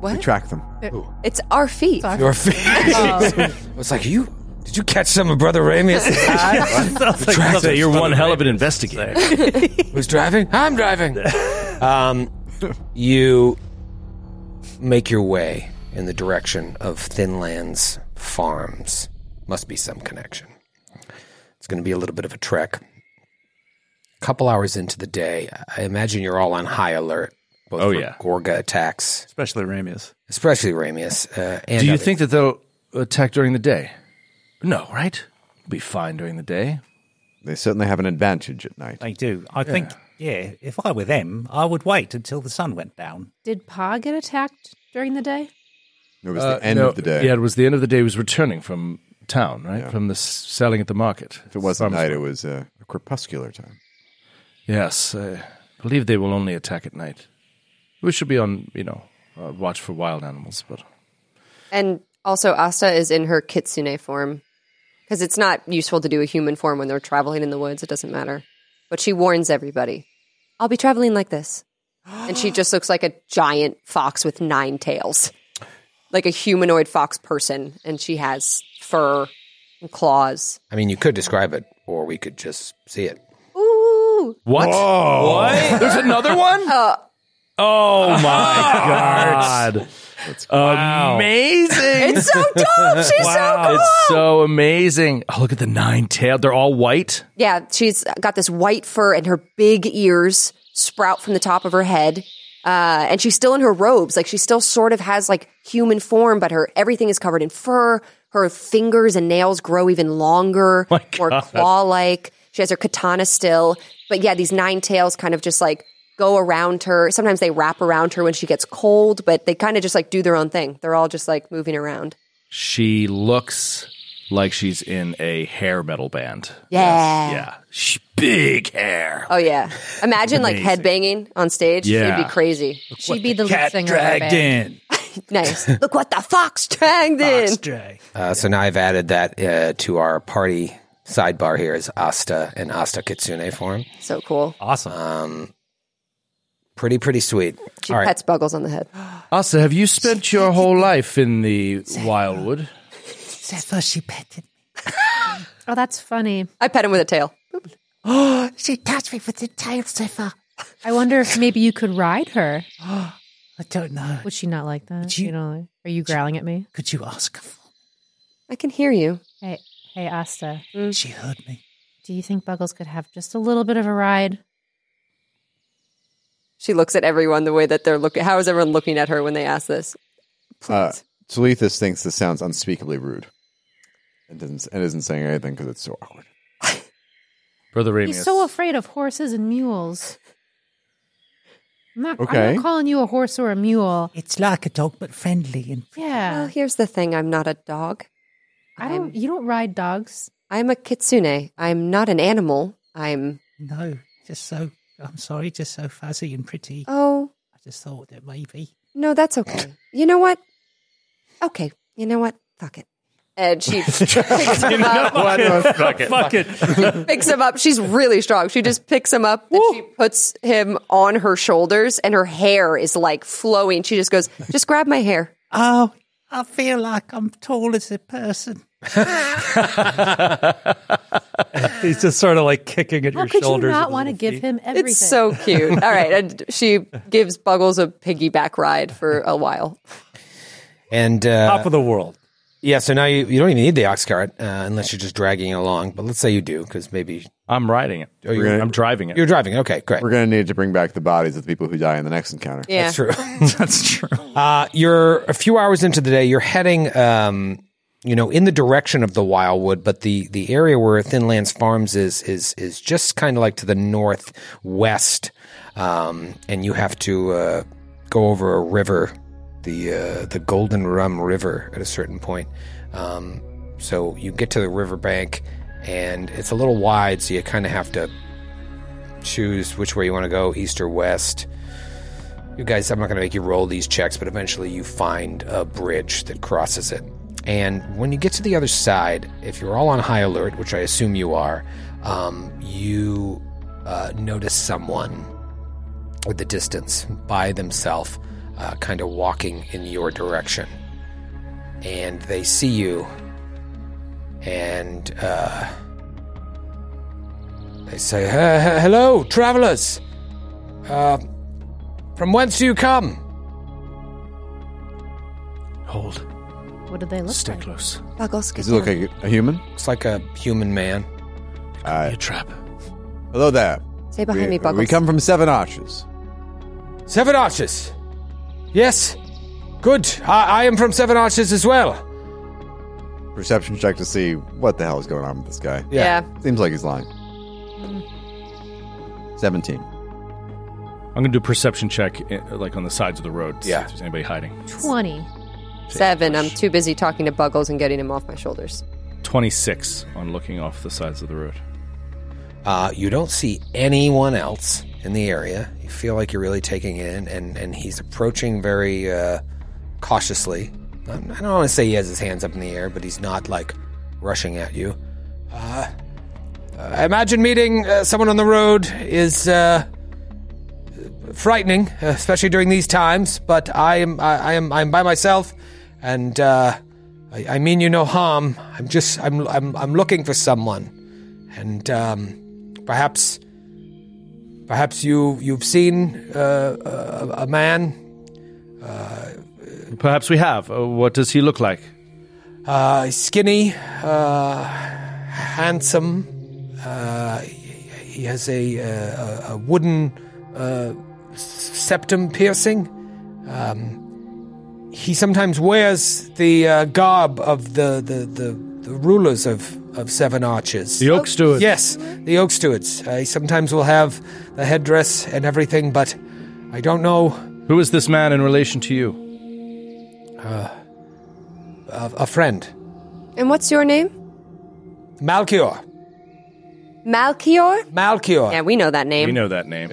Speaker 3: We
Speaker 4: What?
Speaker 3: track them.
Speaker 4: It's our feet. Um,
Speaker 2: Your feet. it's like you. Did you catch some of Brother Ramius?
Speaker 5: Say, you're one hell of an investigator.
Speaker 2: Who's driving? I'm driving. um, you make your way in the direction of Thinlands Farms. Must be some connection. It's going to be a little bit of a trek. couple hours into the day, I imagine you're all on high alert. Both
Speaker 7: Oh,
Speaker 2: for
Speaker 7: yeah.
Speaker 2: Gorga attacks,
Speaker 13: Especially Ramius.
Speaker 2: especially Ramius. Uh, and
Speaker 5: Do you
Speaker 2: others.
Speaker 5: think that they'll attack during the day? No, right? Be fine during the day.
Speaker 15: They certainly have an advantage at night.
Speaker 8: They do. I think, yeah, if I were them, I would wait until the sun went down.
Speaker 6: Did Pa get attacked during the day?
Speaker 3: It was
Speaker 5: Uh,
Speaker 3: the end
Speaker 5: no,
Speaker 3: of the day.
Speaker 5: Yeah, it was the end of the day. He was returning from town, right? From the s- selling at the market.
Speaker 3: if it wasn't night, it was uh, a crepuscular time.
Speaker 5: Yes, uh, I believe they will only attack at night. We should be on, you know, uh, watch for wild animals, but
Speaker 4: And also, Asta is in her kitsune form because it's not useful to do a human form when they're traveling in the woods. It doesn't matter. But she warns everybody I'll be traveling like this. And she just looks like a giant fox with nine tails, like a humanoid fox person. And she has fur and claws.
Speaker 2: I mean, you could describe it, or we could just see it.
Speaker 4: Ooh.
Speaker 5: what? What? There's another one? oh my god! Amazing!
Speaker 4: It's so dope. She's so cool.
Speaker 5: It's so amazing. Oh, look at the nine tailed. They're all white.
Speaker 4: Yeah, she's got this white fur and her big ears sprout from the top of her head. Uh, and she's still in her robes. Like she still sort of has like human form, but her everything is covered in fur. Her fingers and nails grow even longer, more claw like. She has her katana still. But yeah, these nine tails kind of just like go around her. Sometimes they wrap around her when she gets cold, but they kind of just like do their own thing. They're all just like moving around.
Speaker 5: She looks like she's in a hair metal band.
Speaker 4: Yeah.
Speaker 5: Yeah, she, big hair.
Speaker 4: Oh, yeah. Imagine like headbanging on stage.
Speaker 5: Yeah.
Speaker 4: It'd be crazy.
Speaker 6: She'd be the lead singer of our
Speaker 8: dragged
Speaker 6: band.
Speaker 8: in.
Speaker 4: Nice. Look what the fox dragged in.
Speaker 8: Fox drag.
Speaker 2: Uh, so now I've added that uh, to our party sidebar here is Asta and Asta Kitsune form.
Speaker 4: So cool.
Speaker 14: Awesome.
Speaker 2: Pretty, pretty sweet.
Speaker 4: She
Speaker 2: All right.
Speaker 4: pets Buggles on the head.
Speaker 5: Asa, have you spent your whole life in the wildwood?
Speaker 8: Zephyr, she petted me.
Speaker 6: Oh, that's funny.
Speaker 4: I pet him with a tail.
Speaker 8: She touched me with the tail, Zephyr.
Speaker 6: I wonder if maybe you could ride her.
Speaker 8: I don't know.
Speaker 6: Would she not like that?
Speaker 8: you-
Speaker 6: You know, are you growling at me?
Speaker 8: Could you ask her for
Speaker 4: I can hear you. Mm.
Speaker 6: Hey, Hey, Asta.
Speaker 16: She heard me.
Speaker 6: Do you think Buggles could have just a little bit of a ride?
Speaker 4: She looks at everyone the way that they're looking. How is everyone looking at her when they ask this?
Speaker 3: Uh, Talithus thinks this sounds unspeakably rude and, doesn't, and isn't saying anything because it's so awkward.
Speaker 5: Brother
Speaker 6: He's so afraid of horses and mules. I'm not, I'm
Speaker 3: Okay.
Speaker 6: not calling you a horse or a mule.
Speaker 16: It's like a dog, but friendly. And
Speaker 6: Yeah.
Speaker 4: Well, here's the thing. I'm not a dog.
Speaker 6: I don't. You don't ride dogs.
Speaker 4: I'm a kitsune. I'm not an animal. I'm.
Speaker 16: no, just so. I'm sorry, just so fuzzy and pretty.
Speaker 4: Oh
Speaker 16: I just thought that maybe.
Speaker 4: no, that's okay. You know what? Okay. You know what? Fuck it. And she picks him up.
Speaker 5: Fuck it.
Speaker 8: Fuck it.
Speaker 4: picks him up. She's really strong. She just picks him up and she puts him on her shoulders, and her hair is like flowing. She just goes, "Just grab my hair."
Speaker 16: Oh, I feel like I'm tall as a person.
Speaker 8: He's just sort of like kicking at
Speaker 6: How
Speaker 8: your
Speaker 6: could you
Speaker 8: shoulders.
Speaker 6: not want to give him everything?
Speaker 4: It's so cute. All right, and she gives Buggles a piggyback ride for a while.
Speaker 2: And uh,
Speaker 8: Top of the world.
Speaker 2: yeah, so now you, you don't even need the ox cart uh, unless you're just dragging it along. But let's say you do because maybe
Speaker 5: I'm riding it.
Speaker 2: oh, you're,
Speaker 5: I'm driving it.
Speaker 2: you're driving. it. Okay, great.
Speaker 3: We're going to need to bring back the bodies of the people who die in the next encounter.
Speaker 4: Yeah,
Speaker 2: That's true.
Speaker 8: That's true.
Speaker 2: Uh, you're a few hours into the day. You're heading, um, you know, in the direction of the Wildwood, but the the area where Thinlands Farms is is is just kind of like to the northwest, um, and you have to uh, go over a river, the uh, the Golden Rum River, at a certain point. Um, so you get to the riverbank, and it's a little wide, so you kind of have to choose which way you want to go, east or west. You guys, I'm not going to make you roll these checks, but eventually you find a bridge that crosses it. And when you get to the other side, if you're all on high alert, which I assume you are, um, you uh, notice someone at the distance by themselves, uh, kind of walking in your direction. And they see you, and uh, they say, "He- he- Hello, travelers! Uh, from whence you come?
Speaker 5: Hold.
Speaker 6: What do they look
Speaker 5: Stay
Speaker 6: like?
Speaker 5: close.
Speaker 4: Buggles.
Speaker 3: Does he look like a human?
Speaker 2: Looks like a human man.
Speaker 3: Uh,
Speaker 5: Your trap.
Speaker 3: hello there.
Speaker 4: Stay behind
Speaker 3: we,
Speaker 4: me, Buggles.
Speaker 3: we come from Seven Arches.
Speaker 2: Seven Arches. Yes. Good. I, I am from Seven Arches as well.
Speaker 3: Perception check to see what the hell is going on with this guy.
Speaker 4: yeah.
Speaker 3: Seems like he's lying. 17.
Speaker 5: I'm gonna do a perception check, uh, like on the sides of the road. to
Speaker 2: Yeah.
Speaker 5: See if there's anybody hiding.
Speaker 6: Twenty.
Speaker 4: Seven. I'm too busy talking to Buggles and getting him off my shoulders.
Speaker 5: Twenty-six on looking off the sides of the road.
Speaker 2: Uh, you don't see anyone else in the area. You feel like you're really taking it in, and, and he's approaching very uh, cautiously. Um, I don't want to say he has his hands up in the air, but he's not like rushing at you. Uh, I imagine meeting uh, someone on the road is uh, frightening, especially during these times. But I am I, I am I'm by myself, and uh, I, I mean you no harm. I'm just I'm I'm, I'm looking for someone and um, perhaps perhaps you you've seen uh, a, a man.
Speaker 5: Perhaps we have. Uh, what does he look like?
Speaker 2: Uh, skinny, uh, handsome. Uh, he has a, uh, a, a wooden uh, septum piercing. Um, he sometimes wears the uh, garb of the, the, the, the rulers of, of Seven Arches.
Speaker 5: The oak steward.
Speaker 2: Yes, the oak stewards. I sometimes will have the headdress and everything, but I don't know
Speaker 5: Who is this man in relation to you?
Speaker 2: Uh, a, a friend.
Speaker 4: And what's your name?
Speaker 2: Malchior.
Speaker 4: Malchior.
Speaker 2: Malchior.
Speaker 4: Yeah, we know that name.
Speaker 5: We know that name.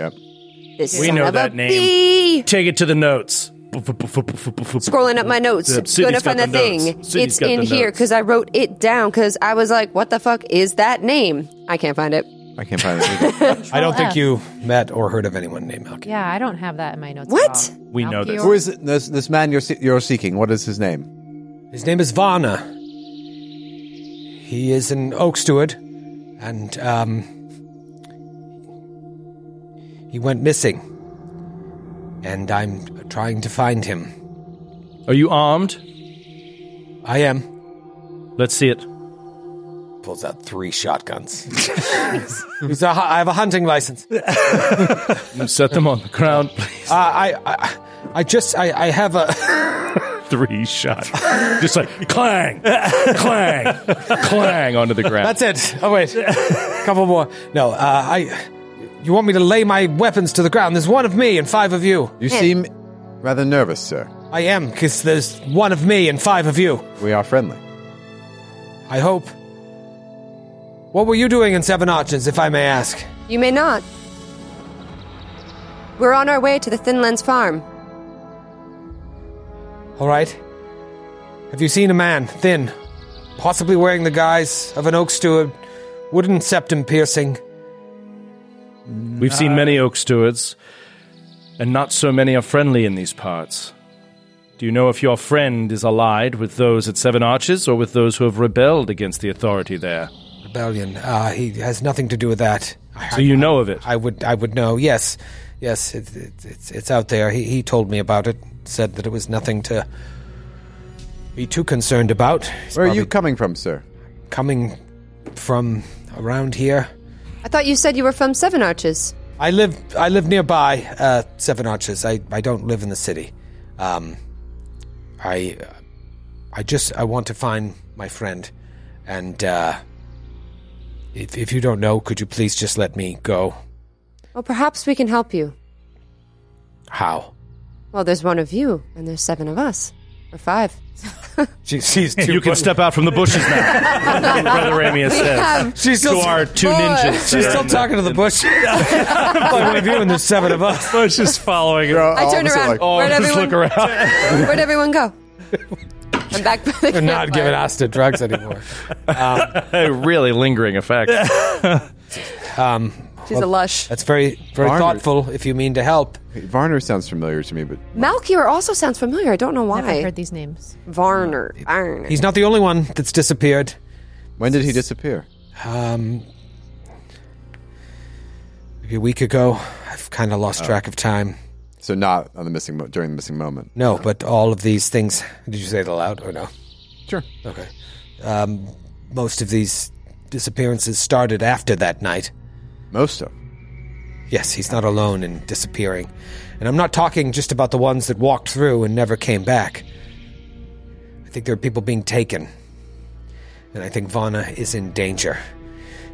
Speaker 4: this
Speaker 5: we
Speaker 4: son
Speaker 5: know
Speaker 4: of
Speaker 5: that
Speaker 4: a
Speaker 5: name.
Speaker 4: bee.
Speaker 5: Take it to the notes.
Speaker 4: scrolling
Speaker 5: Scrolling
Speaker 4: up my notes, gonna find that thing. it's in here because I wrote it down because I was like, "What the fuck is that name?" I can't find it.
Speaker 3: I can't find it.
Speaker 2: I don't
Speaker 6: F.
Speaker 2: think you met or heard of anyone named Malchior.
Speaker 6: Yeah, I don't have that in my notes. at
Speaker 4: What?
Speaker 6: all.
Speaker 5: We know this.
Speaker 3: Who is it- this, this man you're, se- you're seeking? What is his name?
Speaker 2: His name is Varna. He is an oak steward, and um, he went missing. And I'm trying to find him.
Speaker 5: Are you armed?
Speaker 2: I am.
Speaker 5: Let's see it.
Speaker 2: pulls out three shotguns. He's a, hu- I have a hunting license.
Speaker 5: Set them on the ground.
Speaker 2: Uh, I, I, I just, I, I have a.
Speaker 5: Three shot. Just like clang, clang, clang onto the ground.
Speaker 2: That's it. Oh wait, a couple more. No, uh, I. You want me to lay my weapons to the ground? There's one of me and five of you.
Speaker 3: You seem rather nervous, sir.
Speaker 2: I am, because there's one of me and five of you.
Speaker 3: We are friendly.
Speaker 2: I hope. What were you doing in Seven Arches, if I may ask?
Speaker 4: You may not. We're on our way to the Thin Lens farm.
Speaker 2: All right. Have you seen a man, thin, possibly wearing the guise of an oak steward, wooden septum piercing?
Speaker 5: We've seen many oak stewards, and not so many are friendly in these parts. Do you know if your friend is allied with those at Seven Arches or with those who have rebelled against the authority there?
Speaker 2: Rebellion. Ah, he has nothing to do with that.
Speaker 5: So you know of it.
Speaker 2: I would, I would know. Yes, yes, it, it, it's it's out there. He he told me about it. Said that it was nothing to be too concerned about. He's
Speaker 3: Where are you
Speaker 2: probably
Speaker 3: coming from, sir?
Speaker 2: coming from around here?
Speaker 4: I thought you said you were from Seven Arches.
Speaker 2: I live I live nearby uh, Seven Arches. I, I don't live in the city. Um, I I just I want to find my friend, and uh, if if you don't know, could you please just let me go?
Speaker 4: Well, perhaps we can help you.
Speaker 2: How?
Speaker 4: Well, there's one of you, and there's seven of us. Or five.
Speaker 2: She, she's too
Speaker 5: You can step out from the bushes now, Brother Ramius says.
Speaker 2: She's still
Speaker 5: to our two ninjas. that
Speaker 2: She's
Speaker 5: are
Speaker 2: still
Speaker 5: in the-
Speaker 2: talking to the bush. Like, one of you and there's seven of us.
Speaker 17: Bush is following her.
Speaker 4: I turned around. Where'd,
Speaker 5: Just
Speaker 4: everyone,
Speaker 5: look around.
Speaker 4: where'd everyone go? I'm back by the
Speaker 2: They're not
Speaker 4: campfire.
Speaker 2: giving us to drugs anymore. Uh,
Speaker 5: A really lingering effect.
Speaker 4: She's a lush.
Speaker 2: Um, That's very very
Speaker 3: Barnard.
Speaker 2: thoughtful. If you mean to help,
Speaker 3: Varner sounds familiar to me, but
Speaker 4: Malkier also sounds familiar. I don't know
Speaker 18: Never
Speaker 4: why.
Speaker 18: heard these names.
Speaker 4: Varner. Varner.
Speaker 2: he's not the only one that's disappeared.
Speaker 3: when did he disappear?
Speaker 2: Um, maybe a week ago. I've kind of lost track of time.
Speaker 3: Uh, So not on the missing mo- during the missing moment.
Speaker 2: No, but all of these things. Did you say it aloud or no?
Speaker 3: Sure.
Speaker 2: Okay. Um, most of these disappearances started after that night.
Speaker 3: Most of.
Speaker 2: Yes, he's not alone in disappearing. And I'm not talking just about the ones that walked through and never came back. I think there are people being taken. And I think Vana is in danger.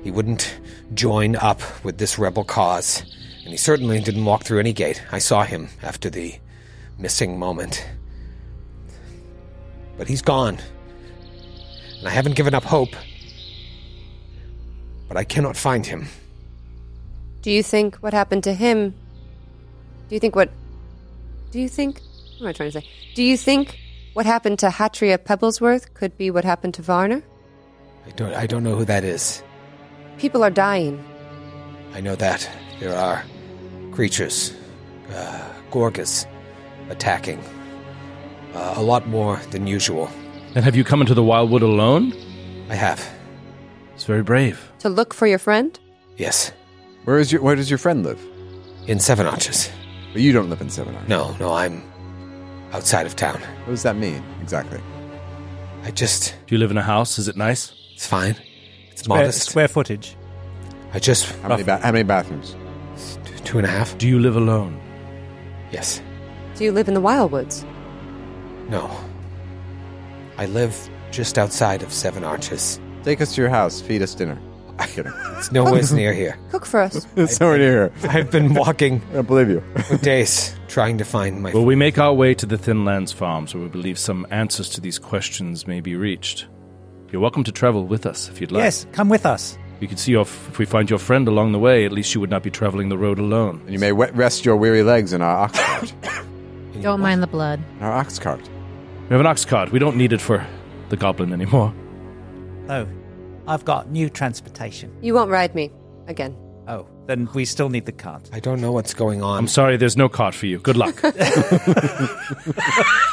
Speaker 2: He wouldn't join up with this rebel cause. And he certainly didn't walk through any gate. I saw him after the missing moment. But he's gone. And I haven't given up hope. But I cannot find him.
Speaker 4: Do you think what happened to him? Do you think what? Do you think? What am I trying to say? Do you think what happened to Hatria Pebblesworth could be what happened to Varner?
Speaker 2: I don't, I don't know who that is.
Speaker 4: People are dying.
Speaker 2: I know that. There are creatures, uh, Gorgas, attacking. Uh, a lot more than usual.
Speaker 5: And have you come into the Wildwood alone?
Speaker 2: I have.
Speaker 5: It's very brave.
Speaker 4: To look for your friend?
Speaker 2: Yes.
Speaker 3: Where is your Where does your friend live?
Speaker 2: In Seven Arches.
Speaker 3: But you don't live in Seven Arch.
Speaker 2: No, no, I'm outside of town.
Speaker 3: What does that mean exactly?
Speaker 2: I just.
Speaker 5: Do you live in a house? Is it nice?
Speaker 2: It's fine. It's
Speaker 17: Square,
Speaker 2: modest.
Speaker 17: square footage.
Speaker 2: I just.
Speaker 3: How many, ba- how many bathrooms?
Speaker 2: Two and a half?
Speaker 5: Do you live alone?
Speaker 2: Yes.
Speaker 4: Do you live in the Wildwoods?
Speaker 2: No. I live just outside of Seven Arches.
Speaker 3: Take us to your house. Feed us dinner. I'm kidding.
Speaker 2: It's nowhere near here.
Speaker 4: Cook for us.
Speaker 3: it's nowhere near. here.
Speaker 2: I've been walking
Speaker 3: I don't believe you.
Speaker 2: for days trying to find my.
Speaker 5: Well, we make our way to the Thin Lands Farms, where we believe some answers to these questions may be reached. You're welcome to travel with us if you'd like.
Speaker 8: Yes, come with us.
Speaker 5: You could see your, if we find your friend along the way, at least you would not be traveling the road alone.
Speaker 3: And you may wet rest your weary legs in our ox cart.
Speaker 18: Don't mind the blood.
Speaker 3: In our ox cart.
Speaker 5: We have an ox cart. We don't need it for the goblin anymore.
Speaker 8: Oh, I've got new transportation.
Speaker 4: You won't ride me again.
Speaker 8: Oh, then we still need the cart.
Speaker 2: I don't know what's going on.
Speaker 5: I'm sorry, there's no cart for you. Good luck.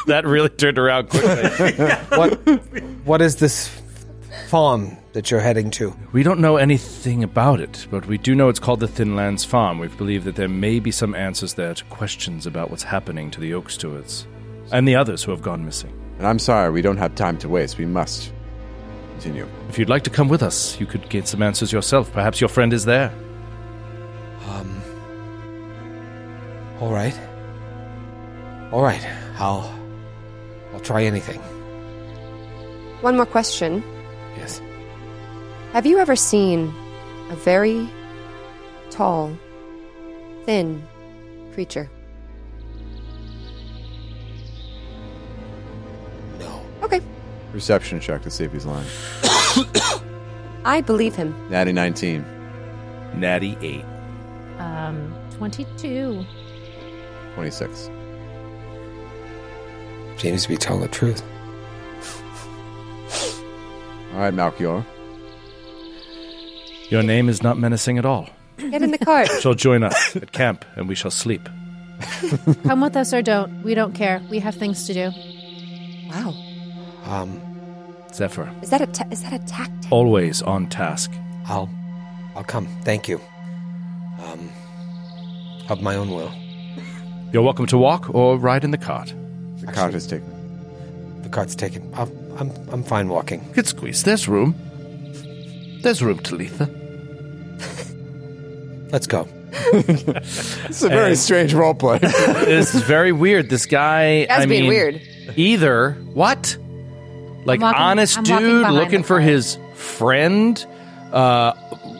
Speaker 5: that really turned around quickly.
Speaker 2: what what is this farm that you're heading to?
Speaker 5: we don't know anything about it, but we do know it's called the Thin Lands Farm. We believe that there may be some answers there to questions about what's happening to the Oak Stewards and the others who have gone missing.
Speaker 3: And I'm sorry, we don't have time to waste. We must. continue.
Speaker 5: If you'd like to come with us, you could get some answers yourself. Perhaps your friend is there.
Speaker 2: Um. All right. All right. I'll. I'll try anything.
Speaker 4: One more question.
Speaker 2: Yes.
Speaker 4: Have you ever seen a very tall, thin creature? Okay.
Speaker 12: Perception check to see if he's lying.
Speaker 4: I believe him.
Speaker 12: Natty 19.
Speaker 7: Natty 8.
Speaker 6: Um, 22.
Speaker 12: 26.
Speaker 2: James be telling the truth.
Speaker 12: All right, Malchior.
Speaker 5: Your name is not menacing at all.
Speaker 4: Get in the cart.
Speaker 5: Shall join us at camp, and we shall sleep.
Speaker 6: Come with us or don't. We don't care. We have things to do.
Speaker 4: Wow.
Speaker 2: Um,
Speaker 5: Zephyr,
Speaker 4: Is that a ta- is that a tactic?
Speaker 5: always on task.
Speaker 2: I'll. I'll come. Thank you. Um. Of my own will.
Speaker 5: You're welcome to walk or ride in the cart.
Speaker 12: The cart is taken.
Speaker 2: The cart's taken. I'll, I'm. I'm fine walking.
Speaker 5: You could squeeze. There's room. There's room, Talitha.
Speaker 2: Let's go.
Speaker 12: This is a very strange roleplay.
Speaker 7: this is very weird. This guy.
Speaker 4: That's
Speaker 7: I
Speaker 4: being
Speaker 7: mean,
Speaker 4: weird.
Speaker 7: Either what? Like
Speaker 6: I'm walking-
Speaker 7: honest
Speaker 6: I'm walking
Speaker 7: dude
Speaker 6: behind
Speaker 7: looking
Speaker 6: the
Speaker 7: for
Speaker 6: car.
Speaker 7: his friend. Uh,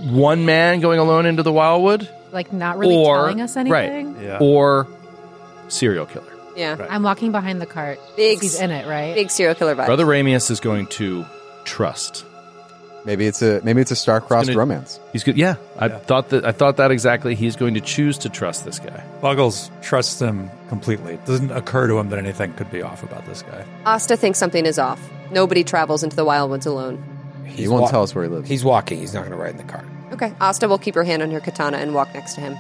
Speaker 7: one man going alone into the wildwood,
Speaker 6: Like, not really
Speaker 7: or
Speaker 6: telling us anything.
Speaker 7: right? Or serial killer.
Speaker 4: Yeah.
Speaker 6: I'm walking behind the cart.
Speaker 4: Big
Speaker 6: He's
Speaker 4: s-
Speaker 6: in it, right?
Speaker 4: Big serial killer vibe.
Speaker 7: Brother Ramius is going to trust.
Speaker 12: Maybe it's a maybe it's a star-crossed
Speaker 7: It's gonna-
Speaker 12: romance.
Speaker 7: He's good. Yeah, I thought that. I thought that exactly. He's going to choose to trust this guy.
Speaker 8: Buggles trusts him completely. It doesn't occur to him that anything could be off about this guy.
Speaker 4: Asta thinks something is off. Nobody travels into the wildwoods alone.
Speaker 12: He won't
Speaker 2: wa-
Speaker 12: tell us where he lives.
Speaker 2: He's walking. He's not going to ride in the cart.
Speaker 4: Okay. Asta will keep her hand on her katana and walk next to him.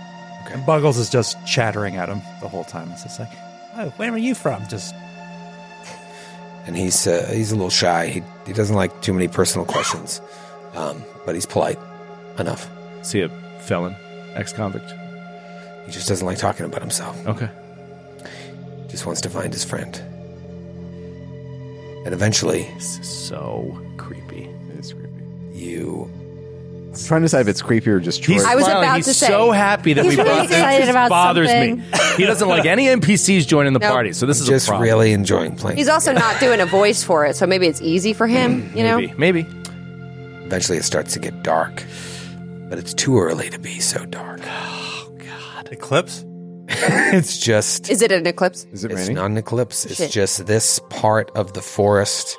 Speaker 8: And Buggles is just chattering at him the whole time. It's just like,
Speaker 19: Oh, where are you from? Just
Speaker 2: and he's uh, he's a little shy. He he doesn't like too many personal questions, um, but he's polite enough.
Speaker 5: See a felon, ex-convict.
Speaker 2: He just doesn't like talking about himself.
Speaker 5: Okay.
Speaker 2: Just wants to find his friend, and eventually
Speaker 5: This is so creepy.
Speaker 12: It's creepy.
Speaker 2: you.
Speaker 12: I'm trying to decide if it's creepy or just Troy.
Speaker 4: I was about
Speaker 7: he's
Speaker 4: to say.
Speaker 7: so happy that
Speaker 6: He's
Speaker 7: we
Speaker 6: really
Speaker 7: brought
Speaker 6: excited
Speaker 7: this.
Speaker 6: about
Speaker 7: bothers me.
Speaker 6: something.
Speaker 7: He doesn't like any NPCs joining the
Speaker 4: Nope.
Speaker 7: party, so this is
Speaker 2: just
Speaker 7: a problem.
Speaker 2: really enjoying playing.
Speaker 4: He's also not doing a voice for it, so maybe it's easy for him, you know?
Speaker 7: maybe, maybe.
Speaker 2: eventually, it starts to get dark, but it's too early to be so dark.
Speaker 5: Oh,
Speaker 8: Eclipse?
Speaker 2: it's just
Speaker 4: Is it an eclipse?
Speaker 12: Is it
Speaker 2: it's
Speaker 12: raining?
Speaker 2: not an eclipse. It's
Speaker 4: Shit.
Speaker 2: just this part of the forest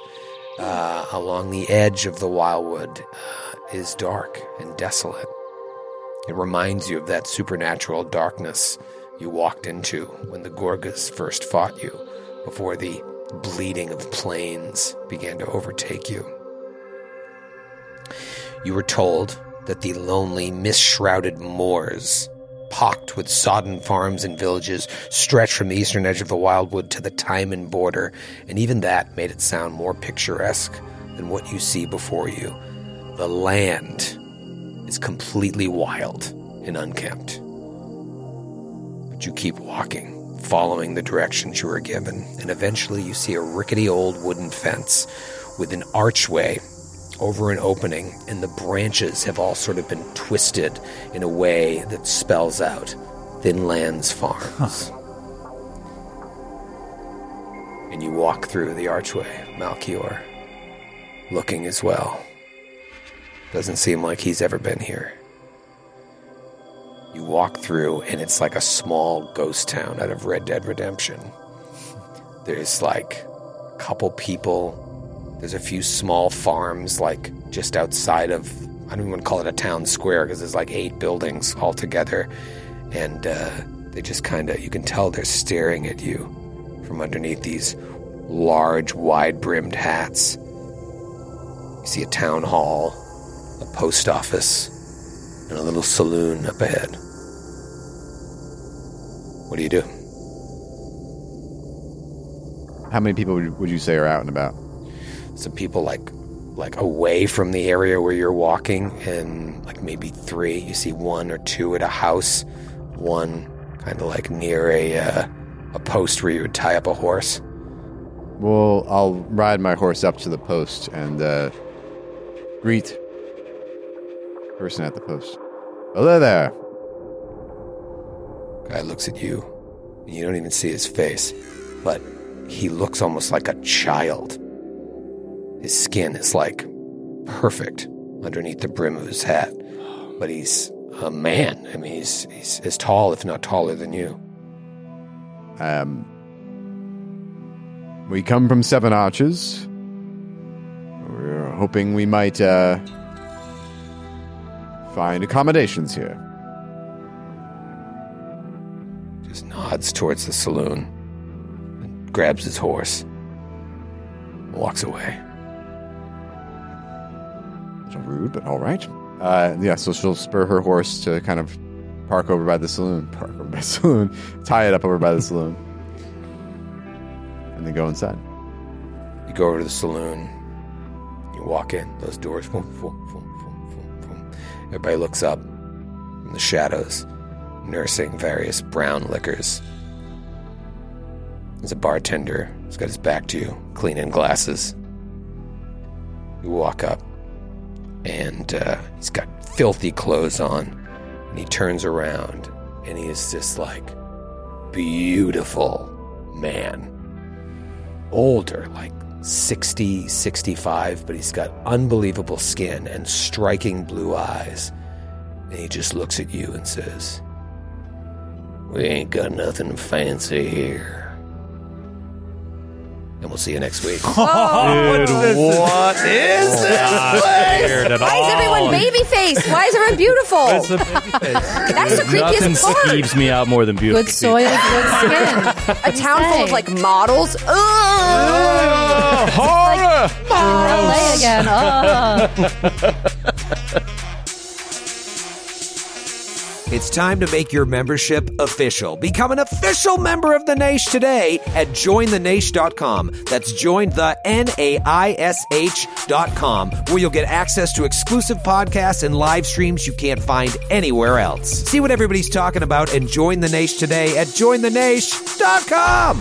Speaker 2: uh, along the edge of the wildwood uh, is dark and desolate. It reminds you of that supernatural darkness you walked into when the Gorgas first fought you, before the bleeding of plains began to overtake you. You were told that the lonely, mist-shrouded moors, pocked with sodden farms and villages, stretched from the eastern edge of the wildwood to the Timon border, and even that made it sound more picturesque than what you see before you. The land is completely wild and unkempt. But you keep walking, following the directions you were given, and eventually you see a rickety old wooden fence with an archway over an opening, and the branches have all sort of been twisted in a way that spells out Thin Lands Farms. And you walk through the archway, Malchior, looking as well. Doesn't seem like he's ever been here. You walk through, and it's like a small ghost town out of Red Dead Redemption. There's like a couple people, there's a few small farms, like just outside of, I don't even want to call it a town square because there's like eight buildings all together. And uh, they just kind of, you can tell they're staring at you from underneath these large, wide brimmed hats. You see a town hall, a post office, and a little saloon up ahead. What do you do?
Speaker 12: How many people would you, would you say are out and about?
Speaker 2: Some people like like away from the area where you're walking, and like maybe three. You see one or two at a house, one kind of like near a uh, a post where you would tie up a horse.
Speaker 12: Well, I'll ride my horse up to the post and uh, Greet. Person at the post. Hello there.
Speaker 2: Guy looks at you, and you don't even see his face, but he looks almost like a child. His skin is like perfect underneath the brim of his hat, but he's a man. I mean, he's, he's as tall, if not taller, than you.
Speaker 12: Um, we come from Seven Arches. We're hoping we might uh, find accommodations here.
Speaker 2: Just nods towards the saloon, and grabs his horse, walks away.
Speaker 12: little rude, but all right. Uh, yeah, so she'll spur her horse to kind of park over by the saloon, park over by the saloon, tie it up over by the saloon, and then go inside.
Speaker 2: You go over to the saloon. You walk in. Those doors. Boom, boom, boom, boom, boom, boom. Everybody looks up from the shadows, nursing various brown liquors. There's a bartender. He's got his back to you, cleaning glasses. You walk up, and uh, he's got filthy clothes on, and he turns around, and he is this like beautiful man older, like 60, 65, but he's got unbelievable skin and striking blue eyes. And he just looks at you and says, We ain't got nothing fancy here. And we'll see you next week.
Speaker 9: what is
Speaker 2: this place?
Speaker 4: Why is
Speaker 2: Oh.
Speaker 4: everyone baby faced? Why is everyone beautiful? That's the,
Speaker 5: Nothing
Speaker 4: creepiest part.
Speaker 5: skeeves me out more than beautiful.
Speaker 4: Good soil,
Speaker 6: good skin.
Speaker 4: A town full of like models. Ugh.
Speaker 20: horror!
Speaker 6: LA again. Oh.
Speaker 9: It's time to make your membership official. Become an official member of the Nash today at jointhenash.com. That's join the N A I S H.com, where you'll get access to exclusive podcasts and live streams you can't find anywhere else. See what everybody's talking about and join the Nash today at jointhenash.com.